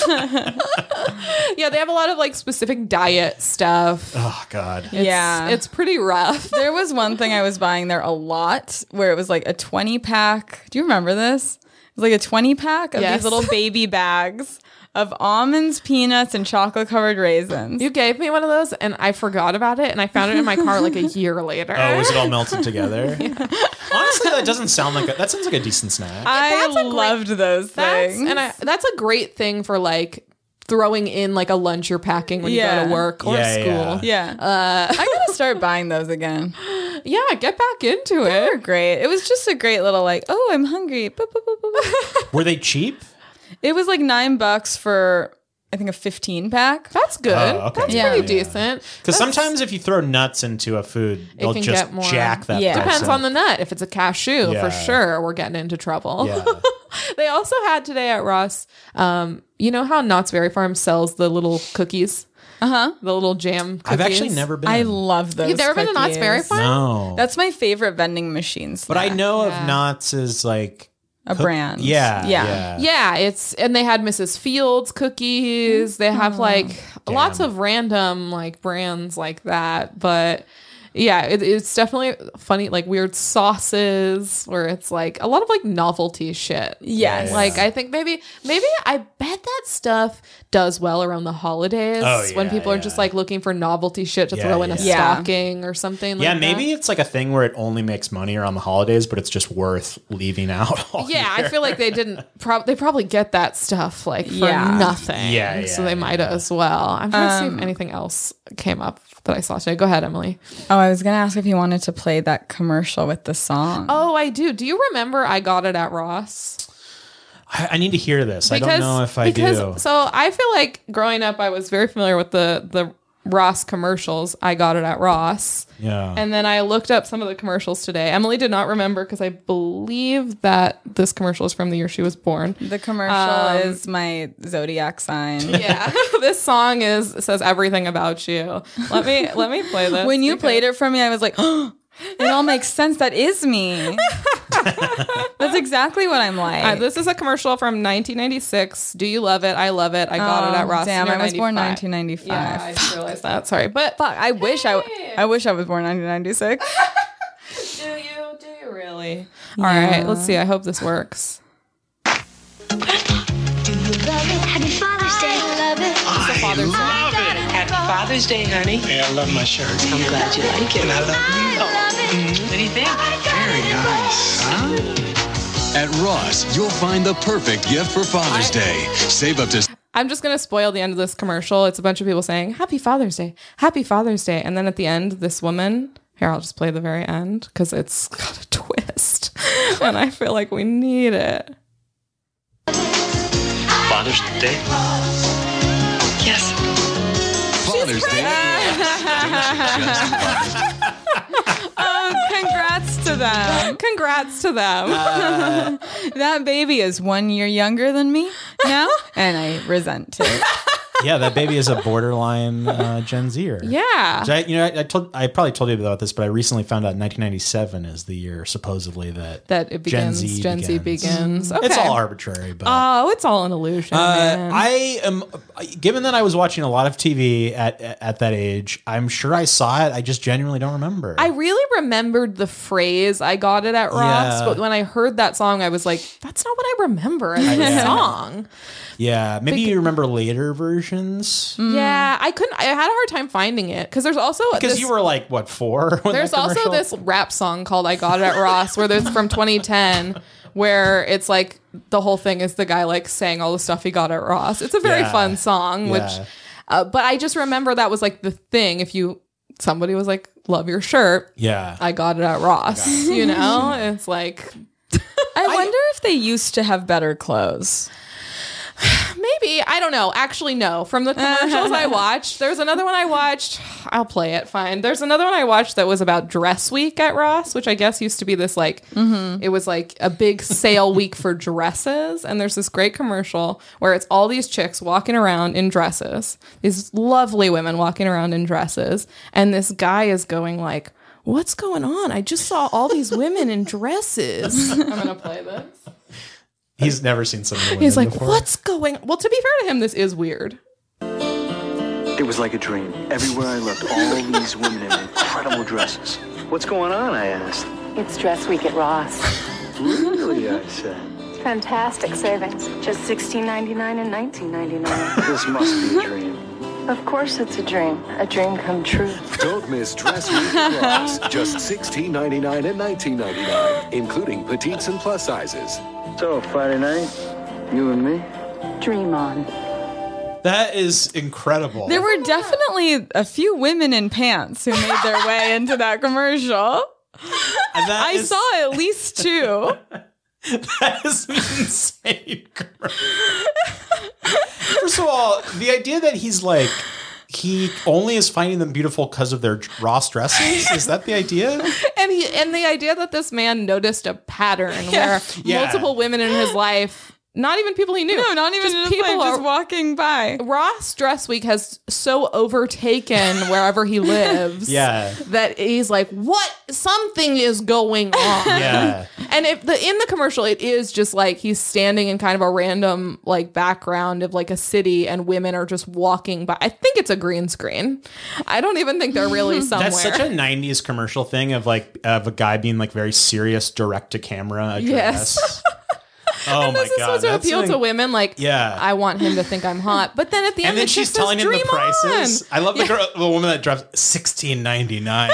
S2: yeah, they have a lot of like specific diet stuff.
S3: oh God.
S2: It's-
S1: yeah.
S2: it's pretty rough.
S1: there was one thing I was buying there a lot where it was like a 20 pack. Do you remember this? It was like a 20 pack of
S2: Yes.
S1: these little baby bags of almonds, peanuts, and chocolate covered raisins.
S2: You gave me one of those, and I forgot about it, and I found it in my car like a year later.
S3: Oh, was it all melted together? Honestly, that doesn't sound like a, that. Sounds like a decent snack.
S1: I
S2: That's a great-
S1: loved those
S2: that's,
S1: things.
S2: and I, that's a great thing for like throwing in like a lunch you're packing when you
S1: Yeah.
S2: go to work or
S3: Yeah,
S2: school.
S1: yeah.
S2: uh,
S1: I'm going to start buying those again.
S2: Yeah. get back into
S1: They
S2: it.
S1: were great. It was just a great little like, oh, I'm hungry. Boop, boop, boop, boop, boop.
S3: Were they cheap?
S1: it was like nine bucks for I think a 15 pack.
S2: That's good.
S3: Oh, okay.
S2: That's
S3: Yeah.
S2: pretty
S3: Yeah.
S2: decent. That's-
S3: Because sometimes if you throw nuts into a food, they'll
S2: can
S3: just
S2: get more.
S3: jack that.
S1: Yeah.
S2: Depends
S3: person.
S2: on the nut. If it's a cashew,
S3: Yeah.
S2: for sure, we're getting into trouble.
S3: Yeah.
S2: they also had today at Ross, um, you know how Knott's Berry Farm sells the little cookies? Uh huh. The little jam cookies.
S3: I've actually never been.
S1: Uh-huh. I love those.
S2: You've never been to Knott's
S1: cookies.
S2: Berry Farm?
S3: No.
S1: That's my favorite vending machine.
S3: but I
S1: snack.
S3: know
S2: Yeah.
S3: of Knott's is like
S1: a brand.
S3: yeah,
S1: yeah.
S2: Yeah, it's and they had Mrs. Fields cookies. They have
S1: Mm-hmm.
S2: like lots
S3: Damn.
S2: of random like brands like that, but yeah, it, it's definitely funny like weird sauces where it's like a lot of like novelty shit.
S1: Yes.
S3: Yeah.
S2: Like I think maybe maybe I bet that stuff does well around the holidays
S3: Oh,
S2: when
S3: yeah,
S2: people are
S3: yeah.
S2: just like looking for novelty shit to
S3: Yeah,
S2: throw in a
S3: yeah.
S1: Yeah.
S2: stocking or something.
S3: Yeah,
S2: like that.
S3: maybe it's like a thing where it only makes money around the holidays, but it's just worth leaving out. All
S2: Yeah, I
S3: year.
S2: feel like they didn't. Prob- they probably get that stuff like for
S1: Yeah.
S2: nothing.
S3: Yeah,
S2: so
S3: yeah,
S2: they might as well. I'm trying to see if anything else came up that I saw today. Go ahead, Emily.
S1: Oh, I was gonna ask if you wanted to play that commercial with the song.
S2: Oh, I do. Do you remember I got it at Ross?
S3: I, I need to hear this. I don't know if I
S2: because,
S3: do.
S2: So I feel like growing up, I was very familiar with the the Ross commercials. I got it at Ross.
S3: yeah.
S2: And then I looked up some of the commercials today. Emily did not remember because I believe that this commercial is from the year she was born.
S1: the commercial is my zodiac sign.
S2: um, yeah this song is says everything about you let me let me play this
S1: When you played it for me, I was like, oh, it all makes sense. That is me. That's exactly what I'm like.
S2: Uh, this is a commercial from 1996 do you love it i love it i got it
S1: Oh,
S2: at ross
S1: Damn,
S2: Near
S1: I was born 1995.
S2: 95. yeah i just realized that sorry but
S1: Fuck, I wish I, I wish I was born 1996.
S2: do you do you really all right let's see i hope this works
S4: Happy Father's Day. I love it.
S5: I love it. Happy Father's Day, honey.
S6: Hey, I love my shirt.
S5: I'm glad you like it.
S6: And I love you.
S5: What do you think?
S6: Very nice. Huh?
S7: At Ross, you'll find the perfect gift for Father's Day. Save up to
S2: I'm just gonna spoil the end of this commercial. It's a bunch of people saying "Happy Father's Day, Happy Father's Day," and then at the end, this woman. Here, I'll just play the very end because it's got a twist, and I feel like we need it.
S7: Father's Day?
S5: Yes.
S7: Father's Day?
S1: Oh, congrats to them.
S2: Congrats to them.
S3: Uh,
S1: That baby is one year younger than me now, and I resent it.
S3: yeah, that baby is a borderline uh, Gen Zer.
S2: yeah.
S3: So I, you know, I, I told I probably told you about this, but I recently found out 1997 is the year supposedly that
S2: that it
S3: Gen
S2: begins. Gen
S3: Z
S2: Z,
S3: begins.
S2: begins. Okay.
S3: it's all arbitrary. But
S2: Oh, it's all an illusion.
S3: Uh,
S2: man.
S3: I am uh, given that I was watching a lot of TV at at that age. I'm sure I saw it. I just genuinely don't remember.
S2: I really remembered the phrase. I got it at Ross,
S3: Yeah.
S2: but when I heard that song, I was like, "That's not what I remember as a song."
S3: yeah, maybe you remember later versions
S2: Mm, Yeah, I couldn't. I had a hard time finding it because there's also
S3: Mm. because
S2: this-
S3: you were like what four? when
S2: There's
S3: that
S2: also
S3: commercial-
S2: this rap song called "I Got It at Ross," where there's from 2010, where it's like the whole thing is the guy like saying all the stuff he got at Ross. It's a very
S3: Yeah.
S2: fun song,
S3: Yeah.
S2: which, uh, but I just remember that was like the thing. If you somebody was like, "Love your shirt,"
S3: yeah.
S2: I got it at Ross. You know, it's like
S1: I wonder if they used to have better clothes.
S2: Maybe. I don't know. Actually, no. From the commercials I watched, there's another one I watched. I'll play it fine. There's another one I watched that was about dress week at Ross, which I guess used to be this like, it was like a big sale week for dresses. And there's this great commercial where it's all these chicks walking around in dresses, these lovely women walking around in dresses. And this guy is going like, What's going on? I just saw all these women in dresses. I'm going to play this.
S3: He's never seen someone.
S2: He's like,
S3: before.
S2: what's going? Well, to be fair to him, this is weird.
S8: It was like a dream. Everywhere I looked, all these women in incredible dresses. What's going on? I asked.
S9: It's dress week at Ross.
S8: Really, I said.
S9: Fantastic savings. Just $16.99 and $19.99.
S8: This must be a dream.
S9: of course it's a dream. A dream come true.
S7: Don't miss Dress Week Cross. Just $16.99 and $19.99, including petites and plus sizes.
S8: So Friday night, you and me.
S9: Dream on.
S3: that is incredible.
S1: There were definitely a few women in pants who made their way into that commercial. I saw at least two.
S3: That is an insane. commercial. First of all, the idea that he's like he only is finding them beautiful because of their Ross dresses is that the idea?
S2: And he and the idea that this man noticed a pattern where
S3: Yeah.
S2: multiple women in his life, not even people he knew,
S1: No, not even in a plane, just
S2: are-
S1: walking by.
S2: Ross Dress Week has so overtaken wherever he lives.
S3: Yeah.
S2: That he's like, what? Something is going on.
S3: Yeah.
S2: And if the in the commercial, it is just like he's standing in kind of a random like background of like a city, and women are just walking by. I think it's a green screen. I don't even think they're really somewhere.
S3: That's such a '90s commercial thing of like of a guy being like very serious, direct to camera.
S2: Yes.
S3: Yes. Oh my
S2: this is
S3: god!
S2: supposed to
S3: that's
S2: appeal
S3: an-
S2: to women. Like,
S3: Yeah.
S2: I want him to think I'm hot. But then at the end,
S3: And then
S2: it
S3: she's
S2: just says,
S3: telling him the
S2: "Dream
S3: prices.
S2: on."
S3: I love the girl, the woman that drops sixteen ninety nine,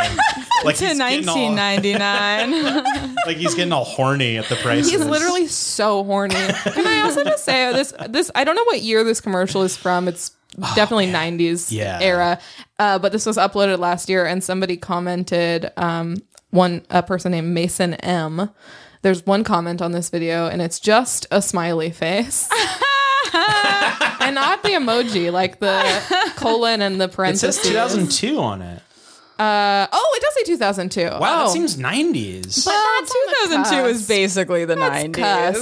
S3: like
S1: To
S3: he's getting all-
S1: 1999.
S3: like he's getting all horny at the prices.
S2: He's literally so horny. Can I also just say uh, this? This I don't know what year this commercial is from. It's definitely '90s
S3: Oh, Yeah.
S2: era. Uh, but this was uploaded last year, and somebody commented. Um, one a person named Mason M. There's one comment on this video, and it's just a smiley face. and not the emoji, like the colon and the
S3: It says
S2: parentheses.
S3: 2002 on it.
S2: Uh, oh, it does say 2002.
S3: Wow,
S2: oh.
S3: that seems 90s.
S2: But that's on the
S1: 2002 is
S2: cusp.
S1: basically the
S2: Cusp.
S1: 90s.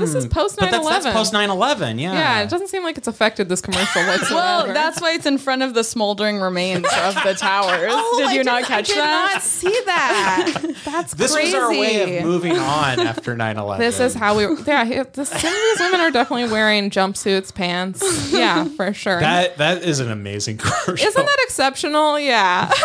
S2: This is post 9
S3: Hmm. But
S2: 11.
S3: that's, that's post 9 11. Yeah.
S2: Yeah, it doesn't seem like it's affected this commercial whatsoever.
S1: Well, that's why it's in front of the smoldering remains of the towers. Oh,
S2: Oh,
S1: did you not catch that?
S2: see that. that's
S3: this was our way of moving on after 9 11.
S2: This is how we. Yeah, here- this, some of these women are definitely wearing jumpsuits, pants. Yeah, for sure.
S3: That, that is an amazing commercial.
S2: Isn't that exceptional? Yeah.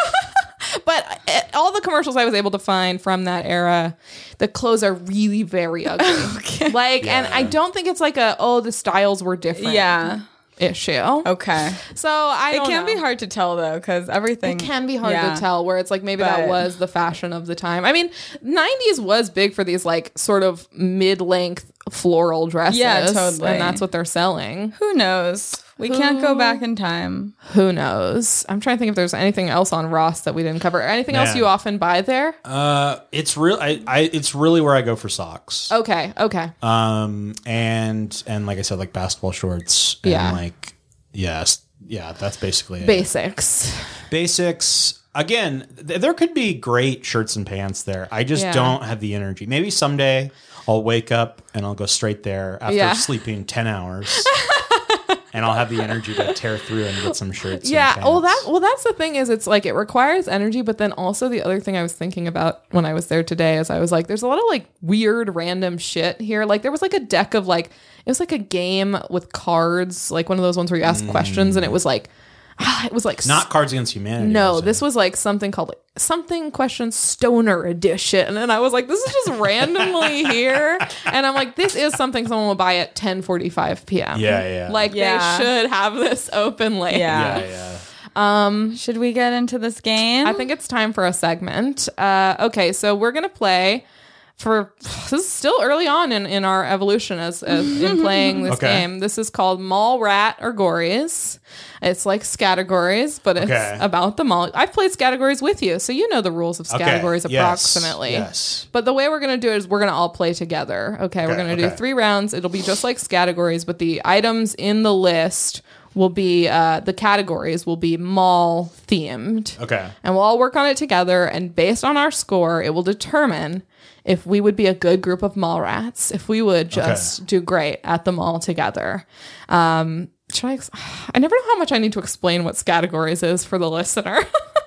S2: but uh, all the commercials I was able to find from that era, the clothes are really very ugly. Like, and I don't think it's like a oh the styles were different.
S1: Yeah.
S2: issue.
S1: Okay.
S2: So I
S1: It
S2: don't
S1: can
S2: know.
S1: be hard to tell though, because everything
S2: It can be hard
S1: Yeah.
S2: to tell where it's like maybe
S1: But-
S2: that was the fashion of the time. I mean, 90s was big for these like sort of mid length floral dresses.
S1: Yeah, totally.
S2: And that's what they're selling.
S1: Who knows? We can't go back in time.
S2: Who knows? I'm trying to think if there's anything else on Ross that we didn't cover. Anything else
S3: Man.
S2: you often buy there?
S3: Uh, it's real. I, I it's really where I go for socks.
S2: okay, okay.
S3: Um, and and like I said, like basketball shorts. And
S2: Yeah.
S3: Like yes, yeah. That's basically it.
S2: Basics.
S3: basics. Again, th- there could be great shirts and pants there. I just
S2: Yeah.
S3: don't have the energy. Maybe someday I'll wake up and I'll go straight there after
S2: Yeah.
S3: sleeping ten hours, and I'll have the energy to tear through and get some shirts.
S2: Yeah.
S3: And pants.
S2: Well, that well, that's the thing is, it's like it requires energy, but then also the other thing I was thinking about when I was there today is I was like, there's a lot of like weird, random shit here. Like there was like a deck of like it was like a game with cards, like one of those ones where you ask questions, and it was like, ah, it was like
S3: Mm. not Cards Against Humanity.
S2: No,
S3: was it?
S2: this was like something called like, something question stoner edition. And I was like, this is just randomly here. And I'm like, this is something someone will buy at 10 45 p.m.
S3: Yeah, yeah.
S2: Like
S1: Yeah.
S2: they should have this open late.
S1: Yeah.
S3: Yeah, yeah.
S1: Should we get into this game?
S2: I think it's time for a segment. Uh, okay, so we're gonna play for this is still early on in, in our evolution as, as in playing this
S3: Okay.
S2: game. This is called Mall Rat or Gories. It's like Scategories, but it's
S3: Okay.
S2: about the mall. I've played Scategories with you, so you know the rules of
S3: Okay,
S2: Scategories
S3: yes,
S2: approximately.
S3: yes.
S2: But the way we're gonna do it is we're gonna all play together. Okay, we're
S3: Okay,
S2: gonna do
S3: okay.
S2: three rounds. It'll be just like categories, but the items in the list will be uh, the categories will be mall themed.
S3: Okay.
S2: And we'll all work on it together. And based on our score, it will determine if we would be a good group of mall rats, if we would just do great at the mall together. Um, should I? Ex- I never know how much I need to explain what categories is for the listener.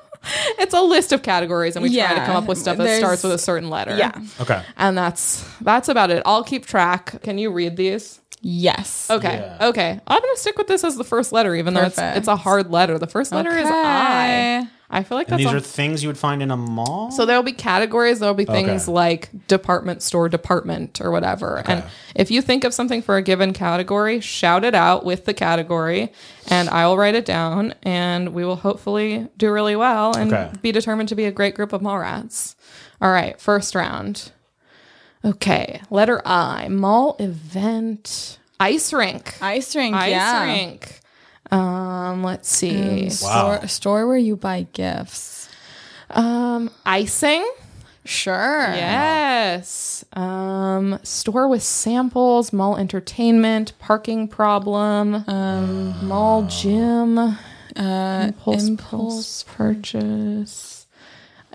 S2: it's a list of categories, and we try to
S1: Yeah,
S2: come up with stuff that
S1: there's-
S2: starts with a certain letter.
S1: Yeah.
S3: Okay.
S2: And that's that's about it. I'll keep track. Can you read these?
S1: yes.
S2: Okay.
S3: Yeah.
S2: Okay. I'm gonna stick with this as the first letter, even though it's
S1: Perfect.
S2: it's a hard letter. The first letter is I.
S1: Okay.
S2: I feel like
S3: And
S2: that's
S3: these
S2: on-
S3: are things you would find in a mall.
S2: so there'll be categories. There'll be things
S3: Okay.
S2: like department store, department, or whatever. And if you think of something for a given category, shout it out with the category, and I will write it down, and we will hopefully do really well and
S3: Okay.
S2: be determined to be a great group of mall rats. All right, first round. Okay, letter I. Mall event. Ice rink.
S1: Ice rink.
S2: Ice
S1: yeah.
S2: rink. Um, let's see.
S3: Wow.
S1: Store, store where you buy gifts.
S2: Um, icing.
S1: Sure.
S2: Yes. Um, store with samples, mall entertainment, parking problem, um, mall gym, uh, impulse, impulse purchase,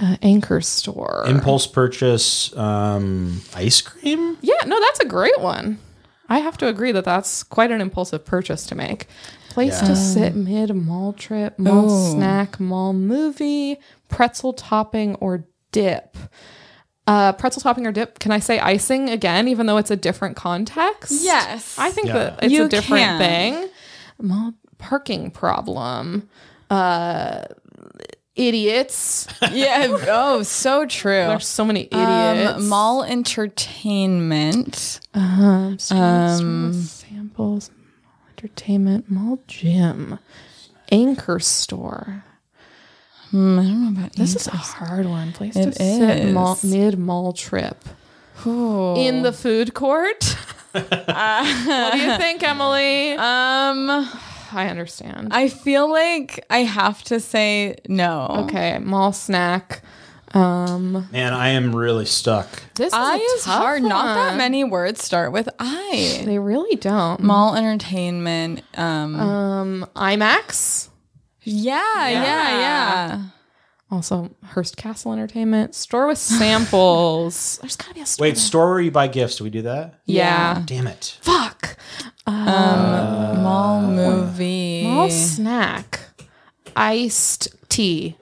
S2: uh, anchor store.
S3: Impulse purchase um, ice cream.
S2: yeah, no, that's a great one. I have to agree that that's quite an impulsive purchase to make. Place to sit mid mall trip, mall
S1: Oh.
S2: snack, mall movie, pretzel topping or dip. Uh, pretzel topping or dip. Can I say icing again, even though it's a different context?
S1: Yes.
S2: I think
S3: Yeah.
S2: that it's a
S1: You
S2: different
S1: can.
S2: thing. Mall parking problem. Uh, idiots.
S1: Yeah. Oh, so true.
S2: There's so many idiots.
S1: Um, mall entertainment.
S2: Um, store- store with samples, mall entertainment, mall gym, anchor store.
S1: Hmm, I don't know about
S2: This is a hard one. Place to
S1: It
S2: sit mall,
S1: is.
S2: mid mall trip
S1: Cool.
S2: in the food court. Uh, what do you think, Emily?
S1: um,
S2: I understand.
S1: I feel like I have to say no.
S2: okay, mall snack. Um,
S3: Man, I am really stuck.
S2: this
S1: I
S2: is, a
S1: is
S2: tough
S1: hard. Not that
S2: one.
S1: many words start with I.
S2: They really don't.
S1: Mall entertainment. Um,
S2: Um, IMAX.
S1: yeah, yeah, yeah,
S2: Also, Hearst Castle Entertainment store with samples. There's gotta be a store.
S3: Wait, store where you buy gifts. Do we do that?
S2: Yeah.
S3: Damn it.
S2: Fuck.
S1: Mall movie.
S2: Mall snack. Iced tea.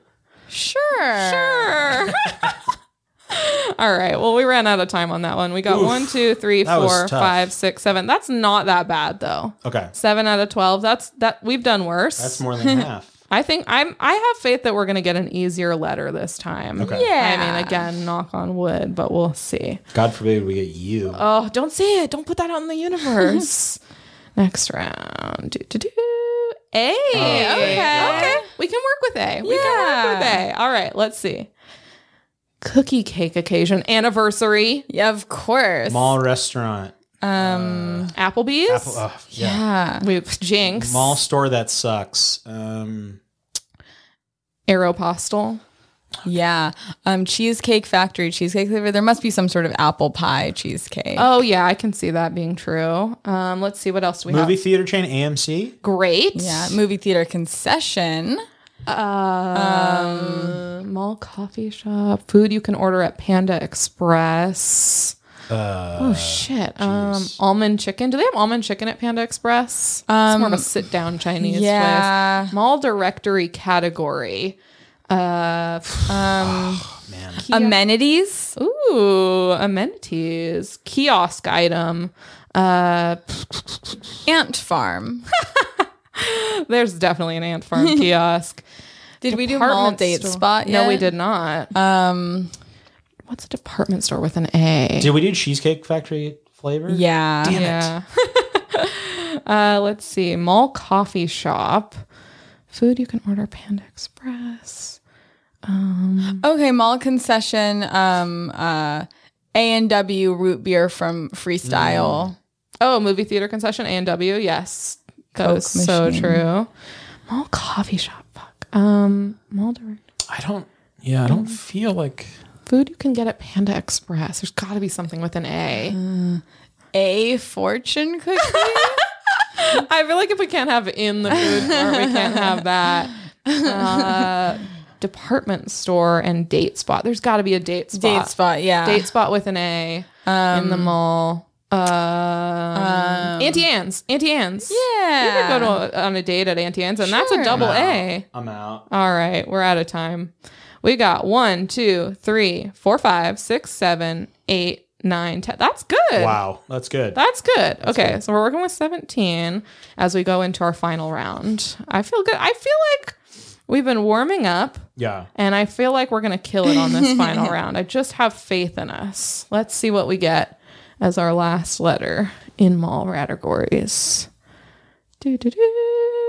S1: Sure.
S2: Sure. All right. Well, we ran out of time on that one. We got one, two, three,
S3: That was
S2: four,
S3: tough.
S2: five, six, seven. That's not that bad though.
S3: Okay.
S2: Seven out of twelve. That's that we've done worse.
S3: That's more than half.
S2: I think I'm I have faith that we're gonna get an easier letter this time.
S3: Okay.
S2: I mean, again, knock on wood, but we'll see.
S3: God forbid we get you.
S2: Oh, don't say it. Don't put that out in the universe. Next round. Do, do, do. A.
S3: Oh,
S2: okay. Okay. We can work with A. We can work with A. All right. Let's see. Cookie cake occasion. Anniversary.
S1: Yeah, of course.
S3: Mall restaurant.
S2: Applebee's.
S3: Apple, oh, yeah.
S2: yeah. We Jinx.
S3: Mall store that sucks. Um,
S2: Aeropostale.
S1: Yeah. Um, cheesecake Factory, cheesecake flavor. There must be some sort of apple pie cheesecake.
S2: Oh yeah, I can see that being true. Um, let's see what else do we
S3: movie
S2: have.
S3: theater chain AMC.
S2: Great.
S1: Yeah. Movie theater concession.
S2: Um, mall coffee shop food you can order at Panda Express. oh shit! Um, almond chicken. Do they have almond chicken at Panda Express? it's more of a sit down Chinese
S1: Um, yeah.
S2: place. Mall directory category. Uh,
S3: Man,
S1: Amenities.
S2: ooh, amenities kiosk item. Uh,
S1: Ant farm.
S2: there's definitely an ant farm kiosk.
S1: Did we do mall
S2: Department
S1: date
S2: store-
S1: spot yet?
S2: No, we did not.
S1: Um,
S2: What's a department store with an A?
S3: did we do Cheesecake Factory flavor?
S1: yeah.
S2: yeah. uh, let's see. Mall coffee shop. Food you can order Panda Express.
S1: Okay, mall concession. Um, uh, A and W root beer from Freestyle.
S2: Oh, movie theater concession, A&W. Yes. That
S1: Coke
S2: is so
S1: machine.
S2: true. Mall coffee shop. Fuck. Um, mall direct.
S3: I don't. Yeah, I don't
S2: Mm.
S3: feel like.
S2: Food you can get at Panda Express. There's got to be something with an
S1: Uh.
S2: A.
S1: A fortune cookie.
S2: I feel like if we can't have in the food part, we can't have that. Uh, department store and date spot. There's got to be a date spot.
S1: date spot. Yeah.
S2: date spot with an A in the mall. Um, Auntie Anne's, Auntie Anne's.
S1: Yeah.
S2: you could go to on a date at Auntie Anne's, and that's a double A.
S3: I'm out.
S2: All right, we're out of time. We got one, two, three, four, five, six, seven, eight, nine, ten. That's good.
S3: Wow, that's good.
S2: That's good. okay, so we're working with 17 as we go into our final round. I feel good. I feel like we've been warming up.
S3: yeah.
S2: And I feel like we're going to kill it on this final round. I just have faith in us. Let's see what we get as our last letter in mall categories. Do do do.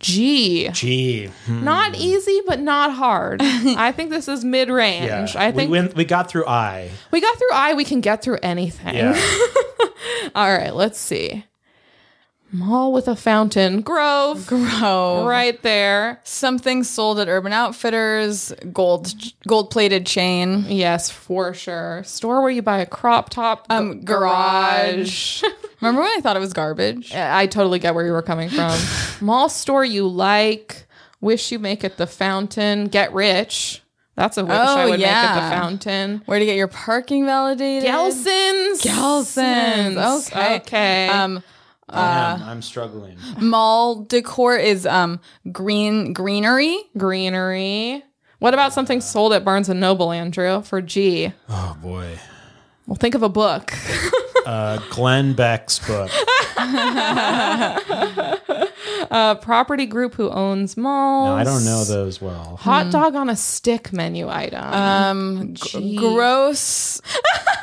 S2: G.
S3: Gee. Hmm.
S2: Not easy, but not hard. I think this is mid range.
S3: Yeah.
S2: I think
S3: we,
S2: we,
S3: went, we got through I.
S2: got through I. We can get through anything.
S3: Yeah.
S2: All right, let's see. Mall with a fountain. Grove.
S1: Bro.
S2: Right there.
S1: Something sold at Urban Outfitters. Gold gold plated chain.
S2: Yes, for sure. Store where you buy a crop top.
S1: Um,
S2: g-
S1: garage.
S2: garage.
S1: Remember when I thought it was garbage?
S2: I totally get where you were coming from. Mall store you like. Wish you make it the fountain. Get rich. That's a wish
S1: Oh,
S2: I would make
S1: yeah.
S2: at the fountain.
S1: Where to get your parking validated?
S2: Gelson's.
S1: Gelson's. Okay.
S2: Okay.
S1: Um,
S3: I am, I'm struggling.
S1: mall decor is um green greenery.
S2: Greenery. What about something sold at Barnes and Noble, Andrew? For G.
S3: Oh boy.
S2: Well, think of a book.
S3: Uh, Glenn Beck's book.
S2: A property group who owns malls.
S3: No, I don't know those well.
S2: Hot
S1: Mm.
S2: dog on a stick menu item.
S1: Um, g- gross,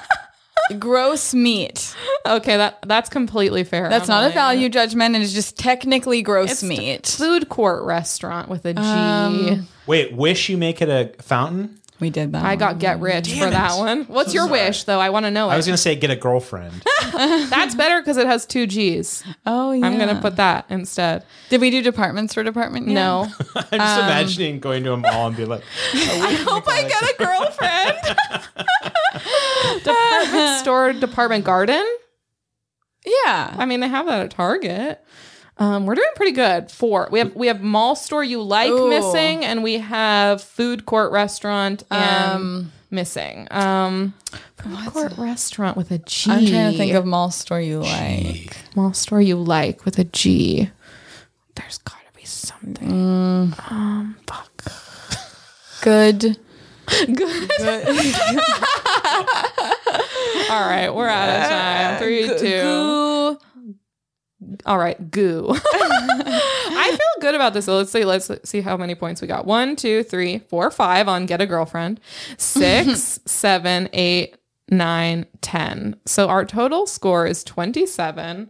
S1: gross meat.
S2: okay, that that's completely fair.
S1: That's not a
S2: Emily.
S1: value judgment, and it's just technically gross meat.
S2: food court restaurant with a G. I
S1: Um,
S3: Wait, wish you make it a fountain?
S1: we did that.
S2: got get rich for
S3: it.
S2: that one. What's your wish though? I want to know.
S3: I was
S2: it.
S3: gonna say get a girlfriend.
S2: That's better because it has two G's.
S1: Oh yeah.
S2: I'm gonna put that instead.
S1: Did we do department store department? yet?
S2: No,
S3: I'm just
S2: Um,
S3: imagining going to a mall and be like,
S2: I hope I get a girlfriend. department store, department garden.
S1: Yeah.
S2: I mean, they have that at Target. Um, we're doing pretty good. Four. We have we have mall store you like
S1: Ooh.
S2: missing, and we have food court restaurant and missing. Um, food court restaurant with a G.
S1: I'm trying to think of mall store you like.
S2: mall store you like with a G. There's got to be something.
S1: Good.
S2: All right, we're out of time. Three, two.
S1: Ooh.
S2: All right, goo. I feel good about this. So let's see. Let's see how many points we got. One, two, three, four, five on get a girlfriend. Six, seven, eight, nine, ten. So our total score is twenty-seven.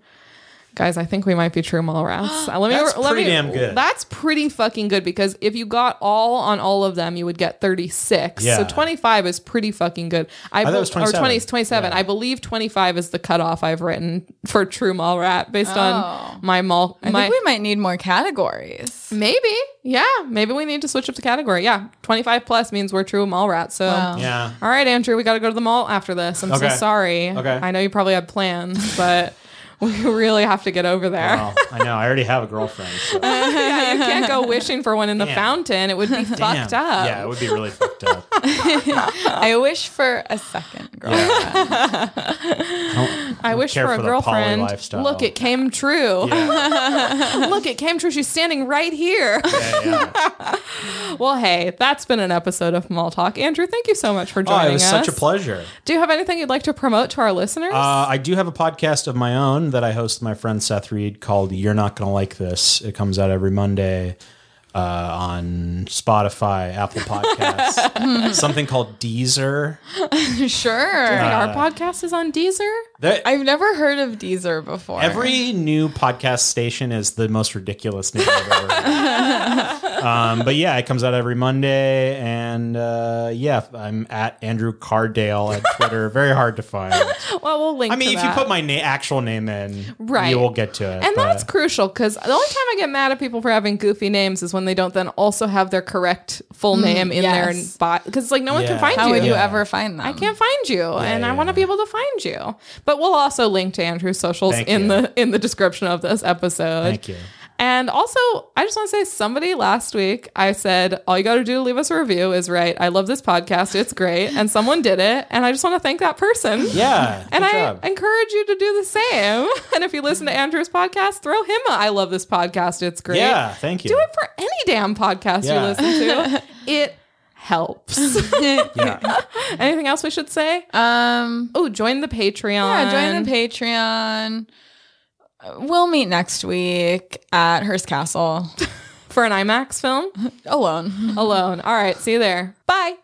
S2: Guys, I think we might be true mall rats. Uh, Let me,
S3: That's
S2: let
S3: pretty
S2: me,
S3: damn good.
S2: That's pretty fucking good because if you got all on all of them, you would get 36.
S3: Yeah.
S2: So 25 is pretty fucking good. I,
S3: thought it was
S2: bel- Or 20
S3: 27.
S2: is 27. I believe 25 is the cutoff I've written for true mall rat based on my mall.
S1: I
S2: my,
S1: think we might need more categories.
S2: Maybe. Yeah. Maybe we need to switch up the category. Yeah. 25 plus means we're true mall rats. So,
S1: Wow.
S3: Yeah.
S2: all right, Andrew, we got to go to the mall after this. I'm
S3: Okay.
S2: so sorry.
S3: Okay.
S2: I know you probably had plans, but we really have to get over there.
S3: Well, I know. I already have a girlfriend. So.
S2: yeah, you can't go wishing for one in the
S3: Damn.
S2: fountain. It would be
S3: Damn.
S2: fucked up.
S3: Yeah, it would be really fucked up.
S1: I wish for a second girl.
S2: I wish
S3: care
S2: for a
S3: for the poly
S2: girlfriend.
S3: lifestyle.
S2: Look, it came true.
S3: Yeah,
S2: Look, it came true. She's standing right here.
S3: yeah, yeah.
S2: well, hey, that's been an episode of Mall Talk. Andrew, thank you so much for
S3: Oh,
S2: joining
S3: it was
S2: us.
S3: such a pleasure.
S2: Do you have anything you'd like to promote to our listeners?
S3: Uh, I do have a podcast of my own that I host with my friend Seth Reed called You're Not Gonna Like This. It comes out every Monday uh, on Spotify, Apple Podcasts, something called Deezer.
S1: sure.
S2: Wait,
S3: uh,
S2: our podcast is on Deezer.
S3: There-
S1: I've never heard of Deezer before.
S3: Every new podcast station is the most ridiculous name I've ever heard. um, but yeah, it comes out every Monday. And uh, yeah, I'm at Andrew Cardale at Twitter. Very hard to find.
S2: Well, we'll link.
S3: I mean,
S2: to
S3: if you
S2: that.
S3: put my na- actual name in,
S2: Right.
S3: you will get to it.
S2: And
S3: but-
S2: that's crucial because the only time I get mad at people for having goofy names is when they don't then also have their correct full name in their
S1: Mm, yes.
S2: bot. Because like no one
S3: Yeah.
S2: can find
S1: How
S2: you.
S1: would you
S3: Yeah.
S1: ever find them?
S2: I can't find you, and I
S3: yeah,
S2: want to be able to find you. But we'll also link to Andrew's socials
S3: Thank
S2: in
S3: you.
S2: the in the description of this episode.
S3: Thank you.
S2: And also, I just want to say somebody last week I said all you got to do to leave us a review is write I love this podcast, it's great, and someone did it, and I just want to thank that person.
S3: Yeah.
S2: And
S3: good
S2: I
S3: job.
S2: encourage you to do the same. And if you listen to Andrew's podcast, throw him a I love this podcast. It's great.
S3: Yeah, thank you.
S2: Do it for any damn podcast
S3: Yeah.
S2: you listen to. it helps.
S3: yeah.
S2: Anything else we should say?
S1: Um,
S2: Oh, join the Patreon.
S1: yeah, join the Patreon. We'll meet next week at Hearst Castle
S2: for an IMAX film
S1: alone.
S2: alone. All right, see you there. Bye.